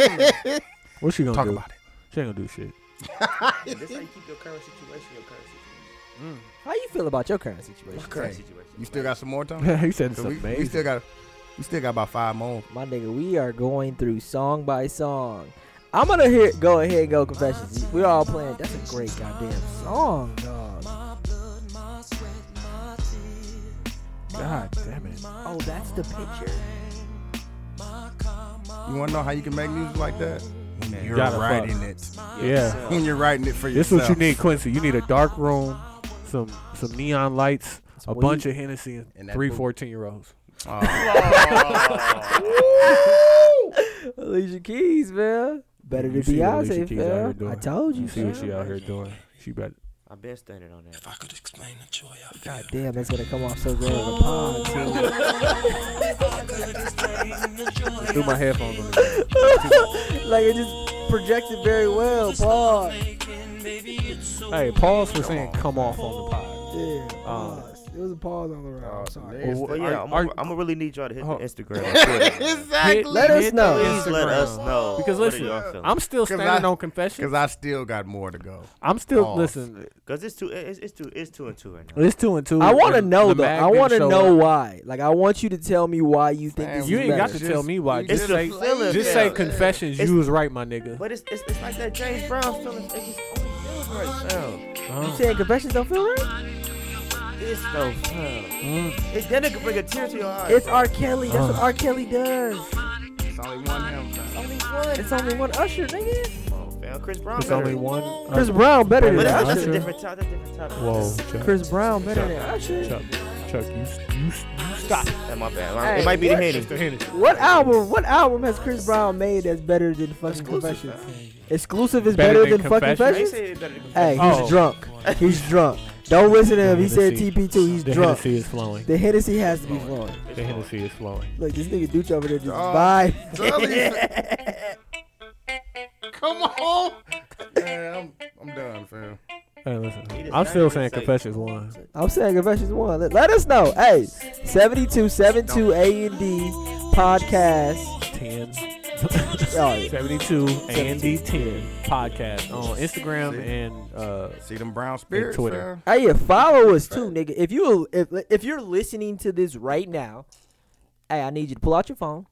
Speaker 4: A woman's threat.
Speaker 1: What's she gonna
Speaker 2: Talk
Speaker 1: do?
Speaker 2: about it.
Speaker 1: She ain't gonna do shit.
Speaker 4: And this how you keep your current situation, your current
Speaker 1: Mm.
Speaker 4: situation.
Speaker 3: How you feel about your current situation?
Speaker 4: Current
Speaker 2: Hey,
Speaker 4: situation.
Speaker 2: You still got some more time?
Speaker 1: he said it's
Speaker 2: So we,
Speaker 1: amazing.
Speaker 2: we still got we still got about five more.
Speaker 3: My nigga, we are going through song by song. I'm gonna hear go ahead and go confessions. We're all playing. That's a great goddamn song, dog.
Speaker 1: God damn it.
Speaker 3: Oh, that's the picture.
Speaker 2: You wanna know how you can make music like that? When you're
Speaker 1: gotta fuck.
Speaker 2: it.
Speaker 1: Yeah.
Speaker 2: When you're writing it for
Speaker 1: This is
Speaker 2: yourself.
Speaker 1: what you need, Quincy. You need a dark room, some some neon lights, a
Speaker 3: weed.
Speaker 1: bunch of Hennessy, and
Speaker 2: And that
Speaker 1: three
Speaker 2: boo-
Speaker 1: 14 year olds.
Speaker 2: Oh,
Speaker 3: Alicia Keys, man. Better
Speaker 1: You
Speaker 3: than
Speaker 1: see what Alicia
Speaker 3: Beyonce,
Speaker 1: Keys out here
Speaker 3: fam.
Speaker 1: doing.
Speaker 3: uh, I told you,
Speaker 1: You see what
Speaker 3: fam.
Speaker 1: she out here doing? She better.
Speaker 4: I've been standing on that.
Speaker 3: God damn, that's gonna come off so good on the pod. too.
Speaker 1: Threw my headphones on. the-
Speaker 3: like it just projected very well, Paul.
Speaker 1: Hey, pause for saying come off on the pod.
Speaker 7: Yeah,
Speaker 1: Uh,
Speaker 7: pause. It was a pause on the round. I'm sorry.
Speaker 2: nigga.
Speaker 4: But yeah, I'm
Speaker 1: Are-
Speaker 4: gonna- I'm gonna really need y'all to hit the
Speaker 1: Hold-
Speaker 4: Instagram. and Twitter, man.
Speaker 1: Hit-
Speaker 3: Let us
Speaker 1: hit
Speaker 3: know.
Speaker 1: the
Speaker 4: Please let
Speaker 1: Instagram.
Speaker 4: us know.
Speaker 1: Because
Speaker 4: what are
Speaker 1: listen,
Speaker 4: y'all feeling.
Speaker 1: I'm still
Speaker 2: Cause I-
Speaker 1: standing on confessions.
Speaker 2: Cause I still got more to go.
Speaker 1: I'm still
Speaker 2: Pause.
Speaker 1: listen.
Speaker 4: Cause it's two, it's, it's two, it's two and two right now.
Speaker 1: It's two and two.
Speaker 3: I want to
Speaker 1: and
Speaker 3: know
Speaker 1: the
Speaker 3: though.
Speaker 1: mag
Speaker 3: I
Speaker 1: didn't
Speaker 3: want to
Speaker 1: show
Speaker 3: know
Speaker 1: up.
Speaker 3: why. Like, I want you to tell me why you think
Speaker 2: Man,
Speaker 3: this
Speaker 1: You
Speaker 3: is
Speaker 1: ain't got
Speaker 3: better.
Speaker 1: to tell me why.
Speaker 2: we
Speaker 1: Just
Speaker 4: It's
Speaker 1: say,
Speaker 4: the feeling.
Speaker 1: just
Speaker 4: yeah.
Speaker 1: say confessions.
Speaker 4: It's-
Speaker 1: you was right, my nigga.
Speaker 4: But it's, it's it's like that James Brown feeling. It just only feels right now.
Speaker 3: You saying confessions don't feel right?
Speaker 4: Yeah, It's so fun. It's that nigga bring a tear to your eye.
Speaker 3: It's R. Kelly. That's what
Speaker 1: Uh.
Speaker 3: R. Kelly does.
Speaker 2: It's only one him. fam.
Speaker 4: only one.
Speaker 3: It's only one Usher, nigga.
Speaker 4: Oh, fam. Chris Brown.
Speaker 1: It's
Speaker 4: better.
Speaker 1: only one.
Speaker 3: Chris Brown better
Speaker 4: But
Speaker 3: than
Speaker 4: that's, that's
Speaker 3: Usher.
Speaker 4: a different topic. That's a different topic.
Speaker 1: Whoa, Chuck.
Speaker 3: Chris Brown better than Usher.
Speaker 1: Chuck, Chuck, you, s- you, s- you stop.
Speaker 4: That's my bad.
Speaker 3: Hey,
Speaker 4: it might be the
Speaker 3: what?
Speaker 4: Henny.
Speaker 3: What album? What album has Chris Brown made that's better than fucking
Speaker 4: Exclusive,
Speaker 3: Confessions? Exclusive is
Speaker 1: Better
Speaker 3: better,
Speaker 1: than
Speaker 3: than, fucking
Speaker 1: Confessions?
Speaker 4: They
Speaker 3: Confessions.
Speaker 4: say it better
Speaker 3: Hey,
Speaker 4: than
Speaker 3: he's
Speaker 1: Oh.
Speaker 3: drunk. He's drunk. Don't listen to him. He said
Speaker 1: Hennessy.
Speaker 3: TP2. He's
Speaker 1: The
Speaker 3: drunk.
Speaker 1: Hennessy is flowing.
Speaker 3: The Hennessy has to be flowing.
Speaker 1: The Hennessy is flowing.
Speaker 3: Look, this nigga Dooch over there just
Speaker 2: Dog.
Speaker 3: vibe.
Speaker 2: Come on. Man, I'm, I'm done, fam.
Speaker 1: Hey, listen.
Speaker 4: just
Speaker 1: I'm still
Speaker 4: not
Speaker 1: saying
Speaker 4: even say-
Speaker 1: Confessions one.
Speaker 3: I'm saying Confessions 1. Let, let us know. Hey, 7272 A&D podcast.
Speaker 1: Ten.
Speaker 3: Oh, yeah.
Speaker 1: 72 and 10 podcast on Instagram and uh,
Speaker 2: See them brown spirits,
Speaker 1: Twitter.
Speaker 2: Twitter.
Speaker 3: Hey, yeah, follow us too, nigga. If you if if you're listening to this right now, hey, I need you to pull out your phone,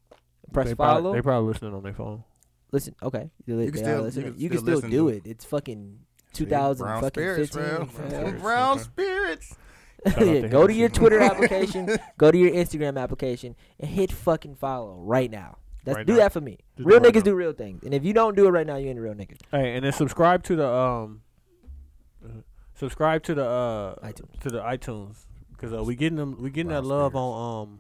Speaker 3: press
Speaker 1: they
Speaker 3: follow.
Speaker 1: probably, they probably listening on their phone.
Speaker 3: listen, okay, you,
Speaker 2: can still- you can
Speaker 3: you can
Speaker 2: still
Speaker 3: still
Speaker 2: listen
Speaker 3: do
Speaker 2: to
Speaker 3: it. It's fucking 2000
Speaker 2: Brown
Speaker 3: fucking
Speaker 2: spirits,
Speaker 3: 15.
Speaker 2: fam.
Speaker 3: fam.
Speaker 2: brown spirits.
Speaker 1: Shout out
Speaker 3: Yeah,
Speaker 1: to
Speaker 3: go to
Speaker 1: Hennessy.
Speaker 3: your Twitter application, go to your Instagram application, and hit fucking follow right now. That's
Speaker 1: Right
Speaker 3: do
Speaker 1: now.
Speaker 3: that for me.
Speaker 1: Just
Speaker 3: real
Speaker 1: do it right
Speaker 3: niggas
Speaker 1: now.
Speaker 3: do real things, and if you don't do it right now, you ain't a real nigga.
Speaker 1: Hey, and then subscribe to the um, uh, subscribe to the uh
Speaker 3: iTunes.
Speaker 1: to the iTunes because uh, we getting them we getting
Speaker 2: Brown
Speaker 1: that love
Speaker 2: spirits.
Speaker 1: on um,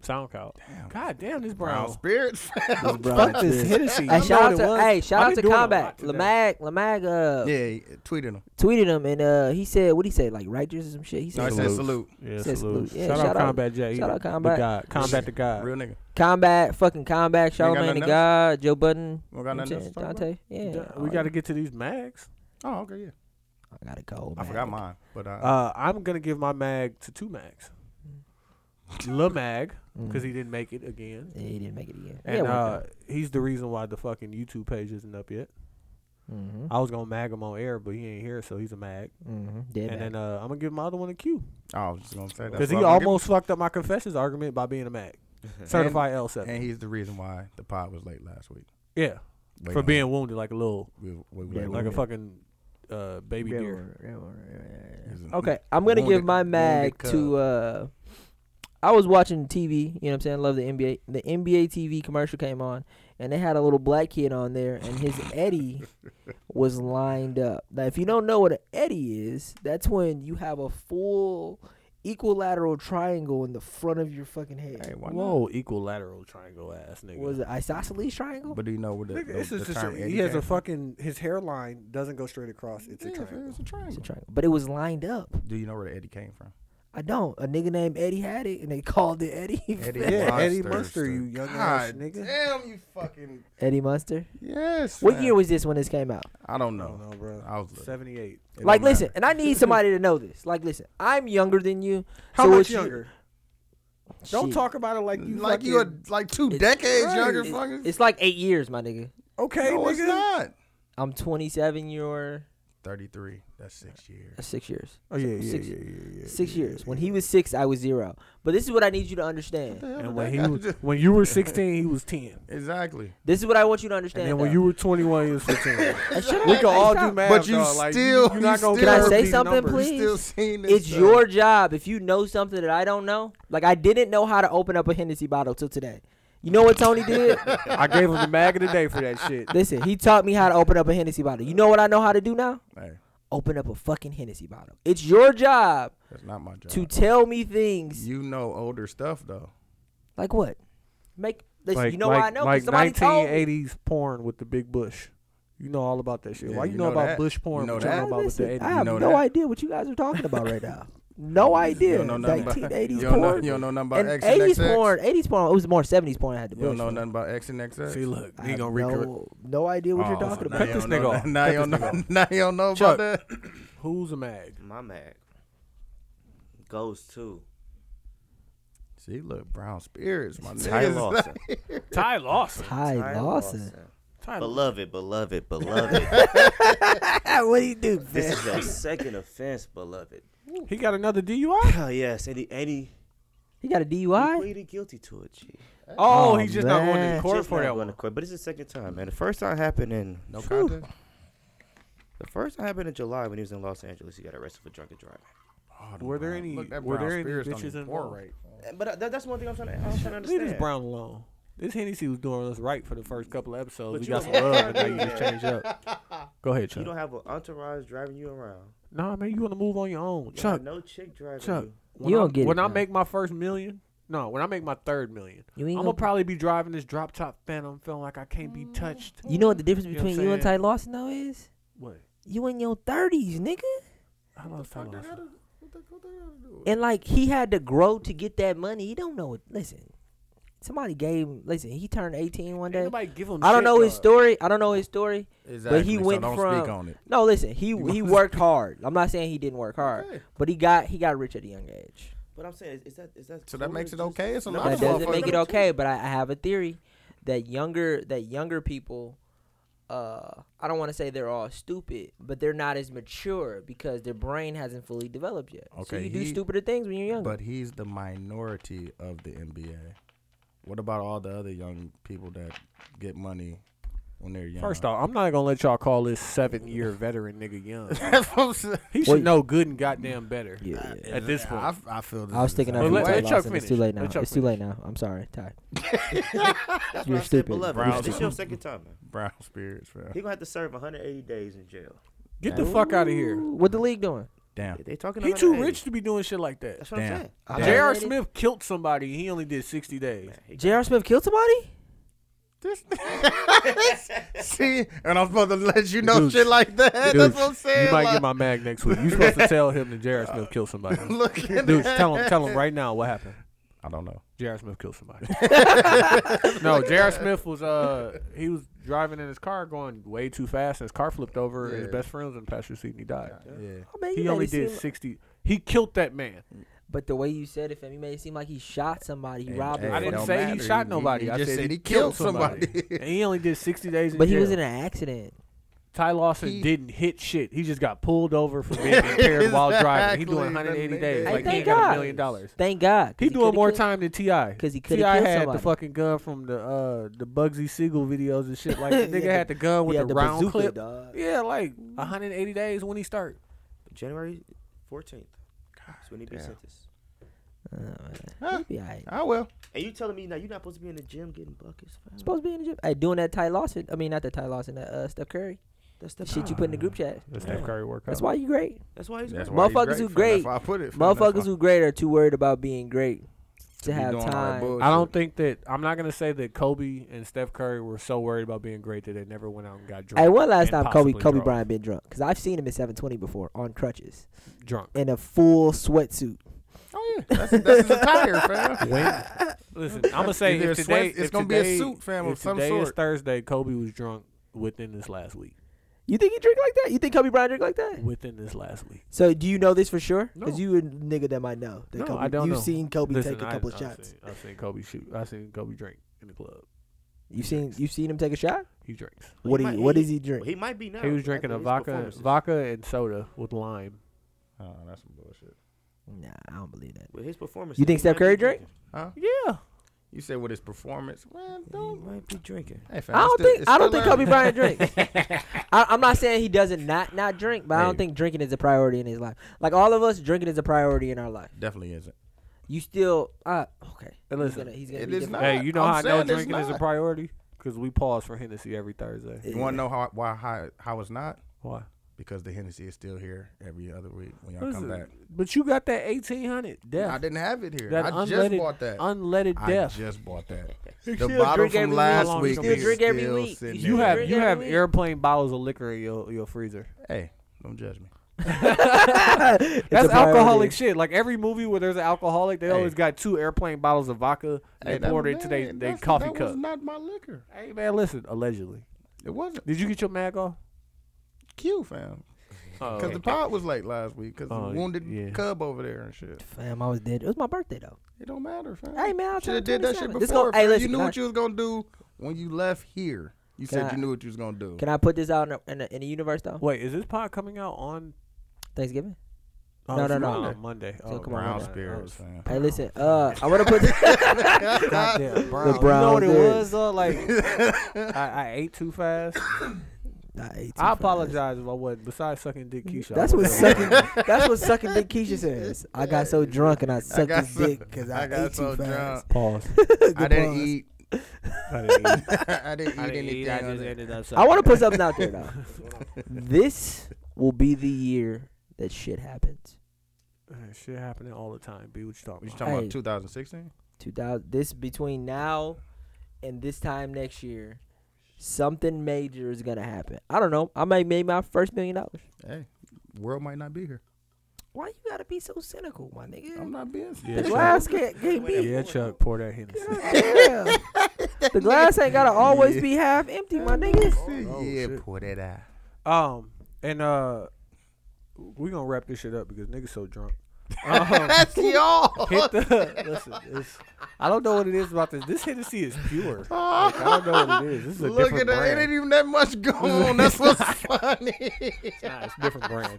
Speaker 1: SoundCloud. God damn, this
Speaker 2: Brown,
Speaker 1: brown.
Speaker 2: spirits, fam.
Speaker 1: Fuck this Hennessy.
Speaker 3: Hey,
Speaker 1: You know
Speaker 3: shout out
Speaker 1: what it
Speaker 3: to
Speaker 1: was?
Speaker 3: hey, shout
Speaker 1: I've
Speaker 3: out
Speaker 1: been
Speaker 3: to
Speaker 1: doing a
Speaker 3: Combat
Speaker 1: lot today.
Speaker 3: Lamag Lamag uh
Speaker 2: Yeah, he tweeted him.
Speaker 3: tweeted him and uh he said what he said like righteous or some shit. He
Speaker 2: No, I
Speaker 3: said
Speaker 2: said
Speaker 1: Salute.
Speaker 2: salute.
Speaker 1: Yeah,
Speaker 3: Said
Speaker 1: salute.
Speaker 3: salute. Yeah,
Speaker 1: shout, out
Speaker 3: shout out-
Speaker 1: Combat J.
Speaker 3: shout out
Speaker 1: the
Speaker 3: Combat.
Speaker 1: God. Combat the God.
Speaker 2: Real nigga.
Speaker 3: combat, fucking combat, Charlemagne the
Speaker 2: nothing
Speaker 3: God, Joe Budden,
Speaker 2: We don't got
Speaker 3: you know
Speaker 2: nothing else
Speaker 3: what I'm
Speaker 2: to talk
Speaker 3: saying? Dante. Yeah,
Speaker 1: Yeah, we
Speaker 3: all
Speaker 1: got to
Speaker 3: that.
Speaker 1: get to these mags.
Speaker 2: Oh, okay, yeah.
Speaker 3: I got a cold.
Speaker 2: I
Speaker 3: man.
Speaker 2: forgot mine, but uh,
Speaker 1: Uh, I'm gonna give my mag to two mags. Lil Mag
Speaker 3: Mm.
Speaker 1: because he didn't make it again,
Speaker 3: Yeah, he didn't make it again.
Speaker 1: and
Speaker 3: yeah,
Speaker 1: uh, he's the reason why the fucking YouTube page isn't up yet.
Speaker 3: mm-hmm.
Speaker 1: I was gonna mag him on air, but he ain't here, so he's a mag.
Speaker 3: Mm-hmm.
Speaker 1: and
Speaker 3: Dead man.
Speaker 1: then uh, I'm gonna give my other one a Q
Speaker 2: I was just gonna say that
Speaker 1: because he almost fucked up my confessions argument by being a mag, certified L7.
Speaker 2: And he's the reason why the pod was late last week.
Speaker 1: yeah,
Speaker 2: Wait
Speaker 1: for
Speaker 2: on-
Speaker 1: being wounded like a little,
Speaker 2: we, we were
Speaker 3: Yeah,
Speaker 2: late
Speaker 1: like a
Speaker 2: on-
Speaker 1: fucking uh, baby
Speaker 3: Yeah,
Speaker 1: deer.
Speaker 3: yeah, yeah,
Speaker 2: He's
Speaker 3: yeah.
Speaker 2: a-
Speaker 3: Okay, I'm gonna give
Speaker 2: wounded-
Speaker 3: my
Speaker 2: wounded
Speaker 3: mag
Speaker 2: cub.
Speaker 3: to. uh I was watching TV. You know what I'm saying? I love the NBA. The NBA TV commercial came on, and they had a little black kid on there, and his Eddie was lined up. Now, if you don't know what an Eddie is, that's when you have a full equilateral triangle in the front of your fucking head.
Speaker 2: Hey, why not?
Speaker 1: Whoa, equilateral triangle ass nigga.
Speaker 3: Was it isosceles triangle?
Speaker 2: But do you know what the,
Speaker 1: Nigga,
Speaker 2: the,
Speaker 1: this is
Speaker 2: the
Speaker 1: just
Speaker 2: term
Speaker 1: a,
Speaker 2: Eddie
Speaker 1: he has
Speaker 2: came
Speaker 1: a
Speaker 2: from?
Speaker 1: fucking his hairline doesn't go straight across. It's a
Speaker 2: Yeah,
Speaker 1: triangle.
Speaker 2: It's a
Speaker 3: It's a
Speaker 2: triangle.
Speaker 3: triangle, but it was lined up.
Speaker 2: Do you know where the Eddie came from?
Speaker 3: I don't. A nigga named Eddie had it, and they called it Eddie.
Speaker 2: Eddie
Speaker 1: Yeah, Eddie
Speaker 2: Munster,
Speaker 1: Munster,
Speaker 2: sir.
Speaker 1: you young ass
Speaker 2: God
Speaker 1: nigga.
Speaker 2: Damn, you fucking
Speaker 3: Eddie Munster.
Speaker 2: yes.
Speaker 3: What
Speaker 2: man.
Speaker 3: year was this when this came out?
Speaker 2: I don't
Speaker 1: I
Speaker 2: know.
Speaker 1: don't know, bro.
Speaker 2: I was looking.
Speaker 1: Seventy-eight.
Speaker 2: It
Speaker 3: like,
Speaker 2: don't matter.
Speaker 3: listen, and I need somebody to know this. Like, listen, I'm younger than you.
Speaker 1: How
Speaker 3: so
Speaker 1: much
Speaker 3: it's you-
Speaker 1: younger? Don't
Speaker 3: Shit.
Speaker 1: talk about it like you
Speaker 2: Like
Speaker 1: fucking,
Speaker 2: you are like two
Speaker 3: It's-
Speaker 2: decades
Speaker 3: Right.
Speaker 2: younger,
Speaker 3: It's-
Speaker 2: fucking.
Speaker 3: It's like eight years, my nigga.
Speaker 1: okay,
Speaker 2: no, it's
Speaker 1: nigga.
Speaker 2: not.
Speaker 3: I'm 27. You're
Speaker 2: Thirty-three. That's six years.
Speaker 3: that's uh, six years.
Speaker 1: Oh yeah, yeah,
Speaker 3: Six-
Speaker 1: yeah, yeah, yeah.
Speaker 3: Six years. When he was six, I was zero. But this is what I need you to understand.
Speaker 1: And when he was, when you were sixteen, he was ten.
Speaker 2: exactly.
Speaker 3: This is what I want you to
Speaker 1: And
Speaker 3: understand.
Speaker 1: then when
Speaker 3: though.
Speaker 1: you were twenty-one, he was fifteen.
Speaker 3: And shut
Speaker 1: we
Speaker 3: up,
Speaker 1: can all
Speaker 3: stop.
Speaker 1: do math,
Speaker 2: But you
Speaker 1: dog. Like,
Speaker 2: still-
Speaker 1: you're
Speaker 2: you
Speaker 1: not gonna
Speaker 2: still-
Speaker 1: curve
Speaker 2: Can I
Speaker 3: say
Speaker 1: these
Speaker 3: something,
Speaker 1: numbers.
Speaker 3: please?
Speaker 2: Still seeing this.
Speaker 3: It's
Speaker 2: stuff.
Speaker 3: your job if you know something that I don't know. Like I didn't know how to open up a Hennessy bottle till today. You know what Tony did?
Speaker 1: I gave him the mag of the day for that shit.
Speaker 3: Listen, he taught me how to open up a Hennessy bottle. You know what I know how to do now?
Speaker 2: Hey,
Speaker 3: Open up a fucking Hennessy bottle. It's your job
Speaker 2: that's not my job.
Speaker 3: to tell me things
Speaker 2: you know older stuff though.
Speaker 3: like what? Make listen,
Speaker 1: Like,
Speaker 3: you know
Speaker 1: like,
Speaker 3: why I know? 'Cause
Speaker 1: Like
Speaker 3: somebody told me.
Speaker 1: 1980s porn with the big bush. You know all about that shit.
Speaker 2: Yeah,
Speaker 1: Why you,
Speaker 2: you
Speaker 1: know,
Speaker 2: know
Speaker 1: about
Speaker 2: that.
Speaker 1: bush porn?
Speaker 2: You know
Speaker 1: but you
Speaker 2: that.
Speaker 1: don't know about what the
Speaker 3: Listen,
Speaker 1: 80s.
Speaker 3: I have
Speaker 2: know
Speaker 3: no
Speaker 2: that.
Speaker 3: idea what you guys are talking about right now. No idea.
Speaker 2: You don't know nothing about. You
Speaker 3: 1980s
Speaker 2: don't know,
Speaker 3: porn.
Speaker 2: you don't know nothing about
Speaker 3: and
Speaker 2: X
Speaker 3: 80s
Speaker 2: and XX.
Speaker 3: porn, 80s porn. It was more 70s porn. I had to
Speaker 2: You don't know
Speaker 3: build.
Speaker 2: nothing about X and XX.
Speaker 1: See, look,
Speaker 3: I
Speaker 1: he
Speaker 3: have
Speaker 1: gonna recur.
Speaker 3: no, no idea what you're
Speaker 2: Oh,
Speaker 3: talking
Speaker 2: now
Speaker 3: about.
Speaker 2: you
Speaker 1: Cut
Speaker 2: don't
Speaker 1: this
Speaker 2: know-
Speaker 1: nigga off.
Speaker 2: Now
Speaker 1: Cut
Speaker 2: you don't
Speaker 1: this
Speaker 2: know.
Speaker 1: nigga
Speaker 2: Now you don't know
Speaker 1: Chuck.
Speaker 2: about that.
Speaker 1: Who's a mag?
Speaker 4: My mag goes to
Speaker 2: See, look, brown spirits, my
Speaker 4: Ty
Speaker 2: niggas.
Speaker 4: Lawson.
Speaker 1: Ty Lawson.
Speaker 3: Ty, Lawson.
Speaker 1: Ty Lawson.
Speaker 4: Beloved, beloved, beloved.
Speaker 3: what do you do?
Speaker 4: this is your second offense, beloved.
Speaker 1: He got another DUI.
Speaker 4: Oh yes, and he, and he,
Speaker 3: He got a
Speaker 4: he
Speaker 3: DUI.
Speaker 4: pleaded guilty to it. G.
Speaker 1: Oh,
Speaker 3: Oh,
Speaker 1: he's just not going to
Speaker 3: man.
Speaker 1: court
Speaker 4: Just
Speaker 1: for
Speaker 4: not
Speaker 1: that
Speaker 4: going
Speaker 1: one.
Speaker 4: to court, but it's the second time, man. The first time happened in
Speaker 2: No
Speaker 4: Phew.
Speaker 2: contest.
Speaker 4: The first time happened in July when he was in Los Angeles. He got arrested for drunken driving.
Speaker 1: Were there any?
Speaker 2: Look, that
Speaker 1: Were
Speaker 2: brown
Speaker 1: there any
Speaker 2: spirit's on
Speaker 1: bitches
Speaker 2: you
Speaker 1: involved?
Speaker 2: pour right.
Speaker 4: But uh, that, that's one thing I'm trying to, I'm trying to
Speaker 1: Leave this
Speaker 4: understand.
Speaker 1: Brown alone. This Hennessy was doing us right for the first couple of episodes.
Speaker 4: But
Speaker 1: we
Speaker 4: you
Speaker 1: got
Speaker 4: don't-
Speaker 1: some love, and now you just changed up. Go ahead,
Speaker 4: You
Speaker 1: Chuck.
Speaker 4: don't have an entourage driving you around.
Speaker 1: Nah, man, you want to move on your own,
Speaker 4: You don't have
Speaker 1: Chuck.
Speaker 4: no chick driving
Speaker 1: Chuck.
Speaker 4: you.
Speaker 1: When
Speaker 3: You
Speaker 1: I,
Speaker 3: don't get it,
Speaker 1: when I
Speaker 3: nah.
Speaker 1: make my first million. No, when I make my third million,
Speaker 3: You
Speaker 1: I'm
Speaker 3: ain't
Speaker 1: gonna
Speaker 3: gonna,
Speaker 1: probably be driving this drop top Phantom, feeling like I can't
Speaker 4: Mm-hmm.
Speaker 1: be touched.
Speaker 3: You know what the difference
Speaker 1: You know what
Speaker 3: between
Speaker 1: I'm
Speaker 3: you and
Speaker 1: saying?
Speaker 3: Ty Lawson though is?
Speaker 1: What?
Speaker 3: You in your thirties, nigga.
Speaker 1: How long time was it?
Speaker 3: And like he had to grow to get that money. He don't know what listen. Somebody gave him listen, he turned eighteen one
Speaker 1: Ain't
Speaker 3: day.
Speaker 1: nobody give him
Speaker 3: I don't
Speaker 1: shit,
Speaker 3: know his
Speaker 1: dog.
Speaker 3: story. I don't know his story.
Speaker 2: Exactly.
Speaker 3: he went
Speaker 2: so don't
Speaker 3: from-
Speaker 2: speak on it.
Speaker 3: No, listen, he he worked hard. I'm not saying he didn't work hard, but he got he got rich at a young age.
Speaker 4: But I'm saying, is, is that is that
Speaker 2: So that
Speaker 4: cool
Speaker 2: makes
Speaker 4: to
Speaker 2: it
Speaker 4: just-
Speaker 2: okay. It's a
Speaker 4: No,
Speaker 2: lot
Speaker 3: That
Speaker 2: of
Speaker 3: doesn't make
Speaker 2: motherfuckers.
Speaker 3: it okay, but I, I have a theory that younger that younger people uh I don't want to say they're all stupid, but they're not as mature because their brain hasn't fully developed yet. so
Speaker 2: Okay,
Speaker 3: you do
Speaker 2: he-
Speaker 3: stupider things when you're younger.
Speaker 2: But he's the minority of the NBA. What about all the other young people that get money when they're young?
Speaker 1: First off, I'm not gonna let y'all call this seven year veteran nigga young.
Speaker 2: That's what I'm saying.
Speaker 1: He should know good and goddamn better.
Speaker 3: yeah, yeah.
Speaker 1: At this point,
Speaker 2: I, I feel this
Speaker 3: I was
Speaker 2: is
Speaker 3: sticking
Speaker 2: the
Speaker 3: out
Speaker 1: But
Speaker 3: for
Speaker 1: let-
Speaker 2: same way.
Speaker 3: Ty
Speaker 1: let Chuck
Speaker 3: Lawson. It's too
Speaker 1: finish.
Speaker 3: late now.
Speaker 1: Let Chuck
Speaker 3: It's too late now. I'm sorry, Ty.
Speaker 4: That's
Speaker 3: You're
Speaker 4: what I said,
Speaker 3: stupid.
Speaker 4: beloved.
Speaker 2: Brown
Speaker 4: This is
Speaker 2: people.
Speaker 4: your second time. man.
Speaker 2: brown spirits, bro.
Speaker 4: He gonna have to serve 180 days in jail.
Speaker 1: get the fuck out of here.
Speaker 3: Ooh, What the league doing?
Speaker 2: Damn.
Speaker 4: They talking.
Speaker 1: He too
Speaker 4: 180.
Speaker 1: rich to be doing shit like that.
Speaker 4: That's what I'm
Speaker 2: Damn.
Speaker 4: saying.
Speaker 3: I heard-
Speaker 1: J.R. Smith killed somebody. He only did 60 days.
Speaker 3: J.R. Smith killed somebody?
Speaker 2: See, and I'm supposed to let you know
Speaker 1: Dude.
Speaker 2: shit like that. That's
Speaker 1: Dude,
Speaker 2: what I'm saying.
Speaker 1: You might
Speaker 2: like,
Speaker 1: get my mag next week. You supposed to tell him that J.R. Smith killed somebody.
Speaker 2: look at
Speaker 1: Dude,
Speaker 2: that.
Speaker 1: tell him, tell him right now what happened.
Speaker 2: I don't know.
Speaker 1: J.R. Smith killed somebody. no, J.R. Smith was uh he was driving in his car going way too fast and his car flipped over. His
Speaker 2: Yeah.
Speaker 1: best friend was in the passenger seat and he died.
Speaker 2: Yeah.
Speaker 3: Oh, man, you
Speaker 1: He
Speaker 3: made
Speaker 1: only
Speaker 3: it seem
Speaker 1: did
Speaker 3: like-
Speaker 1: 60. He killed that man.
Speaker 3: But the way you said it, fam, you made it seem like he shot somebody, he robbed.
Speaker 2: hey,
Speaker 3: a
Speaker 1: I
Speaker 2: it
Speaker 1: didn't
Speaker 2: don't
Speaker 1: say he
Speaker 2: matter.
Speaker 1: shot
Speaker 2: He-
Speaker 1: nobody.
Speaker 2: he
Speaker 1: I
Speaker 2: just
Speaker 1: said,
Speaker 2: said
Speaker 1: he
Speaker 2: he
Speaker 1: killed
Speaker 2: killed
Speaker 1: somebody.
Speaker 2: somebody.
Speaker 1: and he only did 60 days in
Speaker 3: But he
Speaker 1: jail.
Speaker 3: was in an accident.
Speaker 1: Ty Lawson
Speaker 2: He-
Speaker 1: didn't hit shit. He just got pulled over for being impaired while driving. He doing
Speaker 2: Exactly,
Speaker 1: 180
Speaker 2: that
Speaker 1: days.
Speaker 2: nigga.
Speaker 3: Hey,
Speaker 1: Like he
Speaker 3: thank
Speaker 1: ain't got
Speaker 3: God.
Speaker 1: a million dollars.
Speaker 3: Thank God. 'cause
Speaker 1: He doing
Speaker 3: coulda
Speaker 1: more
Speaker 3: killed-
Speaker 1: time than Ti.
Speaker 3: 'cause
Speaker 1: Ti
Speaker 3: he coulda
Speaker 1: had
Speaker 3: killed
Speaker 1: the
Speaker 3: somebody.
Speaker 1: fucking gun from the uh the Bugsy Siegel videos and shit. Like the
Speaker 3: He
Speaker 1: nigga
Speaker 3: had
Speaker 1: had the gun
Speaker 3: He
Speaker 1: with the,
Speaker 3: had the
Speaker 1: round
Speaker 3: bazooka,
Speaker 1: clip.
Speaker 3: dog.
Speaker 1: Yeah, like 180 days when he start.
Speaker 4: January 14th. That's when he be sentenced.
Speaker 3: Oh, man.
Speaker 2: Huh?
Speaker 3: He be alright.
Speaker 2: I will.
Speaker 4: And you telling me now you're not supposed to be in the gym getting buckets? fam?
Speaker 3: Supposed to be in the gym. Hey, doing that Ty Lawson. I mean, not that Ty Lawson. That uh, Steph Curry.
Speaker 4: That's the
Speaker 3: Shit you put in the group chat.
Speaker 1: Steph Curry workout.
Speaker 3: That's why you great.
Speaker 4: That's why he's.
Speaker 2: That's
Speaker 4: That's
Speaker 2: why he's
Speaker 3: Motherfuckers who
Speaker 2: fam.
Speaker 3: great.
Speaker 2: That's why I put it. fam. That's
Speaker 3: Motherfuckers
Speaker 2: why-
Speaker 3: who great are too worried about being great to
Speaker 2: be
Speaker 3: have
Speaker 2: doing all that
Speaker 3: time.
Speaker 2: bullshit.
Speaker 1: I don't think that I'm not gonna say that Kobe and Steph Curry were so worried about being great that they never went out and got drunk.
Speaker 3: Hey, one last
Speaker 1: and
Speaker 3: time Kobe
Speaker 1: possibly
Speaker 3: Kobe
Speaker 1: drunk.
Speaker 3: Bryant been drunk? Because I've seen him at 720 before on crutches
Speaker 1: drunk.
Speaker 3: in a full sweatsuit.
Speaker 2: Oh yeah, that's, that's his attire, fam.
Speaker 1: When? Listen, I'm gonna say
Speaker 2: Either
Speaker 1: if
Speaker 2: a
Speaker 1: today,
Speaker 2: sweat- it's
Speaker 1: if
Speaker 2: gonna be a
Speaker 1: today-
Speaker 2: suit, fam, of
Speaker 1: if
Speaker 2: some
Speaker 1: today is
Speaker 2: sort.
Speaker 1: Thursday. Kobe was drunk within this last week.
Speaker 3: You think he drink like that? You think Kobe Bryant drink like that?
Speaker 1: Within this last week.
Speaker 3: So do you know this for sure?
Speaker 1: No.
Speaker 3: Because you a nigga that might know. That
Speaker 1: No,
Speaker 3: Kobe,
Speaker 1: I don't
Speaker 3: You've
Speaker 1: know.
Speaker 3: seen Kobe
Speaker 1: Listen,
Speaker 3: take a
Speaker 1: I-
Speaker 3: couple
Speaker 1: I've
Speaker 3: shots.
Speaker 1: Seen, I've seen Kobe shoot. I've seen Kobe drink in the club.
Speaker 3: You've seen you've seen him take a shot.
Speaker 1: He drinks.
Speaker 4: He
Speaker 3: What do
Speaker 4: might-
Speaker 3: you, what
Speaker 4: he-
Speaker 3: does he drink?
Speaker 4: He might be now.
Speaker 1: he was
Speaker 4: after
Speaker 1: drinking a
Speaker 4: these
Speaker 1: vodka,
Speaker 4: performances.
Speaker 1: vodka and soda with lime.
Speaker 2: Oh, that's some bullshit.
Speaker 3: Nah, I don't believe that.
Speaker 4: With his performance.
Speaker 3: You think Steph Curry drink?
Speaker 2: Huh?
Speaker 1: Yeah.
Speaker 2: You said with his performance, man. Don't.
Speaker 4: might be drinking.
Speaker 2: Hey, fam,
Speaker 3: I
Speaker 2: it's
Speaker 3: don't
Speaker 2: still-
Speaker 3: think
Speaker 2: it's
Speaker 3: I don't
Speaker 2: still
Speaker 3: think Kobe
Speaker 2: early.
Speaker 3: Bryant drinks. I, I'm not saying he doesn't not not drink, but I don't
Speaker 2: Hey.
Speaker 3: think drinking is a priority in his life. Like all of us, drinking is a priority in our life.
Speaker 2: Definitely isn't.
Speaker 3: You still uh okay.
Speaker 1: And
Speaker 3: He's
Speaker 1: listen,
Speaker 3: gonna, he's gonna
Speaker 2: It
Speaker 3: be
Speaker 2: is not.
Speaker 3: different.
Speaker 1: hey, you know
Speaker 2: I'm
Speaker 1: how I know
Speaker 2: saying it's
Speaker 1: drinking is a
Speaker 2: not.
Speaker 1: priority because we pause for Hennessy every Thursday.
Speaker 2: You want to know how why how, how it's not?
Speaker 1: Why?
Speaker 2: Because the Hennessy is still here every other week when y'all come back.
Speaker 1: but you got that 1800 death.
Speaker 2: I didn't have it here.
Speaker 1: that
Speaker 2: I
Speaker 1: unleaded,
Speaker 2: just bought that.
Speaker 1: unleaded
Speaker 2: I
Speaker 1: death.
Speaker 2: just bought that.
Speaker 3: still
Speaker 2: The bottle
Speaker 3: drink every
Speaker 2: from
Speaker 3: week.
Speaker 1: How
Speaker 2: last
Speaker 1: long you
Speaker 2: week. is
Speaker 1: gonna
Speaker 2: Still
Speaker 3: drink every week?
Speaker 2: sitting
Speaker 1: you
Speaker 2: there.
Speaker 1: have
Speaker 3: drink
Speaker 1: you have
Speaker 3: every week.
Speaker 1: airplane bottles of liquor in your your freezer.
Speaker 2: Hey, don't judge me.
Speaker 3: It's
Speaker 1: That's
Speaker 3: a priority.
Speaker 1: alcoholic shit. Like every movie where there's an alcoholic, they
Speaker 2: Hey.
Speaker 1: always got two airplane bottles of vodka and poured
Speaker 2: that-
Speaker 1: into their
Speaker 2: man,
Speaker 1: they
Speaker 2: that's-
Speaker 1: coffee
Speaker 2: that
Speaker 1: cup.
Speaker 2: was not my liquor.
Speaker 1: hey man, listen. Allegedly,
Speaker 2: It wasn't
Speaker 1: did you get your mag off?
Speaker 2: Q, fam. Because the pod was late last week because
Speaker 1: Oh,
Speaker 2: the wounded
Speaker 1: yeah.
Speaker 2: cub over there and shit.
Speaker 3: Fam, I was dead. It was my birthday though.
Speaker 2: It don't matter, fam.
Speaker 3: Hey, man, I'll
Speaker 2: should have
Speaker 3: turn
Speaker 2: did that shit
Speaker 3: 27.
Speaker 2: before.
Speaker 3: This gon- hey,
Speaker 2: fam.
Speaker 3: listen,
Speaker 2: you knew
Speaker 3: can I-
Speaker 2: what you was gonna do when you left here. You
Speaker 3: Can
Speaker 2: said
Speaker 3: I-
Speaker 2: you knew what you was gonna do.
Speaker 3: Can I put this out in the, in the, in the universe though?
Speaker 1: Wait, is this pod coming out on?
Speaker 3: Thanksgiving.
Speaker 1: Oh,
Speaker 3: No,
Speaker 1: it's
Speaker 3: no, no.
Speaker 1: on Monday. Oh,
Speaker 3: come on, Brown
Speaker 1: Monday. Oh,
Speaker 2: fam.
Speaker 3: Hey, listen. Uh, I want to put.
Speaker 1: Goddamn, brown. You know
Speaker 3: brown
Speaker 1: what it
Speaker 3: dude.
Speaker 1: was? Uh, like I, I ate too fast.
Speaker 13: Not 18.
Speaker 1: I apologize if I wasn't. Besides sucking dick, Keisha. I
Speaker 3: That's what
Speaker 1: wasn't.
Speaker 3: sucking. that's what sucking dick Keisha says. I got so drunk and I sucked
Speaker 2: got
Speaker 3: his
Speaker 2: so-
Speaker 3: dick because I,
Speaker 2: I got
Speaker 3: ate
Speaker 2: so
Speaker 3: too
Speaker 2: drunk.
Speaker 3: fast.
Speaker 1: Pause.
Speaker 2: I didn't eat.
Speaker 1: I didn't eat.
Speaker 2: I didn't eat
Speaker 1: I didn't
Speaker 2: anything.
Speaker 1: eat. I
Speaker 2: on
Speaker 1: just
Speaker 2: it.
Speaker 1: ended up.
Speaker 3: I want to put something out there though. this will be the year that shit happens.
Speaker 1: Uh, Shit happening all the time. Be what you talking
Speaker 2: What you
Speaker 1: about.
Speaker 2: talking
Speaker 3: Hey.
Speaker 2: about? 2016.
Speaker 3: 2000. This between now and this time next year, something major is gonna happen. I don't know. I might make my first million dollars.
Speaker 2: Hey, world might not be here.
Speaker 3: Why you gotta be so cynical, my nigga?
Speaker 2: I'm not being.
Speaker 1: Yeah,
Speaker 3: the
Speaker 1: Chuck.
Speaker 3: glass can't, can't be
Speaker 1: Yeah, Chuck, pour that Hennessy.
Speaker 3: Yeah. the glass ain't gotta always be half empty, my niggas.
Speaker 1: oh,
Speaker 2: yeah,
Speaker 1: shit.
Speaker 2: pour that out.
Speaker 1: Um, and uh, we gonna wrap this shit up because niggas so drunk. Um,
Speaker 2: That's y'all.
Speaker 1: hit the listen. It's, I don't know what it is about this. This Hennessy is pure. Like, I don't know what it is. This is a
Speaker 2: Look at
Speaker 1: different
Speaker 2: that. It
Speaker 1: brand.
Speaker 2: ain't even that much going on. That's what's funny.
Speaker 1: Nah, it's a different brand.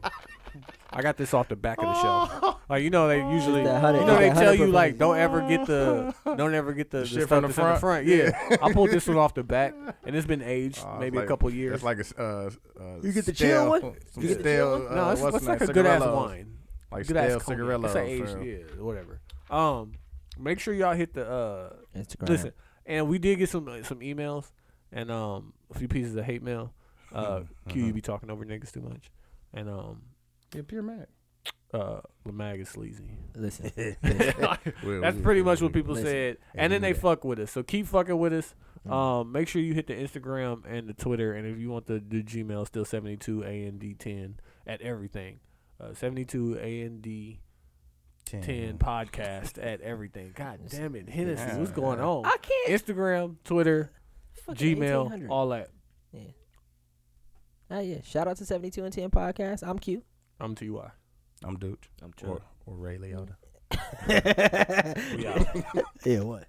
Speaker 1: I got this off the back of the
Speaker 2: Oh.
Speaker 1: shelf. Like you know, they usually
Speaker 3: that honey-
Speaker 1: you know they
Speaker 3: that
Speaker 1: tell
Speaker 3: honey
Speaker 1: you
Speaker 3: purple.
Speaker 1: like don't ever get the don't ever get the, the
Speaker 2: shit
Speaker 1: stuff
Speaker 2: from the
Speaker 1: that's in the
Speaker 2: front?
Speaker 1: front. Yeah, I pulled this one off the back, and it's been aged
Speaker 2: Oh, it's
Speaker 1: maybe
Speaker 2: like-
Speaker 1: a couple years.
Speaker 2: That's like a. s- Uh, uh,
Speaker 3: You get the
Speaker 2: stale-
Speaker 3: chill one?
Speaker 2: Some
Speaker 1: You get the
Speaker 2: stale. Uh,
Speaker 1: no, it's,
Speaker 2: what's
Speaker 1: it's
Speaker 2: the name?
Speaker 1: like a good ass
Speaker 2: Cigarillos.
Speaker 1: wine.
Speaker 2: Like
Speaker 1: good ass
Speaker 2: stale
Speaker 1: cognac.
Speaker 2: cigarillo.
Speaker 1: It's an aged, yeah, whatever. Um, make sure y'all hit the uh.
Speaker 3: Instagram.
Speaker 1: Listen, and we did get some uh, some emails and um a few pieces of hate mail. Uh, Q, you be talking over niggas too much, and um,
Speaker 2: Yeah, pure mad.
Speaker 1: uh, Lamag is sleazy.
Speaker 3: Listen.
Speaker 1: That's pretty much what people said, and then they fuck with us. So keep fucking with us. Um, make sure you hit the Instagram and the Twitter, and if you want the, the Gmail, still seventy two a n d ten at everything. Uh, seventy two a n d ten podcast at everything. God damn it, Hennessy, what's going on?
Speaker 3: I can't.
Speaker 1: Instagram, Twitter,
Speaker 3: Fucking
Speaker 1: Gmail,
Speaker 3: 1800.
Speaker 1: all that.
Speaker 3: Oh, yeah. Shout out to 72 and 10 podcast. I'm cute.
Speaker 1: I'm TY.
Speaker 2: I'm Dooch.
Speaker 4: I'm
Speaker 2: Or, or Ray Liotta.
Speaker 1: We out.
Speaker 3: Yeah, what?